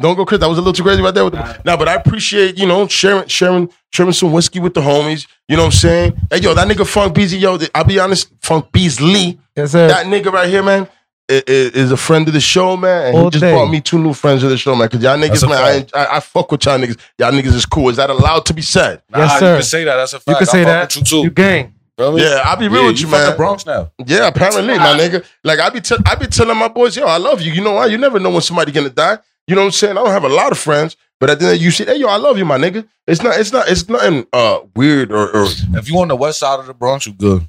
don't go crazy. That was a little too crazy right there. With the, nah, but I appreciate you know sharing sharing sharing some whiskey with the homies. You know what I'm saying? Hey yo, that nigga Funk Beasley, yo. th- I'll be honest, Funk Beasley, yes, sir. that nigga right here, man. i- i- Is a friend of the show, man, and he All just day. brought me two new friends of the show, man. Cause y'all That's niggas, a man, I, I, I fuck with y'all niggas. Y'all niggas is cool. Is that allowed to be said? Nah, Yes, You sir. can say that. That's a fact. you can say I fuck that. with You too. gang. Feel me? Yeah, I'll be real Yeah, with you, from man. The Bronx now. Yeah, apparently, my nigga. Like I be, tell I be telling my boys, yo, I love you. You know why? You never know when somebody gonna die. You know what I'm saying? I don't have a lot of friends, but at the end, you say, hey, yo, I love you, my nigga. It's not, it's not, it's nothing uh, weird or, or. If you on the west side of the Bronx, you good.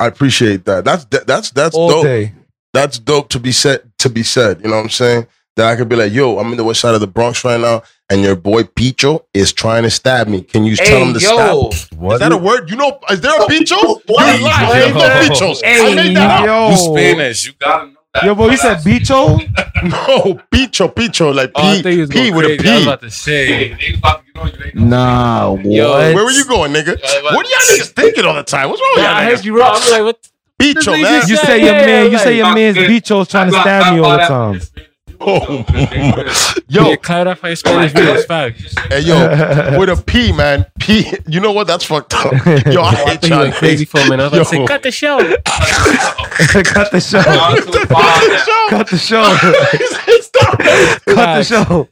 I appreciate that. That's that, that's that's All dope. day. that's dope to be said to be said. You know what I'm saying? That I could be like, yo, I'm in the west side of the Bronx right now, and your boy Picho is trying to stab me. Can you tell him to stop? What? Is that a word? You know, is there a Picho? What? You lying. Yo. There's no Pichos. I made [LAUGHS] that up. you yo, Spanish? You gotta know that. yo, bro, you said bicho. No, Picho, Picho, like Oh, I P, think he was P going with crazy. I was a about to say. They about to get on you. They Nah, Yo, P. what? Where were you going, nigga? I was- What are y'all niggas thinking all the time? What's wrong with Nah, I y'all heard niggas? you wrong. I'm like, what? Picho, niggas man. just- You Yeah, say your yeah, man. You like- say your Fuck man's it. bicho's trying to stab you all the time. [LAUGHS] Oh, [LAUGHS] Yo, yo, clarify Spanish videos, fact. hey, yo, with a P, man. P, you know what? That's fucked [LAUGHS] up. Yo, I I hate think you y'all went crazy niggas. for a minute. I was about to Yo. say, cut the show. [LAUGHS] Cut the show. [LAUGHS] [LAUGHS] Cut the show. Stop. Cut [LAUGHS] the show.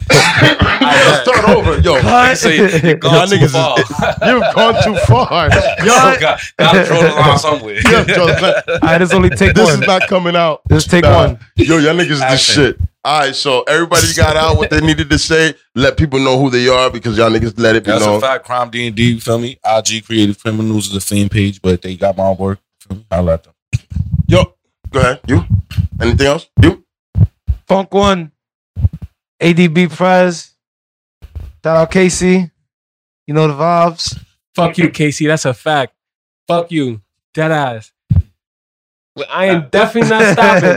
Start over. Yo, [LAUGHS] Cut. Y'all niggas, is- you've gone too far. [LAUGHS] Y'all, got, gotta draw the line somewhere. yeah, Jonathan, All right, this [LAUGHS] only take this is one. not coming out. Just take Nah. one. Yo, y'all niggas, this shit. All right, so everybody got out what they needed to say. Let people know who they are because y'all niggas let it be That's a known. fact. Crime D and D. You feel me? IG Creative Criminals is the same page, but they got my work. Feel me? I let them. [LAUGHS] Yo, go ahead. You? Anything else? You? Funk one. ADB prize. Shout out Casey. You know the vibes. Fuck you, Casey. That's a fact. Fuck you. Dead ass. Well, I am definitely not stopping.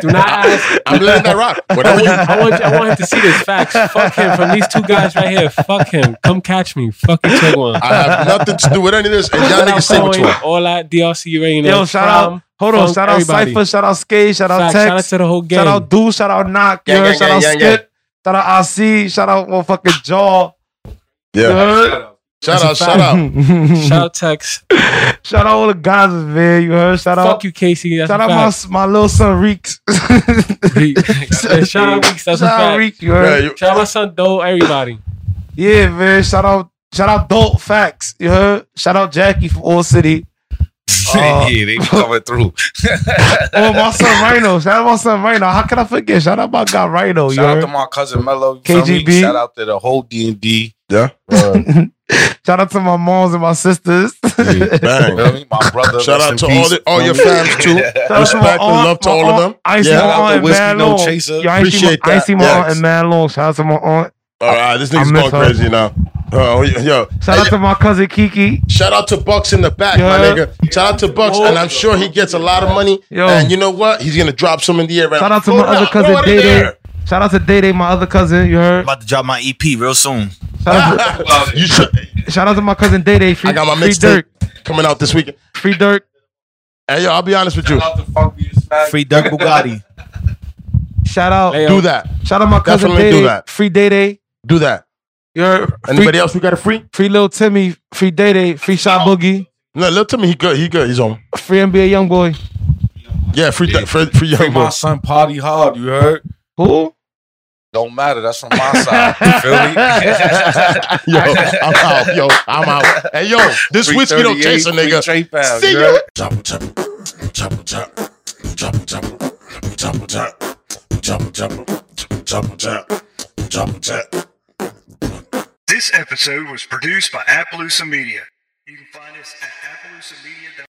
Do not ask. I'm letting that [LAUGHS] rock. Whatever you. I want, I want him to see this facts. Fuck him from these two guys right here. Fuck him. Come catch me. Fucking check one. I have nothing to do with any of this, and y'all Shout out niggas say what you Cohen, want. All that DLC right now. Yo, shout out. [LAUGHS] Hold on. Funk, Shout out everybody. Cypher. Shout out Skate. Shout out Fact, shout out Tex. to the whole game. Shout out Dude. Shout out Knock. Gang, you heard? gang, Shout gang, out gang, Skip. Shout out RC. Shout out motherfucking Jaw. you Yeah. heard? Shout out, shout [LAUGHS] [LAUGHS] out. Shout out Tex. Shout out all the guys, man. You heard? Shout Fuck out. you, Casey. That's Shout a out fact. my, my little son Reeks. [LAUGHS] [LAUGHS] Yeah, shout out Weeks. That's Shout out a fact. Reek, you Yeah, heard? you- Shout out my son Doe. Everybody. Yeah, man. Shout out, shout out, dope facts. You heard? Shout out Jackie from All City. Uh, yeah, they coming through. Oh, my [LAUGHS] son Rhino. Shout out my son Rhino. How can I forget? Shout out my guy Rhino. Oh, you Shout out heard? to my cousin Mello. you feel me? KGB. Shout out to the whole D and D. Yeah. [LAUGHS] shout out to my moms and my sisters. [LAUGHS] Bang. My brother. Shout rest out in to peace. all, the, all your Feel me? fams [LAUGHS] too. Shout out to my Respect and aunt, love to my all of aunt. them. I ain't Yeah. see Shout my out aunt to in Whiskey mad No long. Chaser. Yo, I ain't see my, Appreciate I ain't see my that. aunt in mad long. Shout out to my aunt. All right, this nigga's miss going her. crazy now. Uh, yo, Shout out to my cousin Kiki. Shout out to Bucks in the back, my Yeah. nigga. Shout out to Bucks, and I'm sure he gets a lot of money. Yo. And you know what? He's gonna drop some in the air. Right Shout out to Throw my it other out. Throw cousin it in Day the Day. air. Shout out to Day Day, my other cousin. You heard? about to drop E my EP real soon. Shout out [LAUGHS] to, You should. shout out to my cousin Day Day. Free, I got my free mixtape Dirk. coming out this weekend. Free Dirk. Hey, yo, I'll be honest with you. Shout out to Funk Me to Smack. Free Dirk Bugatti. Shout out. Leo. Do that. Shout out my cousin Definitely Day do Day. that. Free Day Day. Do that. You heard? Free, Anybody else we got a free? free Lil Timmy. Free Day Day. Free Shot Boogie. No, look to me. He good. He good. He's on. Free NBA Young Boy. Yeah, free, th- free, free young Free boy. my son party hard. You heard? Who? Don't matter. That's from my side. You feel me? [LAUGHS] Yo, I'm out. Yo, I'm out. Hey, yo, [LAUGHS] this whiskey don't chase a nigga. Trey Pound, See you you. heard? This episode was produced by Appaloosa Media. You can find us at appaloosamedia.com.